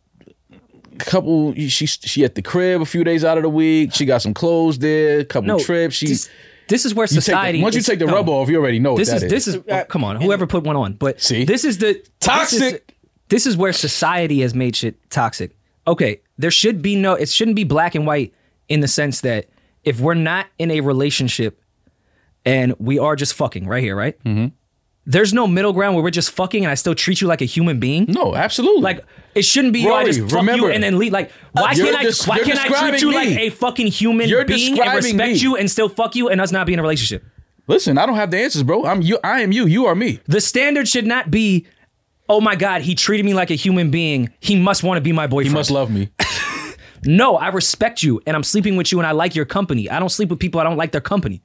S3: couple she she at the crib a few days out of the week. She got some clothes there, couple trips. She
S2: this, this is where
S3: you take
S2: society.
S3: the, once you
S2: is-
S3: take the
S2: no.
S3: rubber off, you already know what
S2: This
S3: that
S2: is this is oh, come on whoever put one on but
S3: See?
S2: this is the
S3: Toxic.
S2: this is, this is where society has made shit toxic okay there should be no it shouldn't be black and white in the sense that if we're not in a relationship and we are just fucking right here right mm-hmm. there's no middle ground where we're just fucking and I still treat you like a human being
S3: no, absolutely.
S2: like it shouldn't be yo, I
S3: Rory,
S2: just fuck you
S3: remember-
S2: and then leave. Like why
S3: You're
S2: can't I
S3: des-
S2: why
S3: you're
S2: can't I treat
S3: describing
S2: you like
S3: me.
S2: a fucking human
S3: You're
S2: being and
S3: describing
S2: respect
S3: me.
S2: you and still fuck you and us not be in a relationship?
S3: listen, I don't have the answers, bro. I'm you. I am you. You are me.
S2: The standard should not be, oh my God, he treated me like a human being. He must want to be my boyfriend.
S3: You must love me.
S2: no, I respect you and I'm sleeping with you and I like your company. I don't sleep with people I don't like their company.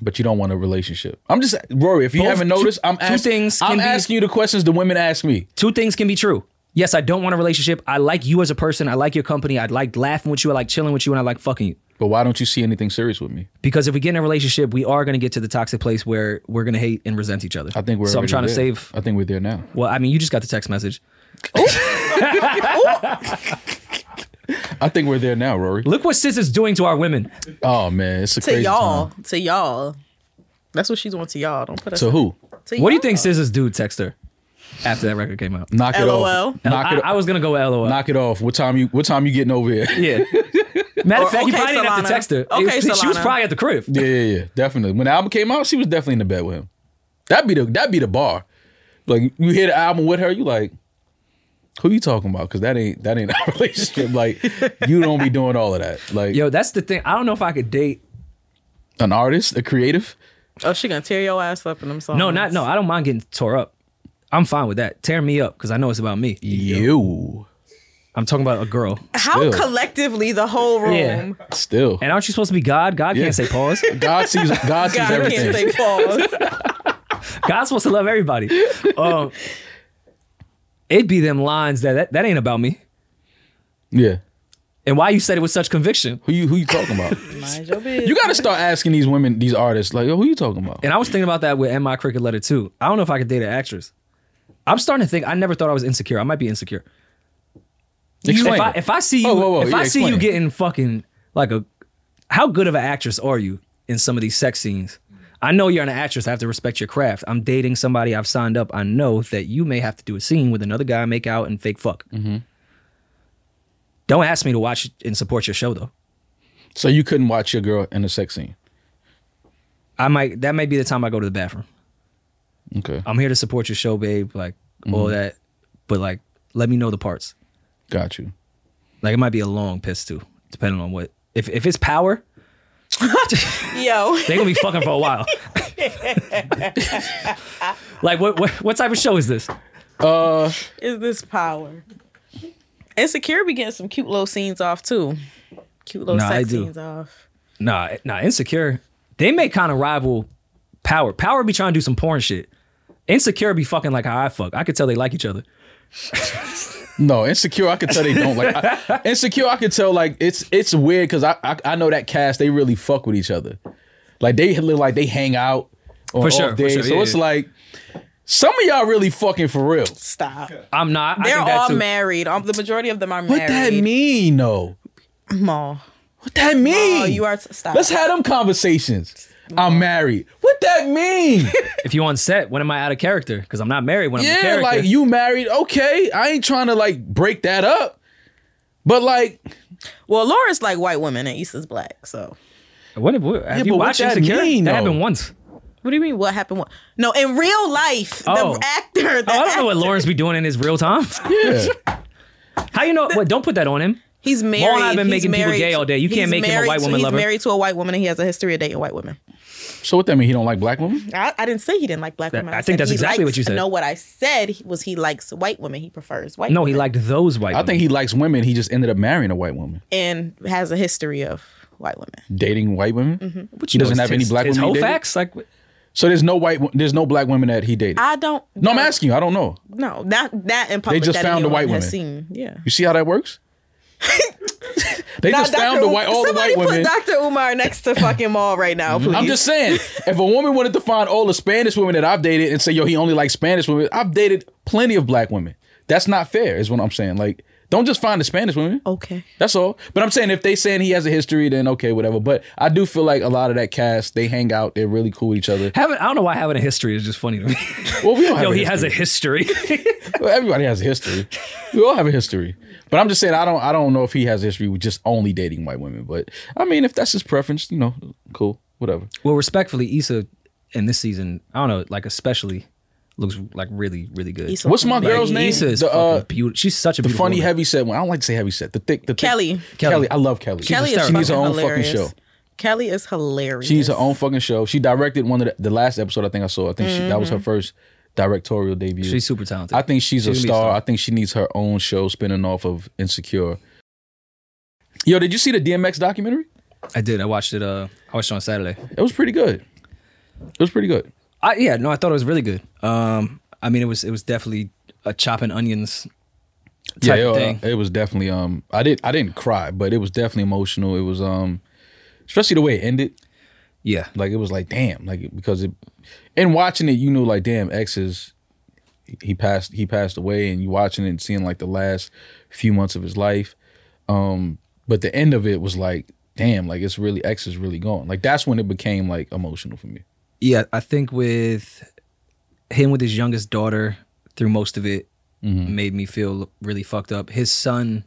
S3: but you don't want a relationship. I'm just Rory. If you
S2: Both-
S3: haven't
S2: two-
S3: noticed, I'm
S2: two
S3: asking.
S2: things can
S3: I'm
S2: be-
S3: asking you the questions the women ask me.
S2: Two things can be true. Yes, I don't want a relationship. I like you as a person. I like your company. I like laughing with you. I like chilling with you and I like fucking you.
S3: But why don't you see anything serious with me?
S2: Because if we get in a relationship, we are going to get to the toxic place where we're going to hate and resent each other.
S3: I think we're.
S2: So I'm
S3: already
S2: trying to
S3: there.
S2: save.
S3: I think we're there now.
S2: Well, I mean, you just got the text message.
S3: I think we're there now, Rory.
S2: Look what sis is doing to our women.
S3: Oh man, it's a
S6: To
S3: crazy
S6: y'all,
S3: time.
S6: to y'all. That's what she's doing to y'all. Don't put us.
S3: To who?
S6: to
S2: What do you
S6: y'all.
S2: think sis's dude text her after that record came out?
S3: Knock it
S6: LOL.
S3: off. Knock
S2: I,
S3: it off.
S2: I was gonna go with LOL.
S3: Knock it off. What time you? What time you getting over here?
S2: Yeah. Matter of
S6: Or,
S2: fact, you
S6: okay,
S2: probably didn't have to
S6: Solana.
S2: text her. It
S6: Okay,
S2: was- she was
S6: Solana.
S2: probably at the crib.
S3: Yeah, yeah, yeah, definitely. When the album came out, she was definitely in the bed with him. That'd be the that'd be the bar. Like you hear the album with her, you like, who you talking about? Because that ain't that ain't our relationship. Like you don't be doing all of that. Like
S2: Yo, that's the thing. I don't know if I could date.
S3: an artist, a creative.
S6: Oh, she gonna tear your ass up in them songs.
S2: No, not no. I don't mind getting tore up. I'm fine with that. Tear me up because I know it's about me.
S3: You
S2: I'm talking about a girl.
S6: How
S3: Still.
S6: collectively the whole room.
S2: Yeah.
S3: still.
S2: And aren't you supposed to be God? God
S3: Yeah.
S2: can't say pause.
S3: God sees God sees
S6: God I
S3: everything.
S6: can't say pause.
S2: God's supposed to love everybody. Um, it'd be them lines that, that that ain't about me.
S3: yeah.
S2: And why you said it with such conviction?
S3: Who you who you talking about?
S6: Mind your business.
S3: you gotta start asking these women, these artists, like, yo, who you talking about?
S2: And I was thinking about that with "Am I Cricket Letter" too. I don't know if I could date an actress. I'm starting to think I never thought I was insecure. I might be insecure.
S3: Explain
S2: if I
S3: it.
S2: if I see you
S3: Oh, whoa, whoa,
S2: if
S3: yeah,
S2: I see
S3: explain
S2: you
S3: it.
S2: getting fucking like a how good of an actress are you in some of these sex scenes? I know you're an actress. I have to respect your craft. I'm dating somebody. I've signed up. I know that you may have to do a scene with another guy, make out, and fake fuck.
S3: Mm-hmm.
S2: Don't ask me to watch and support your show though.
S3: so you couldn't watch your girl in a sex scene.
S2: I might that might be the time I go to the bathroom.
S3: Okay.
S2: I'm here to support your show, babe. Like all that, but like let me know the parts.
S3: Got you.
S2: Like it might be a long piss too, depending on what. If if it's power,
S6: Yo,
S2: they gonna be fucking for a while. like what, what what type of show is this?
S3: Uh,
S6: is this power? Insecure be getting some cute little scenes off too. Cute little
S2: Nah,
S6: sex
S2: they do.
S6: scenes off.
S2: Nah, nah, insecure. They may kind of rival power. Power be trying to do some porn shit. Insecure be fucking like how I fuck. I could tell they like each other.
S3: no, insecure. I could tell they don't like I- insecure. I could tell like it's it's weird because I, I I know that cast they really fuck with each other. Like they look like they hang out on
S2: For sure,
S3: off
S2: for
S3: days.
S2: sure,
S3: so
S2: yeah,
S3: it's
S2: yeah.
S3: like some of y'all really fucking for real.
S6: Stop.
S2: I'm not. I
S6: They're
S2: think that
S6: all
S2: too.
S6: married. Um, the majority of them are
S3: What that
S6: married.
S3: mean though?
S6: Maul.
S3: What that mean?
S6: Oh, you are stop.
S3: Let's have them conversations. I'm married. What that mean?
S2: If you on set, when am I out of character? Because I'm not married when I'm in
S3: yeah,
S2: character.
S3: like you married. Okay, I ain't trying to like break that up. But like,
S6: well, Laura's like white women and Issa's black. So
S2: What, what, have you
S3: Yeah, but what
S2: watched
S3: that
S2: Insecure?
S3: mean,
S2: that
S3: though?
S2: happened once.
S6: what do you mean? What happened? What? No, in real life,
S2: Oh.
S6: the actor. The
S2: Oh, I don't know what
S6: actor-
S2: Lawrence be doing in his real time.
S3: yeah,
S2: How you know? What? Don't put that on him.
S6: He's married.
S2: Maul and I have been
S6: He's
S2: making people
S6: married
S2: gay
S6: to-
S2: all day. You can't
S6: he's
S2: make him a
S6: married
S2: white
S6: to-
S2: woman
S6: he's
S2: lover.
S6: married to a white woman and he has a history of dating white women.
S3: so what that mean? He don't like black women?
S6: I, I didn't say he didn't like black
S2: That-
S6: women.
S2: I think
S6: said
S2: that's
S6: he
S2: exactly
S6: likes-
S2: what you said.
S6: No, what I said was he likes white women. He prefers white.
S2: No, he
S6: women
S2: liked those white.
S3: I think he likes women. He just ended up marrying a white woman,
S6: and has a history of white women.
S3: dating white women.
S6: Mm-hmm.
S2: What
S3: he doesn't have any black
S2: his
S3: women he
S2: Whole
S3: dated?
S2: facts, like what-
S3: So there's no white, wo- there's no black women that he dated.
S6: I don't.
S3: no, I'm asking you. I don't know.
S6: No, that that in public.
S3: just
S6: that
S3: found the white
S6: anyone has Seen. Yeah.
S3: You see how that works? they just found the white, all the
S6: somebody
S3: white women.
S6: put Dr. Umar next to fucking Maul right now, please.
S3: I'm just saying, if a woman wanted to find all the Spanish women that I've dated and say, yo, he only likes Spanish women, I've dated plenty of black women. That's not fair, is what I'm saying. Like, don't just find the Spanish women.
S6: okay.
S3: That's all. But I'm saying if they saying he has a history, then okay, whatever. But I do feel like a lot of that cast, they hang out, they're really cool with each other.
S2: having. I don't know why having a history is just funny to me.
S3: Well, we all have
S2: Yo,
S3: a
S2: he
S3: history.
S2: has a history.
S3: Well, everybody has a history. we all have a history. But I'm just saying I don't I don't know if he has a history with just only dating white women. But I mean, if that's his preference, you know, cool, whatever.
S2: well, respectfully, Issa in this season, I don't know, like especially looks like really, really good.
S6: Issa-
S3: What's my
S6: Like,
S3: girl's name?
S2: Issa is
S3: the
S2: fucking
S3: uh,
S2: beautiful. She's such a
S3: the
S2: beautiful
S3: funny
S2: woman.
S3: heavy set one. I don't like to say heavy set. The thick the thick-
S6: Kelly.
S3: Kelly. I love Kelly.
S6: Kelly is
S2: hysterical.
S3: she needs her
S6: fucking
S3: own
S6: hilarious.
S3: fucking show.
S6: Kelly is hilarious.
S3: She needs her own fucking show. She directed one of the, the last episode I think I saw. I think she, that was her first directorial debut.
S2: She's super talented.
S3: I think she's a
S2: She's
S3: star.
S2: gonna be a star.
S3: I think she needs her own show spinning off of Insecure. Yo, did you see the DMX documentary?
S2: I did. I watched it. Uh, I watched it on Saturday.
S3: It was pretty good. It was pretty good.
S2: I yeah, no, I thought it was really good. Um, I mean, it was it was definitely a chopping onions
S3: yeah,
S2: type
S3: yo,
S2: of
S3: uh,
S2: thing.
S3: it was definitely um I did I didn't cry, but it was definitely emotional. It was um especially the way it ended.
S2: yeah,
S3: Like it was like damn, like because it and watching it, you knew like damn, X is he passed he passed away and you watching it and seeing like the last few months of his life. Um but the end of it was like damn, like it's really X is really gone. Like that's when it became like emotional for me.
S2: yeah. I think with him with his youngest daughter through most of it
S3: Mm-hmm.
S2: made me feel really fucked up. His son,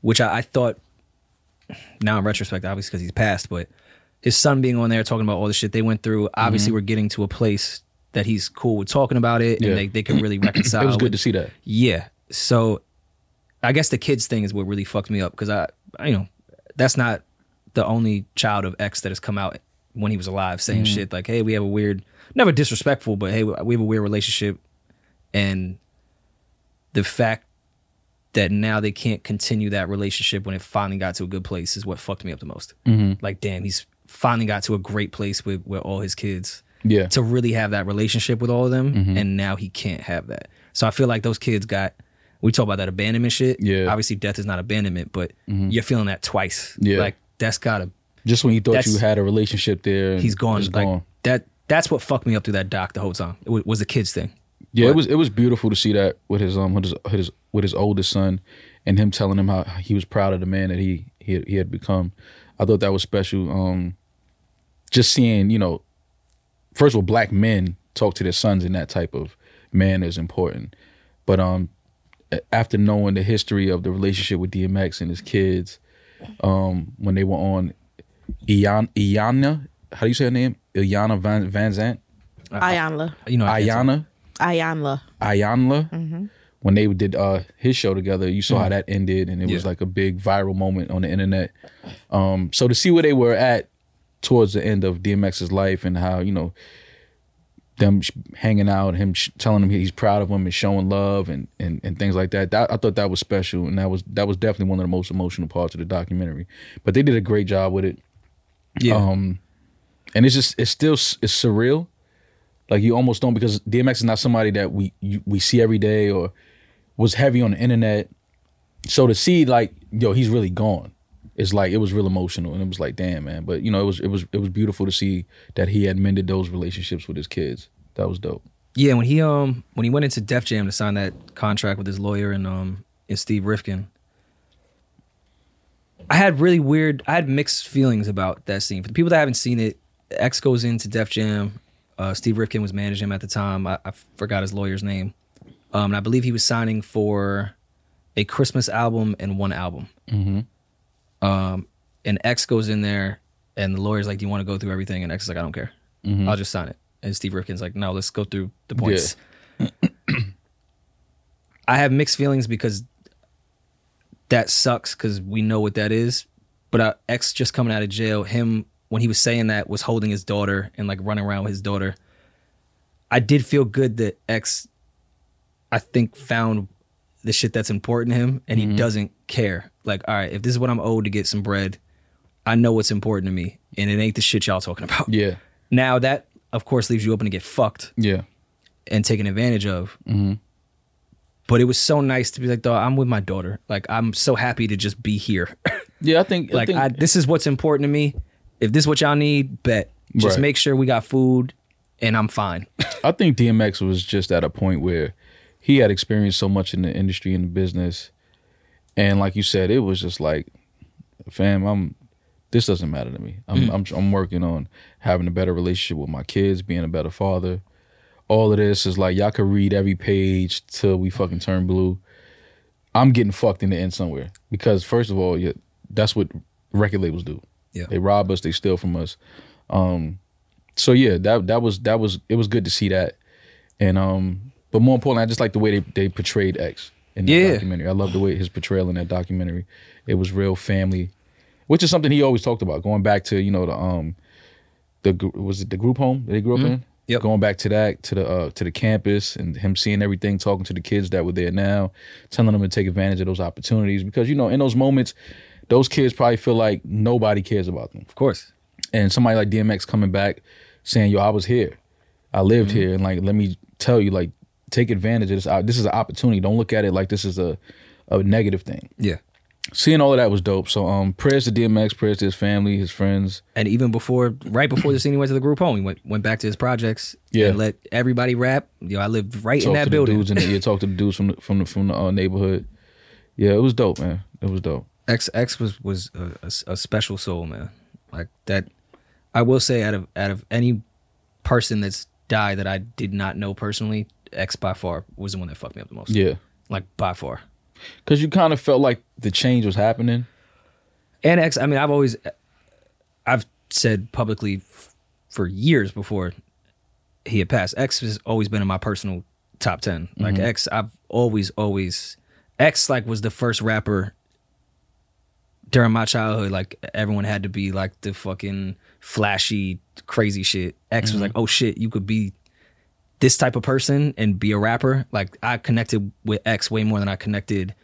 S2: which I, I thought now in retrospect, obviously because he's passed, but his son being on there talking about all the shit they went through.
S3: Mm-hmm.
S2: Obviously, we're getting to a place that he's cool with talking about it,
S3: Yeah.
S2: and they they can really reconcile.
S3: It was
S2: with-
S3: good to see that.
S2: Yeah. So I guess the kids thing is what really fucked me up because I, I, you know, that's not the only child of X that has come out when he was alive saying shit like, hey, we have a weird, never disrespectful, but hey, we have a weird relationship. And the fact that now they can't continue that relationship when it finally got to a good place is what fucked me up the most. Like, damn, he's finally got to a great place with, with all his kids
S3: Yeah.
S2: to really have that relationship with all of them
S3: Mm-hmm.
S2: and now he can't have that so i feel like those kids got we talk about that abandonment shit
S3: Yeah. Mm-hmm.
S2: obviously death is not abandonment but you're feeling that twice
S3: Yeah.
S2: like that's gotta
S3: Just when you thought
S2: That's-
S3: you had a relationship there, and
S2: he's gone
S3: it's
S2: like that that's what fucked me up through that doc the whole time it was, was the kids thing
S3: Yeah, it was it was beautiful to see that with his um with his, with his with his oldest son, and him telling him how he was proud of the man that he he had, he had become. I thought that was special. Um, just seeing you know, first of all, black men talk to their sons in that type of manner is important. But um, a- after knowing the history of the relationship with DMX and his kids, um, when they were on Ian Iana, how do you say her name? Iana Van Van Zant.
S6: Ayanla.
S2: You know,
S3: Ah,
S2: I can't
S3: Ayana,
S6: Ayanla.
S3: Ayanla, when they did uh, his show together, you saw how that ended, and it was
S2: Yeah.
S3: like a big viral moment on the internet. Um, so to see where they were at towards the end of DMX's life and how you know them sh- hanging out, him sh- telling him he's proud of him and showing love and, and and things like that. That I thought that was special, and that was that was definitely one of the most emotional parts of the documentary. But they did a great job with it
S2: Yeah.
S3: um and it's just it's still s- it's surreal like you almost don't because dmx is not somebody that we you, we see every day or was heavy on the internet so to see like yo he's really gone it's like it was real emotional and it was like damn man but you know it was it was it was beautiful to see that he had mended those relationships with his kids that was dope
S2: Yeah, when he um when he went into Def Jam to sign that contract with his lawyer and um and Steve Rifkin, I had really weird, I had mixed feelings about that scene. For the people that haven't seen it, X goes into Def Jam. Uh, Steve Rifkin was managing him at the time. I, I forgot his lawyer's name, um, and I believe he was signing for a Christmas album and one album. Um, and X goes in there, and the lawyer's like, "Do you want to go through everything?" And X is like, "I don't care. I'll just sign it." And Steve Rifkin's like, "No, let's go through the points." I have mixed feelings because that sucks because we know what that is. But uh, X just coming out of jail, him when he was saying that was holding his daughter and like running around with his daughter. I did feel good that X, I think, found the shit that's important to him
S3: Mm-hmm.
S2: and he doesn't care. Like, all right, if this is what I'm owed to get some bread, I know what's important to me and it ain't the shit y'all talking about.
S3: yeah
S2: Now that, of course, leaves you open to get fucked
S3: yeah
S2: and taken advantage of.
S3: Mm-hmm.
S2: But it was so nice to be like, though, I'm with my daughter. Like, I'm so happy to just be here.
S3: yeah i think
S2: like,
S3: think,
S2: I, this is what's important to me. If this is what y'all need, bet. Just
S3: Right.
S2: make sure we got food and I'm fine.
S3: I think DMX was just at a point where he had experienced so much in the industry and the business, and like you said, it was just like, fam, I'm. This doesn't matter to me. I'm, I'm I'm working on having a better relationship with my kids, being a better father. All of this is like y'all could read every page till we fucking turn blue. I'm getting fucked in the end somewhere because first of all, yeah, that's what record labels do.
S2: Yeah.
S3: they rob us, they steal from us. Um, so yeah, that that was that was it was good to see that. And um, but more importantly, I just like the way they, they portrayed X in that
S2: Yeah.
S3: documentary. I love the way his portrayal in that documentary. It was real family, which is something he always talked about. Going back to you know the um, the gr- was it the group home that he grew up in.
S2: Yep.
S3: Going back to that to the uh, to the campus and him seeing everything, talking to the kids that were there now, telling them to take advantage of those opportunities because you know in those moments, those kids probably feel like nobody cares about them
S2: Of course.
S3: and somebody like DMX coming back saying, "Yo, I was here, I lived here," and like, let me tell you, like, take advantage of this. Uh, This is an opportunity. Don't look at it like this is a a negative thing.
S2: Yeah.
S3: Seeing all of that was dope. So, um, prayers to DMX, prayers to his family, his friends.
S2: And even before, right before the scene, he went to the group home. He went, went back to his projects.
S3: Yeah.
S2: And let everybody rap. Yo, I lived right
S3: Talk
S2: in
S3: to
S2: that
S3: the
S2: building.
S3: dudes in the yeah, talk to the dudes from the, from the from the uh, neighborhood. Yeah, it was dope, man. It was dope.
S2: X X was was a, a s- a special soul, man. Like that, I will say out of out of any person that's died that I did not know personally, X by far was the one that fucked me up the most.
S3: Yeah,
S2: like by far.
S3: because you kind of felt like the change was happening.
S2: And X, I mean, I've always, I've said publicly f- for years before he had passed, X has always been in my personal top 10. Like X, I've always, always, X like was the first rapper during my childhood. Like everyone had to be like the fucking flashy, crazy shit. X was like, oh shit, you could be this type of person and be a rapper. Like I connected with X way more than I connected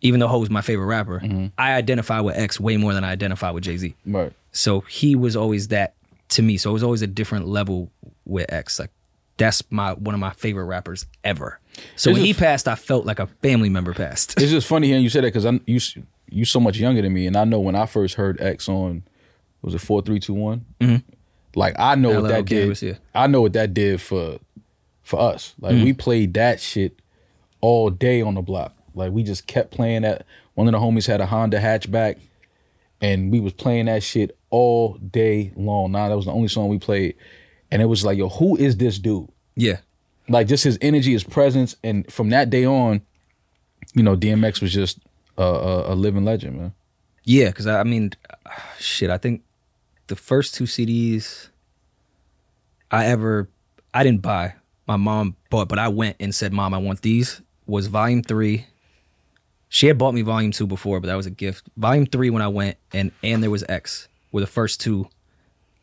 S2: even though Ho was my favorite rapper, I identify with X way more than I identify with Jay Z.
S3: Right.
S2: So he was always that to me. So it was always a different level with X. Like that's my one of my favorite rappers ever. So
S3: It's
S2: when he
S3: just-
S2: passed, I felt like a family member passed.
S3: It's just funny hearing you say that because I you you so much younger than me, and I know when I first heard X on was it four three two one. Like I know
S2: LL
S3: what that
S2: Mm-hmm. Canvas,
S3: did.
S2: yeah.
S3: I know what that did for for us. Like we
S2: Mm-hmm.
S3: played that shit all day on the block. Like we just kept playing that. One of the homies had a Honda hatchback, and we was playing that shit all day long. Now that was the only song we played, and it was like, yo, who is this dude?
S2: yeah.
S3: like just his energy, his presence, and from that day on, you know, DMX was just a, a, a living legend, man.
S2: Yeah, because I, I mean, shit, I think the first two CDs I ever I didn't buy. My mom bought, but I went and said, "Mom, I want these." Was volume three. She had bought me volume two before, but that was a gift. Volume three when I went, and and there was X were the first two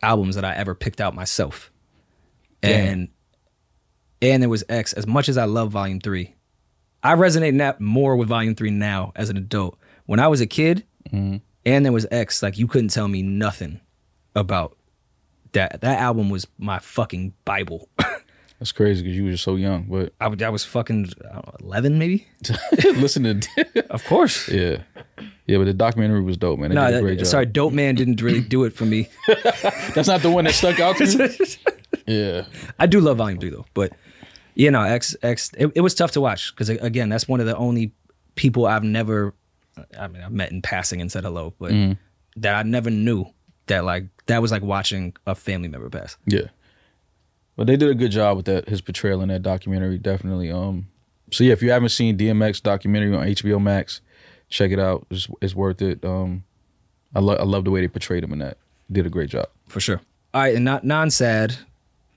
S2: albums that I ever picked out myself, and and there was X. As much as I love volume three, I resonate now more with volume three now as an adult. When I was a kid, and there was X, like you couldn't tell me nothing about that. That album was my fucking bible.
S3: That's crazy because you were just so young. But
S2: I, w- I was fucking I don't know, eleven, maybe.
S3: listen to
S2: Of course.
S3: yeah, yeah. But the documentary was dope, man. They
S2: No,
S3: did a great
S2: that,
S3: job.
S2: sorry, Dope Man didn't really do it for me.
S3: that's not the one that stuck out to me. yeah,
S2: I do love Volume Three though, but you know, X X, it, it was tough to watch because again, that's one of the only people I've never, I mean, I've met in passing and said hello, but
S3: Mm.
S2: that I never knew that like that was like watching a family member pass.
S3: yeah. But they did a good job with that his portrayal in that documentary. Definitely. Um. So yeah, if you haven't seen DMX documentary on HBO Max, check it out. It's, it's worth it. Um, I love I love the way they portrayed him in that. Did a great job.
S2: for sure. All right, and not non sad,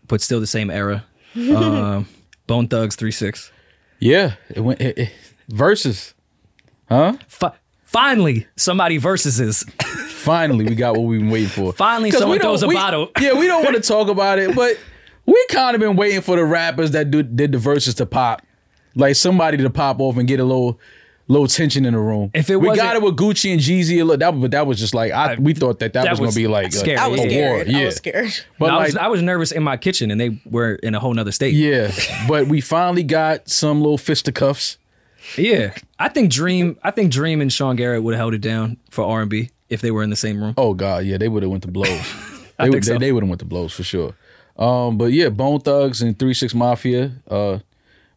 S2: but still the same era. um, Bone Thugs three six.
S3: Yeah, it went it, it, versus. Huh?
S2: Fi- finally, somebody versus is.
S3: Finally, we got what we've been waiting for.
S2: Finally,
S3: 'Cause
S2: someone
S3: we don't-
S2: throws a
S3: we-
S2: bottle.
S3: Yeah, we don't want to talk about it, but we kind of been waiting for the rappers that do, did the verses to pop, like somebody to pop off and get a little, little tension in the room.
S2: If it
S3: we
S2: wasn't-
S3: got it with Gucci and Jeezy, a little- that but that was just like I, we thought that that,
S2: that
S3: was,
S2: was
S3: gonna be like
S2: scary.
S3: A,
S2: I
S6: I was
S3: a war.
S6: scared.
S3: Yeah,
S6: I was scared.
S3: but
S2: I,
S3: like
S2: was, I was nervous in my kitchen, and they were in a whole nother state.
S3: yeah, but we finally got some little fisticuffs.
S2: Yeah. I think Dream. I think Dream and Sean Garrett would have held it down for R and B if they were in the same room.
S3: Oh God, yeah, they would have went to blows. they would
S2: think so.
S3: they, would have went to blows for sure. Um, but yeah, Bone Thugs and Three Six Mafia. Uh,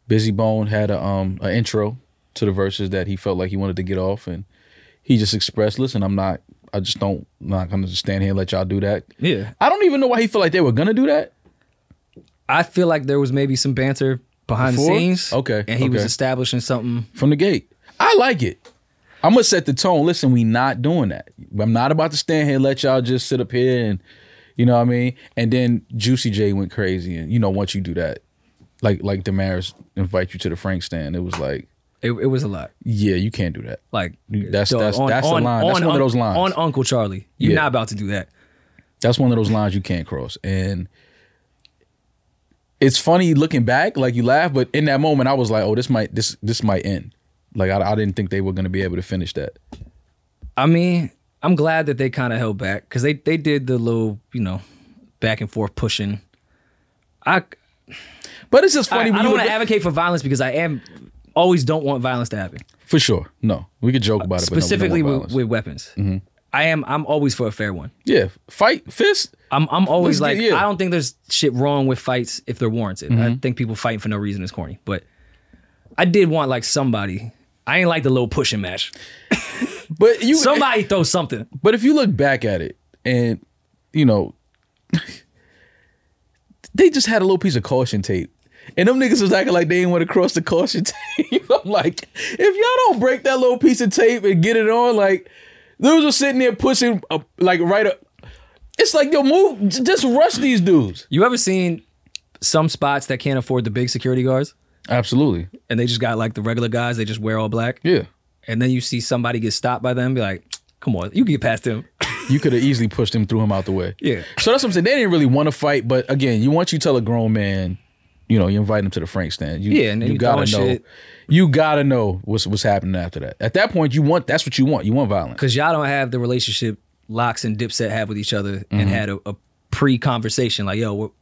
S3: Busy Bone had a um an intro to the verses that he felt like he wanted to get off, and he just expressed, "Listen, I'm not. I just don't not gonna just stand here and let y'all do that."
S2: Yeah.
S3: I don't even know why he felt like they were gonna do that.
S2: I feel like there was maybe some banter behind
S3: Before?
S2: the scenes.
S3: Okay,
S2: And he was
S3: okay.
S2: establishing something.
S3: from the gate. I like it. I'm gonna set the tone. Listen, we not doing that. I'm not about to stand here and let y'all just sit up here and you know what I mean. And then Juicy J went crazy, and you know once you do that, like like Damaris invite you to the Frank stand, it was like,
S2: It, it was a lot.
S3: yeah, you can't do that.
S2: Like
S3: That's- that's- that's the line. That's one of
S2: Unc-
S3: those lines.
S2: on Uncle Charlie. You're
S3: Yeah.
S2: not about to do that.
S3: That's one of those lines you can't cross. And it's funny looking back, like you laugh, but in that moment I was like, oh, this might this this might end. Like I, I didn't think they were gonna be able to finish that.
S2: I mean, I'm glad that they kind of held back because they they did the little you know back and forth pushing. I
S3: But it's just
S2: I, I
S3: funny. when you
S2: don't
S3: look
S2: want
S3: back-
S2: to advocate for violence because I am always don't want violence to happen.
S3: For sure. No, we could joke about it.
S2: Uh, Specifically
S3: but no, we don't want
S2: with,
S3: violence. Mm-hmm.
S2: with weapons, I am I'm always for a fair one.
S3: yeah, fight fist.
S2: I'm I'm always
S3: Let's
S2: like
S3: get- yeah. Mm-hmm.
S2: I don't think there's shit wrong with fights if they're warranted. I think people fighting for no reason is corny, but I did want like somebody. I ain't like the little pushing match.
S3: But you,
S2: Somebody throw something.
S3: but if you look back at it, and you know, they just had a little piece of caution tape. And them niggas was acting like they didn't want to cross the caution tape. I'm like, if y'all don't break that little piece of tape and get it on, like, dudes are sitting there pushing, uh, like, right up. It's like, yo, move, j- just rush these dudes.
S2: You ever seen some spots that can't afford the big security guards?
S3: Absolutely.
S2: and they just got like the regular guys. They just wear all black.
S3: Yeah.
S2: And then you see somebody get stopped by them, be like, "Come on, you can get past them."
S3: You could have easily pushed him, threw him out the way.
S2: Yeah.
S3: So that's what I'm saying. They didn't really want to fight, but again, you once you tell a grown man, you know, you invite him to the Frank stand. You,
S2: Yeah, and then
S3: you
S2: you
S3: gotta know.
S2: throwing shit.
S3: You gotta know what's what's happening after that. At that point, you want that's what you want. You want violence.
S2: Because y'all don't have the relationship Locks and Dipset had with each other, and had a, a pre-conversation like, "Yo, we'll,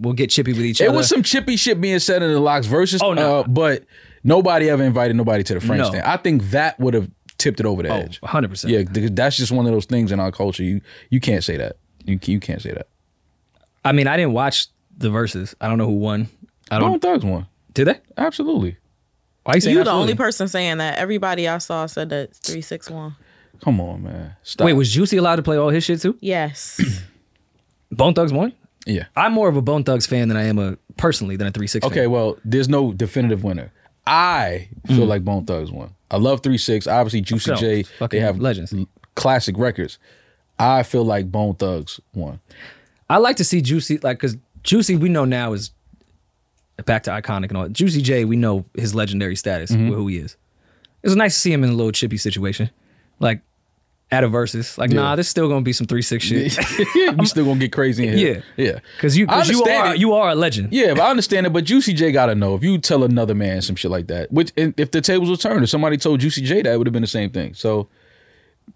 S2: we'll get chippy with each
S3: It
S2: other."
S3: was some chippy shit being said in the locks versus.
S2: Oh, no.
S3: uh, but nobody ever invited nobody to the Frank
S2: No.
S3: stand. I think that would have tipped it over the
S2: Oh,
S3: edge.
S2: 100%.
S3: Yeah, because that's just one of those things in our culture. You you can't say that. You you can't say that.
S2: I mean, I didn't watch the verses. I don't know who won. I don't.
S3: Bone Thugs won.
S2: Did they?
S3: Absolutely.
S2: Why you saying
S6: You the
S2: absolutely?
S6: only person saying that. Everybody I saw said that three six one.
S3: Come on, man. Stop.
S2: Wait, was Juicy allowed to play all his shit too?
S6: Yes.
S2: Bone Thugs won.
S3: yeah.
S2: I'm more of a Bone Thugs fan than I am a personally than a Three Six.
S3: Okay,
S2: fan.
S3: well, there's no definitive winner. I
S2: Hmm.
S3: feel like Bone Thugs won. I love Three Six. Obviously, Juicy
S2: So,
S3: J. They
S2: fucking
S3: have
S2: legends.
S3: l- classic records. I feel like Bone Thugs won.
S2: I like to see Juicy like because Juicy we know now is back to iconic and all. Juicy J, we know his legendary status,
S3: Mm-hmm.
S2: who he is. It was nice to see him in a little chippy situation, like at a versus. Like, nah, there's still gonna be some three six shit.
S3: we still gonna get crazy in here.
S2: Yeah.
S3: yeah.
S2: Because you,
S3: I
S2: cause you
S3: understand
S2: are
S3: it.
S2: you are a legend.
S3: Yeah, but I understand it. But Juicy J gotta know if you tell another man some shit like that, which and if the tables were turned, if somebody told Juicy J that, it would have been the same thing. So,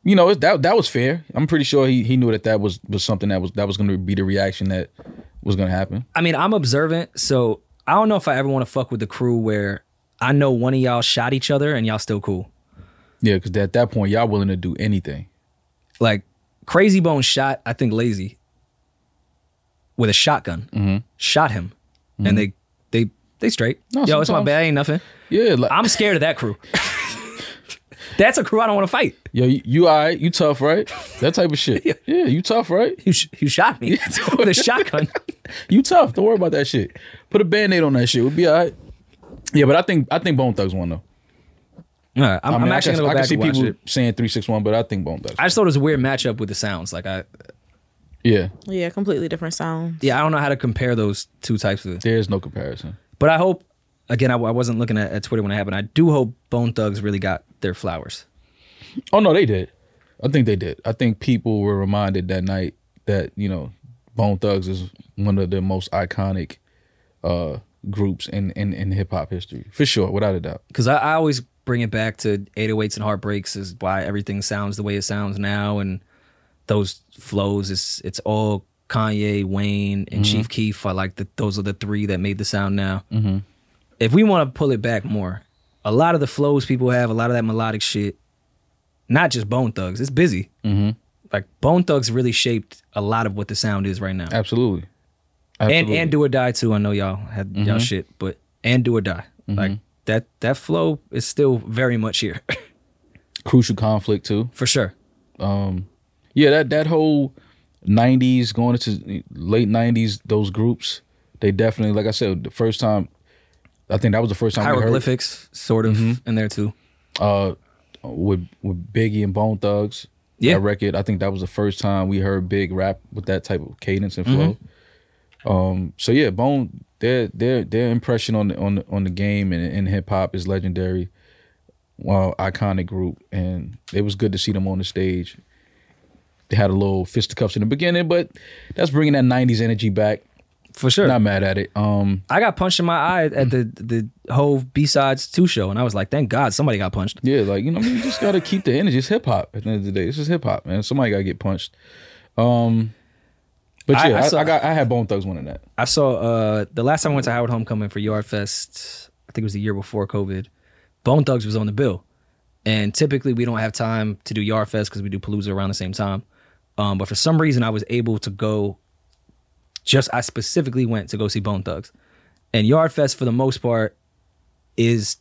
S3: you know, it, that that was fair. I'm pretty sure he he knew that that was was something that was that was gonna be the reaction that was gonna happen.
S2: I mean, I'm observant, so I don't know if I ever want to fuck with the crew where I know one of y'all shot each other and y'all still cool.
S3: Yeah, because at that point, y'all willing to do anything.
S2: Like Crazy Bone shot, I think Lazy with a shotgun,
S3: Mm-hmm.
S2: shot him, and they they they straight.
S3: No,
S2: Yo, it's my
S3: sometimes-
S2: bad, ain't nothing.
S3: Yeah, like,
S2: I'm scared of that crew. That's a crew I don't want to fight.
S3: yo, you, you all right? You tough, right? That type of shit. yeah. you tough, right?
S2: You, sh- you shot me with a shotgun.
S3: You tough. Don't worry about that shit. Put a band aid on that shit. We'll be all right. Yeah, but I think I think Bone Thugs won though.
S2: All right, I'm,
S3: I
S2: I
S3: mean,
S2: am
S3: I
S2: actually
S3: can-
S2: gonna go
S3: I can
S2: back
S3: see
S2: and watch
S3: people
S2: it.
S3: saying three six one, but I think Bone Thugs.
S2: I just thought it was a weird matchup with the sounds. Like I,
S3: yeah,
S6: Yeah, completely different sound.
S2: yeah, I don't know how to compare those two types of.
S3: there is no comparison.
S2: But I hope, again, I, I wasn't looking at, at Twitter when it happened. I do hope Bone Thugs really got their flowers.
S3: Oh no, they did. I think they did. I think people were reminded that night that you know Bone Thugs is one of the most iconic uh groups in in, in hip hop history for sure, without a doubt.
S2: Because I, I always bring it back to 808s and heartbreaks is why everything sounds the way it sounds now, and those flows is it's all Kanye, Wayne, and Chief Keef. I like that. Those are the three that made the sound now. If we want to pull it back more, a lot of the flows people have, a lot of that melodic shit, not just Bone Thugs. It's busy. Like Bone Thugs really shaped a lot of what the sound is right now.
S3: Absolutely.
S2: and
S3: Absolutely.
S2: and do or die too. I know y'all had y'all shit, but and do or die like that. That flow is still very much here
S3: crucial conflict too.
S2: for sure.
S3: Yeah, that that whole '90s going into late '90s, those groups, they definitely, like I said, the first time. I think that was the first time we heard
S2: Hieroglyphics sort of in there too.
S3: uh, with with Biggie and Bone Thugs.
S2: Yeah.
S3: that record. I think that was the first time we heard Big rap with that type of cadence and flow.
S2: Mm-hmm.
S3: Um, so yeah, Bone their their their impression on the, on the, on the game and in hip hop is legendary. Well, iconic group, and it was good to see them on the stage. They had a little fisticuffs in the beginning, but that's bringing that '90s energy back.
S2: For sure.
S3: Not mad at it. Um,
S2: I got punched in my eye at the the whole B sides two show, and I was like, thank God somebody got punched.
S3: Yeah, like you know, I mean, you just gotta keep the energy. It's hip hop at the end of the day. This is hip hop, man. Somebody gotta get punched. Um, but
S2: I-
S3: yeah,
S2: I
S3: I, I,
S2: saw-
S3: got I had Bone Thugs winning that.
S2: I saw uh the last time I went to Howard Homecoming for Yard Fest, I think it was the year before COVID, Bone Thugs was on the bill. And typically we don't have time to do Yard Fest because we do Palooza around the same time. Um, but for some reason I was able to go just I specifically went to go see Bone Thugs. And Yard Fest for the most part is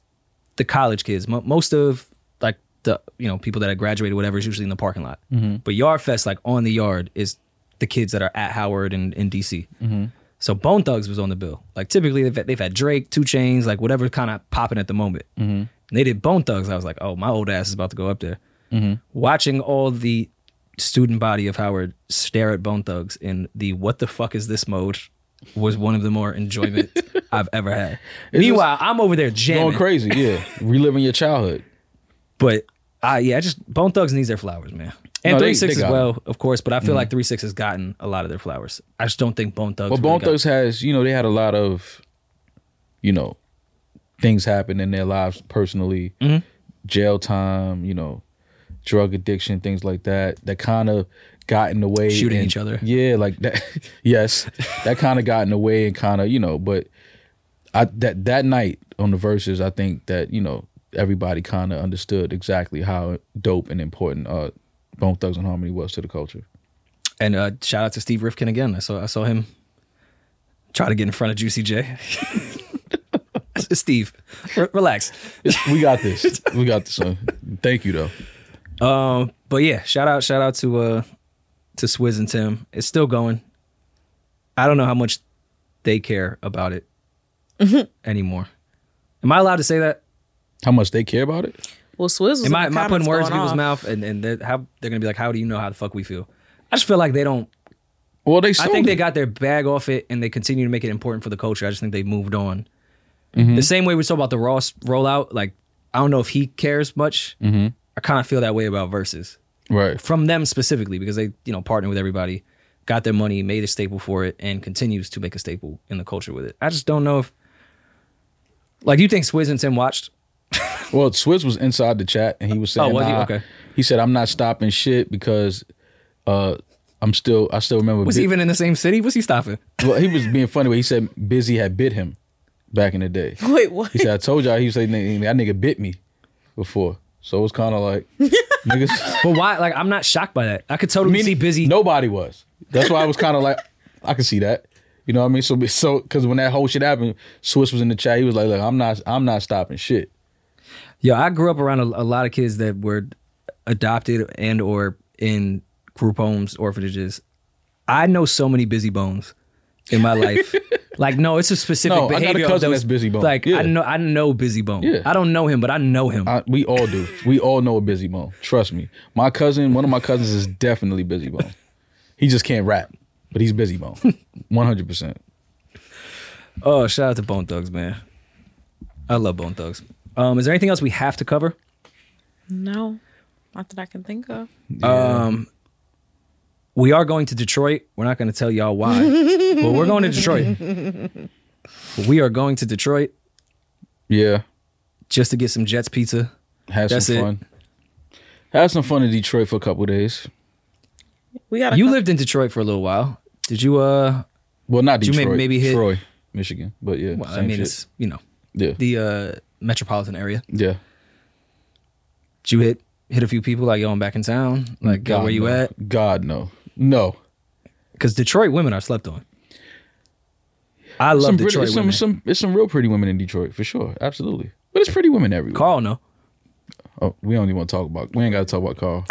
S2: the college kids. Mo most of like the you know people that have graduated, whatever, is usually in the parking lot. But Yard Fest, like on the yard, is the kids that are at Howard and in DC. So Bone Thugs was on the bill. Like typically they've, they've had Drake, Two Chains, like whatever kind of popping at the moment. And they did Bone Thugs. I was like, oh, my old ass is about to go up there. Watching all the student body of Howard stare at Bone Thugs in the what the fuck is this mode was one of the more enjoyment I've ever had. Meanwhile, I'm over there
S3: Going
S2: jamming.
S3: crazy, yeah. Reliving your childhood.
S2: But I yeah, I just Bone Thugs needs their flowers, man. And
S3: No, they-
S2: Three Six
S3: they
S2: as
S3: got Mm-hmm.
S2: well, of course. But I feel like Three Six has gotten a lot of their flowers. I just don't think Bone Thugs.
S3: But
S2: really
S3: Bone
S2: got-
S3: Thugs has, you know, they had a lot of, you know, things happen in their lives personally,
S2: Mm-hmm.
S3: jail time, you know, drug addiction, things like that. That kind of got in the way.
S2: Shooting
S3: and-
S2: each other.
S3: Yeah, like that. yes, that kind of got in the way and kind of, you know, but I that that night on the verses, I think that you know everybody kind of understood exactly how dope and important uh, Bone Thugs and Harmony was to the culture.
S2: And uh, shout out to Steve Rifkin again. I saw I saw him try to get in front of Juicy J. Steve, re- relax.
S3: It's- we got this. we got this. Son. Thank you though.
S2: Um, but yeah, shout out shout out to uh to Swizz and Tim. It's still going. I don't know how much they care about it
S3: Mm-hmm.
S2: anymore. Am I allowed to say that?
S3: How much they care about it?
S6: Well, Swizz was
S2: Am I, am I putting words in people's mouth
S6: mouth?
S2: and, and they're, how, they're gonna be like, how do you know how the fuck we feel? I just feel like they don't
S3: Well, they
S2: I
S3: sold
S2: think they
S3: it.
S2: got their bag off it and they continue to make it important for the culture. I just think they moved on. The same way we saw about the Ross rollout, like I don't know if he cares much. I kind of feel that way about verses
S3: right.
S2: from them specifically because they, you know, partnered with everybody, got their money, made a staple for it, and continues to make a staple in the culture with it. I just don't know if, like, you think Swizz and Tim watched?
S3: Well, Swizz was inside the chat and he was saying,
S2: Oh, was he?
S3: "Nah."
S2: Okay.
S3: He said, "I'm not stopping shit because uh, I'm still. I still remember.
S2: Was
S3: Bi-
S2: he even in the same city? Was he stopping?
S3: well, he was being funny, but he said Busy had bit him back in the day.
S6: Wait, what?
S3: He said, "I told y'all." He was saying that nigga bit me before, so it was kind of like niggas.
S2: But why? Like, I'm not shocked by that. I could totally see busy.
S3: Nobody was. That's why I was kind of like, I can see that. You know what I mean? So, so because when that whole shit happened, Swiss was in the chat. He was like, "Look, I'm not, I'm not stopping shit."
S2: Yo, I grew up around a, a lot of kids that were adopted and or in group homes, orphanages. I know so many busy bones in my life. like, no, it's a specific
S3: No, I got a
S2: behavior. of
S3: cousin
S2: those-
S3: that's busy bone.
S2: Like,
S3: Yeah.
S2: I know, I know busy bone.
S3: Yeah.
S2: I don't know him, but I know him.
S3: I, we all do. We all know a busy bone. Trust me. My cousin, one of my cousins, is definitely busy bone. He just can't rap, but he's busy bone, one hundred percent.
S2: oh, shout out to Bone Thugs, man. I love Bone Thugs. Um, is there anything else we have to cover?
S6: No, not that I can think of.
S2: Um, we are going to Detroit. We're not going to tell y'all why, but we're going to Detroit. we are going to Detroit
S3: Yeah,
S2: just to get some Jets pizza.
S3: have
S2: That's
S3: some
S2: it.
S3: fun. Have some fun in Detroit for a couple days.
S6: We got a
S2: You
S6: cou-
S2: lived in Detroit for a little while. Did you? Uh,
S3: Well, not
S2: You may-
S3: Detroit.
S2: maybe hit-
S3: Troy, Michigan. But yeah,
S2: well, I
S3: same
S2: mean,
S3: shit.
S2: it's you know
S3: yeah,
S2: the uh, metropolitan area.
S3: yeah.
S2: Did you hit hit a few people like yo, I'm back in town. Like, yo, where you
S3: no.
S2: at?
S3: God no, no.
S2: Because Detroit women are slept on. I love
S3: some pretty,
S2: Detroit
S3: it's some,
S2: women.
S3: some, it's some real pretty women in Detroit for sure, absolutely. But it's pretty women everywhere.
S2: Carl, no.
S3: Oh, we don't even want to talk about. We ain't got to talk about Carl.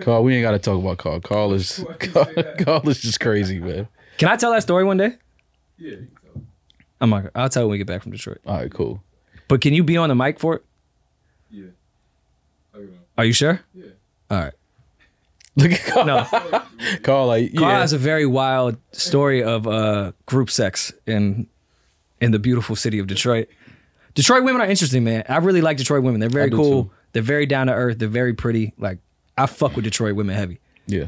S3: Carl, we ain't got to talk about Carl. Carl is Carl, Carl is just crazy, man.
S2: Can I tell that story one day? Yeah. I'm like, I'll tell when we get back from Detroit.
S3: All right, cool.
S2: But can you be on the mic for it?
S5: Yeah. I don't know.
S2: Are you sure? Yeah. All right.
S3: Look at Carl.
S2: No.
S3: Carl, like yeah,
S2: Carl has a very wild story of uh, group sex in in the beautiful city of Detroit. Detroit women are interesting, man. I really like Detroit women. They're very
S3: do
S2: cool.
S3: too.
S2: They're very down to earth. They're very pretty. Like I fuck with Detroit women heavy.
S3: yeah,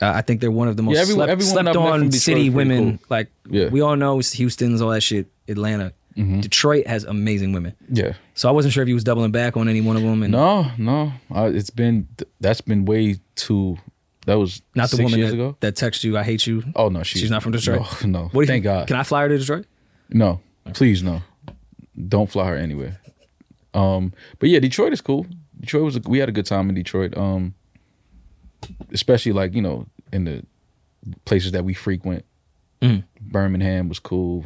S2: Uh, I think they're one of the most
S3: Yeah, every-
S2: slept,
S3: every woman
S2: slept
S3: I've met from
S2: on
S3: Detroit's
S2: city
S3: pretty
S2: women.
S3: cool.
S2: Like
S3: Yeah. Mm-hmm.
S2: we all know it's Houston's all that shit. Atlanta, Detroit has amazing women.
S3: yeah.
S2: So I wasn't sure if you was doubling back on any one of them. And
S3: No, no. I, it's been that's been way too. That was
S2: not the
S3: six
S2: woman
S3: years
S2: that,
S3: ago.
S2: that texted you, "I hate you."
S3: Oh no, she,
S2: she's not from Detroit.
S3: No, no.
S2: What do you
S3: Thank
S2: think?
S3: God.
S2: Can I fly her to Detroit?
S3: No, please no. Don't fly her anywhere. Um, but yeah, Detroit is cool. Detroit was a, we had a good time in Detroit. Um, especially like you know in the places that we frequent.
S2: Mm.
S3: Birmingham was cool.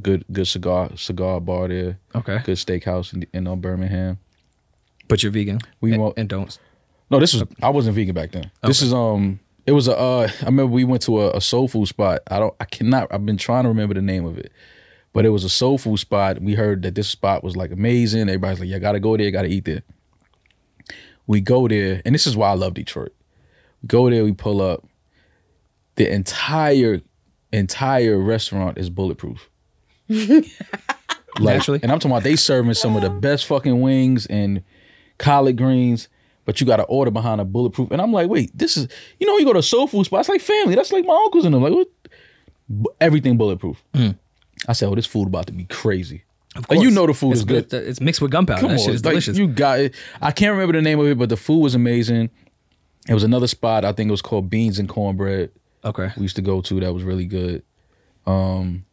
S3: Good good cigar cigar bar there.
S2: Okay.
S3: Good steakhouse in, in uh, Birmingham.
S2: But you're vegan.
S3: We
S2: and,
S3: won't-
S2: and don't.
S3: No, this was I wasn't vegan back then. This is um it was a uh I remember we went to a, a soul food spot. I don't I cannot I've been trying to remember the name of it. But it was a soul food spot. We heard that this spot was like amazing. Everybody's like, Yeah, gotta go there, gotta eat there. We go there, and this is why I love Detroit. We go there, we pull up. The entire entire restaurant is bulletproof. Like,
S2: Naturally.
S3: And I'm talking about they serving some of the best fucking wings and collard greens, but you got to order behind a bulletproof. And I'm like, wait, this is you know you go to a soul food spot. It's like family. That's like my uncles and them. Like what? Bu- Everything bulletproof.
S2: Mm.
S3: I said, oh, this food about to be crazy. Like, you know the food
S2: it's
S3: is good.
S2: It's, it's mixed with gunpowder.
S3: Come
S2: That
S3: on,
S2: shit is
S3: like,
S2: delicious.
S3: You got it. I can't remember the name of it, but the food was amazing. It was another spot. I think it was called Beans and Cornbread.
S2: okay.
S3: We used to go to that was really good. Um, and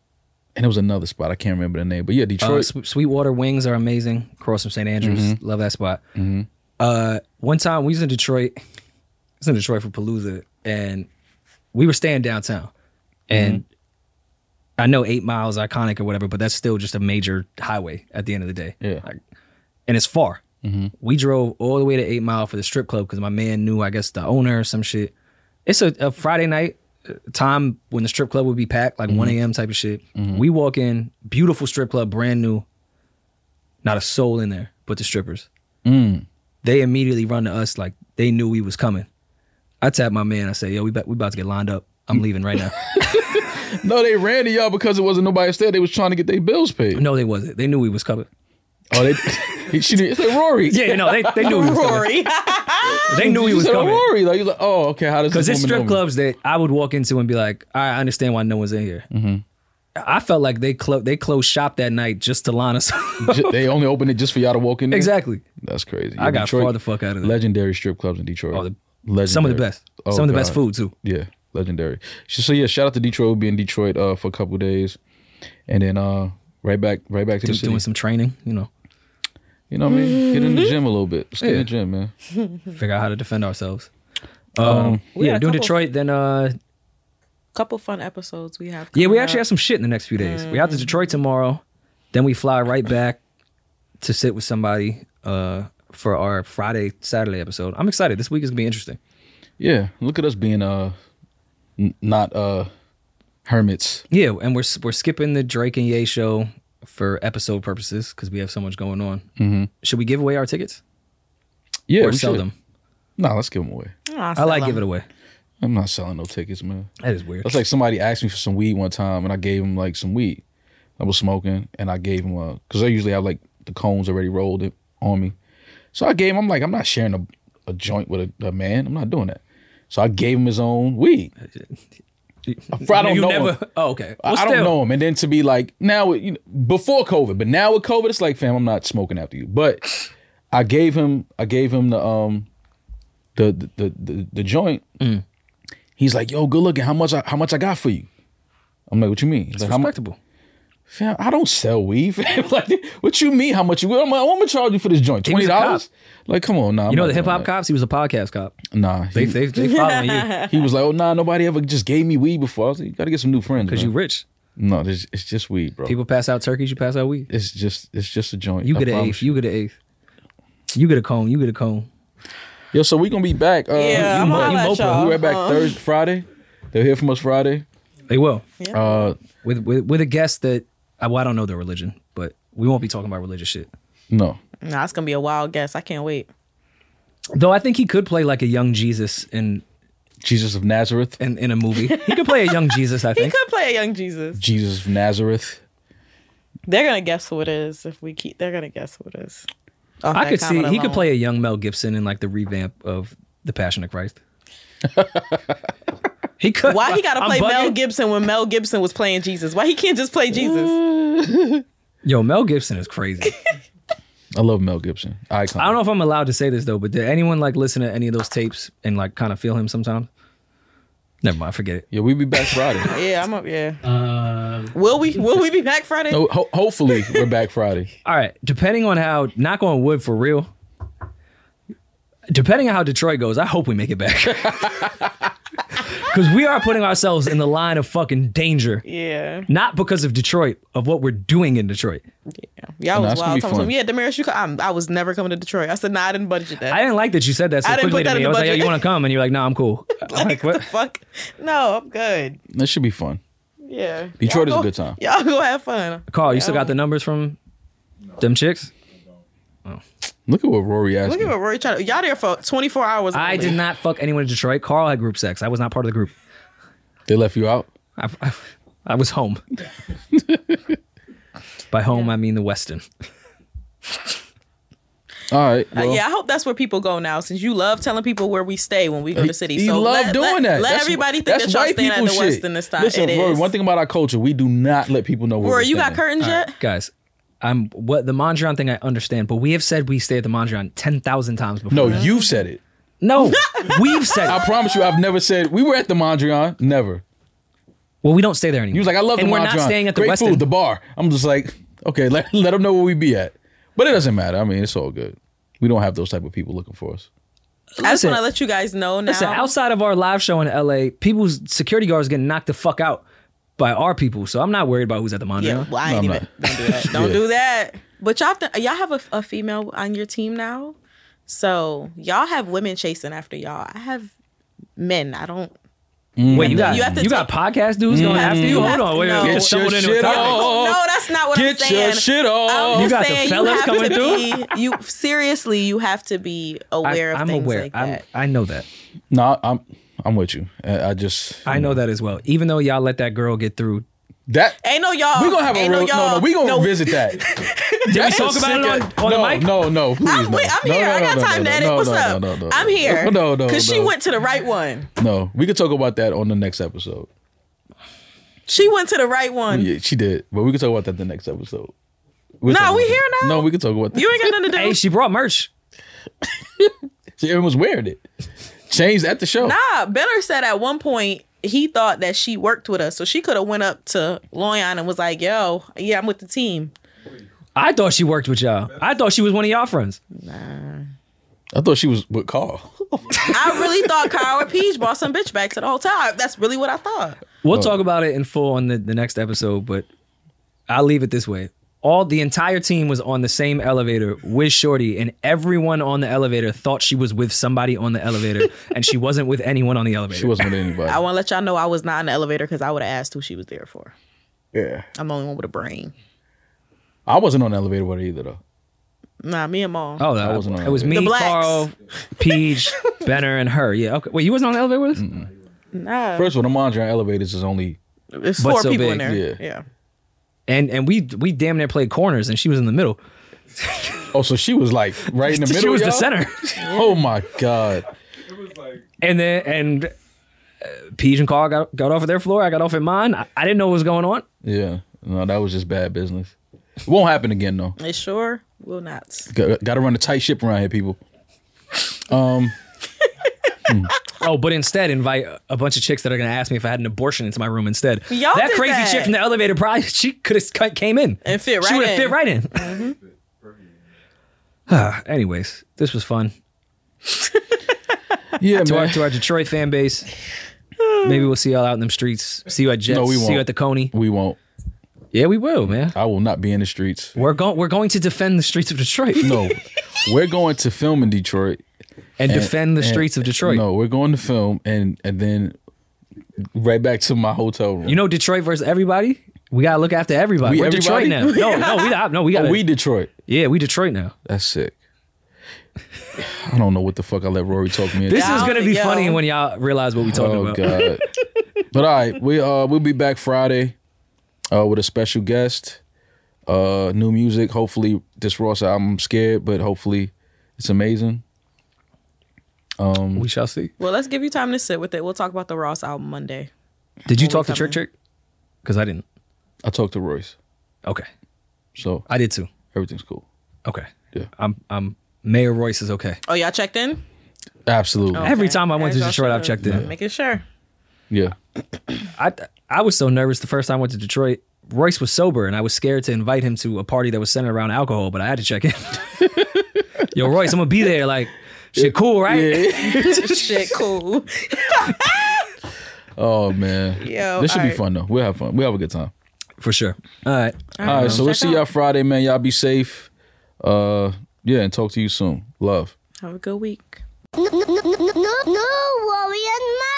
S3: it was another spot. I can't remember the name, but yeah,
S2: Uh,
S3: Detroit. Mm-hmm.
S2: Swe- Sweetwater wings are amazing. Across from St. Andrews, love that spot. Uh, one time we was in Detroit. I was in Detroit for Palooza, and we were staying downtown. And
S3: Mm-hmm.
S2: I know Eight Mile is iconic or whatever, but that's still just a major highway at the end of the day.
S3: Yeah.
S2: Like, and it's far. We drove all the way to Eight Mile for the strip club because my man knew, I guess, the owner or some shit. It's a, a Friday night uh, time when the strip club would be packed, like 1 a.m. type of shit. We walk in, beautiful strip club, brand new. Not a soul in there but the strippers. Mm. They immediately run to us like they knew we was coming. I tapped my man. I said, "Yo, we about, we about to get lined up." I'm leaving right now.
S3: No, they ran to y'all because it wasn't nobody else there. They was trying to get their bills paid.
S2: no, they wasn't. They knew we was coming.
S3: Oh, they. she did. It's like Rory.
S2: Yeah, no, they, they knew we was coming.
S6: Rory.
S2: They knew we
S3: She
S2: was
S3: said
S2: coming.
S3: Rory. Like, he's like, oh, okay. How does
S2: Because
S3: this
S2: there's
S3: woman know
S2: strip
S3: me?
S2: clubs that I would walk into and be like, "All right, I understand why no one's in here.
S3: Mm-hmm.
S2: I felt like they clo- they closed shop that night just to line us. up.
S3: Ju- they only opened it just for y'all to walk in. There?
S2: exactly.
S3: That's crazy.
S2: I
S3: Yeah,
S2: got
S3: Detroit-
S2: far the fuck out of there.
S3: Legendary strip clubs in Detroit.
S2: Oh, the-
S3: legendary.
S2: Some of the best.
S3: Oh,
S2: Some of the best
S3: God.
S2: food too.
S3: Yeah, legendary. So so, yeah, shout out to Detroit. We'll be in Detroit uh, for a couple days, and then uh, right back, right back to the
S2: Do-
S3: city.
S2: doing some training, you know,
S3: you know what I mean? Get in the gym a little bit. Just get in
S2: Mm-hmm. Yeah.
S3: the gym, man.
S2: figure out how to defend ourselves. Um,
S6: We
S2: yeah,
S6: had a
S2: doing
S6: couple-
S2: Detroit. Then uh,
S6: Couple fun episodes we have.
S2: yeah, we
S6: coming
S2: actually
S6: up.
S2: have some shit in the next few days. We out to Detroit tomorrow. Then we fly right back to sit with somebody uh, for our Friday Saturday episode. I'm excited. This week is gonna be interesting.
S3: Yeah, look at us being uh, n- not uh, hermits.
S2: Yeah, and we're we're skipping the Drake and Ye show for episode purposes because we have so much going on. Mm-hmm. Should we give away our tickets
S3: Yeah,
S2: or
S3: we
S2: sell
S3: should.
S2: them?
S3: Nah, let's give them away.
S6: Aw,
S2: I like
S6: Stella.
S2: giving it away.
S3: I'm not selling no tickets, man.
S2: That is weird.
S3: That's like somebody asked me for some weed one time, and I gave him like some weed. I was smoking, and I gave him a because I usually have like the cones already rolled it on me. So I gave him. I'm like, I'm not sharing a, a joint with a, a man. I'm not doing that. So I gave him his own weed. I don't
S2: you
S3: know
S2: never,
S3: him.
S2: Oh, okay.
S3: I-
S2: Well,
S3: I don't
S2: still,
S3: know him, and then to be like now you know, before COVID, but now with COVID, it's like, fam, I'm not smoking after you. But I gave him, I gave him the um, the the the, the, the joint.
S2: Mm.
S3: He's like, yo, good looking. How much? I, how much I got for you? I'm like, what you mean? He's
S2: It's
S3: like, how much?
S2: respectable.
S3: Fam, I don't sell weed. Fam. like, what you mean? How much you? I'm, like, I'm gonna charge you for this joint.
S2: He was
S3: Twenty
S2: a cop.
S3: dollars? Like, come on, nah.
S2: You know the hip hop cops. He was a podcast cop.
S3: Nah,
S2: They
S3: he,
S2: they they following you
S3: he was like, oh nah, nobody ever just gave me weed before. I was like, you gotta get some new friends.
S2: because
S3: man.
S2: you rich.
S3: no, this, it's just weed, bro.
S2: People pass out turkeys. You pass out weed.
S3: it's just it's just a joint.
S2: You
S3: I
S2: get an
S3: promise
S2: eighth. You get an eighth. You get a cone. You get a cone.
S3: Yo, so we gonna be back. Uh,
S6: Yeah, I'm
S3: you, mo-
S6: gonna
S3: you
S6: holla at
S3: mopo.
S6: y'all. Uh-huh.
S3: We're back Thursday, Friday. They'll hear from us Friday.
S2: They will
S3: Uh,
S2: with with with a guest that I, well, I don't know their religion, but we won't be talking about religious shit.
S3: no,
S6: Nah, it's gonna be a wild guess. I can't wait.
S2: Though I think he could play like a young Jesus in
S3: Jesus of Nazareth.
S2: in, in a movie. He could play a young Jesus. I
S6: He
S2: think.
S6: could play a young Jesus.
S3: Jesus of Nazareth.
S6: They're gonna guess who it is if we keep. They're gonna guess who it is. Off
S2: I
S6: that
S2: could see
S6: comment
S2: he could
S6: alone.
S2: play a young Mel Gibson in like the revamp of The Passion of Christ. he could.
S6: Why he gotta
S2: I'm
S6: play Mel
S2: bugging.
S6: Gibson when Mel Gibson was playing Jesus? Why he can't just play
S2: Mm.
S6: Jesus?
S2: Yo, Mel Gibson is crazy.
S3: I love Mel Gibson. Icon.
S2: I don't know if I'm allowed to say this though, but did anyone like listen to any of those tapes and like kind of feel him sometimes? Never mind, forget it.
S3: Yeah, we be back Friday.
S6: Yeah, I'm up. Yeah.
S5: Um,
S6: will we? Will we be back Friday?
S3: No, ho- hopefully we're back Friday.
S2: All right, depending on how knock on wood for real. Depending on how Detroit goes, I hope we make it back. Cause we are putting ourselves in the line of fucking danger.
S6: Yeah.
S2: Not because of Detroit, of what we're doing in Detroit.
S3: Nah,
S6: Y'all was
S3: it's gonna be
S6: wild. Someone
S3: fun.
S6: told me, yeah, Damaris, you co- I'm, I was never coming to Detroit. I said, nah, I didn't budget that.
S2: I didn't like that you said that so
S6: I didn't
S2: quickly
S6: put
S2: to
S6: that
S2: me. I
S6: in the
S2: was like, yo,
S6: budget.
S2: you want to come? And you're like, no, I'm cool. I'm like,
S6: what
S2: what?
S6: the fuck? No, I'm good.
S3: That should be fun.
S6: Yeah.
S3: Detroit is a
S6: Y'all go-
S3: good time.
S6: Y'all go have fun.
S2: Carl, you still got the numbers from them chicks?
S3: Look at what Rory asked.
S6: Look at
S3: me.
S6: what Rory tried to. Y'all there for 24 hours.
S2: I
S6: only.
S2: did not fuck anyone in Detroit. Carl had group sex. I was not part of the group.
S3: They left you out.
S2: I, I, I was home. By home, I mean the Weston.
S3: All right.
S6: Uh,
S3: well,
S6: yeah, I hope that's where people go now, since you love telling people where we stay when we go to city.
S3: He
S6: so
S3: love
S6: let,
S3: doing
S6: let-
S3: that.
S6: Let
S3: That's-
S6: everybody think
S3: that's
S6: that y'all
S3: white
S6: staying at
S3: people
S6: the
S3: shit.
S6: Westin this time.
S3: Listen,
S6: It
S3: Rory,
S6: is.
S3: one thing about our culture, we do not let people know where
S6: Rory,
S3: we're
S6: you got
S3: staying.
S6: curtains yet?
S2: Guys, I'm what the Mondrian thing I understand, but we have said we stay at the Mondrian 10,000 times before.
S3: No, you've said it.
S2: No, we've said
S3: I
S2: it.
S3: promise you, I've never said we were at the Mondrian. Never.
S2: Well, we don't stay there anymore.
S3: He was like, I love
S2: and
S3: the
S2: we're
S3: Mount
S2: not
S3: John.
S2: staying at the
S3: Great
S2: Westin.
S3: food, the bar. I'm just like, okay, let, let them know where we be at. But it doesn't matter. I mean, it's all good. We don't have those type of people looking for us.
S6: I just
S2: Listen.
S6: want to let you guys know now.
S2: Listen, outside of our live show in LA, people's security guards getting knocked the fuck out by our people. So I'm not worried about who's at the
S6: yeah,
S2: Mondrian.
S6: well, I ain't
S3: No, I'm
S6: even. Don't do that. Don't
S3: Yeah.
S6: do that. But y'all, th- y'all have a, a female on your team now, so y'all have women chasing after y'all. I have men. I don't.
S2: Wait, you got you,
S6: you have to
S2: got podcast dudes going
S6: have
S2: after
S6: to-
S2: you?
S6: you
S2: Hold
S6: have
S2: on,
S6: to
S2: wait, wait,
S6: know.
S2: wait.
S6: Get
S2: just someone
S3: your
S2: in
S3: shit
S2: with
S3: off.
S2: topic.
S3: Oh.
S6: no, that's not what
S3: Get
S6: I'm saying. um,
S3: your shit off.
S6: I'm
S2: You got the
S6: saying
S2: fellas
S6: you have
S2: coming
S6: to
S2: through?
S6: Be, you seriously, you have to be aware
S2: I,
S6: of
S2: I'm
S6: things
S2: aware.
S6: like
S2: I'm,
S6: that.
S2: I know that.
S3: No, I'm I'm with you. I, I just
S2: I know that as well. Even though y'all let that girl get through.
S3: that
S6: Ain't no y'all.
S3: we're gonna have a
S6: Ain't
S3: real
S6: no
S3: no no,
S6: y'all.
S3: we gonna
S6: No.
S3: visit that.
S2: Did we
S3: That's
S2: talk
S3: a
S2: about
S3: sick
S2: it
S3: ass-
S2: on, on
S3: no,
S2: the mic?
S3: No, no, please.
S6: I'm,
S3: no.
S6: wait, I'm
S3: No,
S6: here.
S3: no,
S6: I
S3: no,
S6: got
S3: no,
S6: time
S3: no,
S6: to edit.
S3: no,
S6: What's
S3: no,
S6: up?
S3: no, no, no,
S6: I'm
S3: no.
S6: here.
S3: No, no,
S6: Because she
S3: no.
S6: went to the right one.
S3: No, we could talk about that on the next episode.
S6: She went to the right one.
S3: Yeah, she did, but we could talk about that the next episode. We'll
S6: Nah,
S3: talk
S6: we
S3: about
S6: here
S3: that.
S6: now.
S3: No, we can talk about that.
S6: You ain't got nothing to do.
S2: Hey, she brought merch.
S3: See, everyone was wearing it. Changed at the show.
S6: Nah, Benner Ah, said at one point he thought that she worked with us, so she could have went up to Loyan and was like, "Yo, yeah, I'm with the team."
S2: I thought she worked with y'all. I thought she was one of y'all friends.
S3: I thought she was with Carl.
S6: I really thought Kyle and Peach brought some bitch back to the hotel. I- That's really what I thought.
S3: Oh.
S2: We'll talk about it in full on the, the next episode, but I'll leave it this way. All the entire team was on the same elevator with Shorty, and everyone on the elevator thought she was with somebody on the elevator, and she wasn't with anyone on the elevator.
S3: She wasn't with anybody.
S6: I want to let y'all know I was not in the elevator because I would have asked who she was there for.
S3: yeah,
S6: I'm the only one with a brain.
S3: I wasn't on the elevator with her either though.
S6: Nah, me and Mom.
S2: Oh, that
S3: I
S2: wasn't.
S3: wasn't on
S2: It was
S3: the
S2: me,
S6: blacks.
S2: Carl, Peach, Benner, and her. Yeah. Okay. Wait, you wasn't on the elevator with us?
S6: Nah,
S3: First of all, the monitor on elevators is only
S6: it's
S2: But
S6: four
S2: so
S6: people
S2: big,
S6: in
S3: yeah.
S6: there. yeah.
S2: And and we we damn near played corners, and she was in the middle.
S3: oh, so she was like right in the middle.
S2: she was the
S3: y'all?
S2: center.
S3: Oh my god.
S5: It was like
S2: And then and uh, Peach and Carl got got off of their floor. I got off at mine. I, I didn't know what was going on.
S3: Yeah, no, that was just bad business. It won't happen again though.
S6: It sure will not.
S3: Got, got to run a tight ship around here, people. Um,
S2: Oh, but instead invite a bunch of chicks that are gonna ask me if I had an abortion into my room instead.
S6: Y'all
S2: that
S6: did
S2: crazy
S6: that.
S2: chick from the elevator probably she could have came in
S6: And fit
S2: She
S6: right
S2: would have
S6: in. Mm-hmm.
S2: fit right in. Anyways, this was fun.
S3: yeah,
S2: to our
S3: man.
S2: to our Detroit fan base. Maybe we'll see y'all out in them streets. See you at Jets.
S3: No, we
S2: See
S3: won't. Uh,
S2: you at the Coney.
S3: We won't.
S2: Yeah, we will, man.
S3: I will not be in the streets.
S2: We're going. We're going to defend the streets of Detroit
S3: No, we're going to film in Detroit.
S2: and
S3: and-
S2: defend the
S3: and-
S2: streets of Detroit.
S3: No, we're going to film and and then right back to my hotel room.
S2: You know Detroit versus everybody. We gotta look after everybody.
S3: We
S2: are Detroit now.
S3: everybody? Oh,
S2: No, no, we not. No, we gotta.
S3: we Detroit.
S2: yeah, we Detroit now.
S3: That's sick. I don't know what the fuck I let Rory talk me into.
S2: This is
S6: Down
S2: gonna
S6: to
S2: be
S6: yo.
S2: funny when y'all realize what we talking
S3: oh
S2: about.
S3: god. but all right, we uh we'll be back Friday uh with a special guest. Uh new music, hopefully this Ross I'm scared, but hopefully it's amazing.
S2: We shall see.
S6: Well, let's give you time to sit with it. We'll talk about the Ross album Monday.
S2: Did you
S6: we
S2: talk to
S6: coming.
S2: Trick Trick? Because I didn't.
S3: I talked to Royce.
S2: Okay,
S3: So
S2: I did too.
S3: everything's cool.
S2: Okay.
S3: Yeah.
S2: I'm. I'm. Mayor Royce is okay.
S6: Oh, y'all checked in?
S3: Absolutely.
S2: Every time I went
S6: As
S2: to
S6: y'all
S2: Detroit, I've
S6: should've.
S2: checked in.
S6: Making sure.
S3: Yeah.
S2: I I was so nervous the first time I went to Detroit. Royce was sober, and I was scared to invite him to a party that was centered around alcohol, but I had to check in. Yo, Royce, I'm gonna be there. Like, shit, cool, right?
S6: Shit, cool.
S3: Oh man.
S6: Yo,
S3: This should be
S6: alright.
S3: fun though. We'll have fun. We'll have a good time.
S2: For sure. All right.
S3: All right, Uh, so we'll
S6: Check
S3: see
S6: out.
S3: y'all Friday, man. Y'all be safe. Uh yeah, and talk to you soon. Love.
S6: Have a good week.
S1: No, no, no, no, no, no, worry and ma.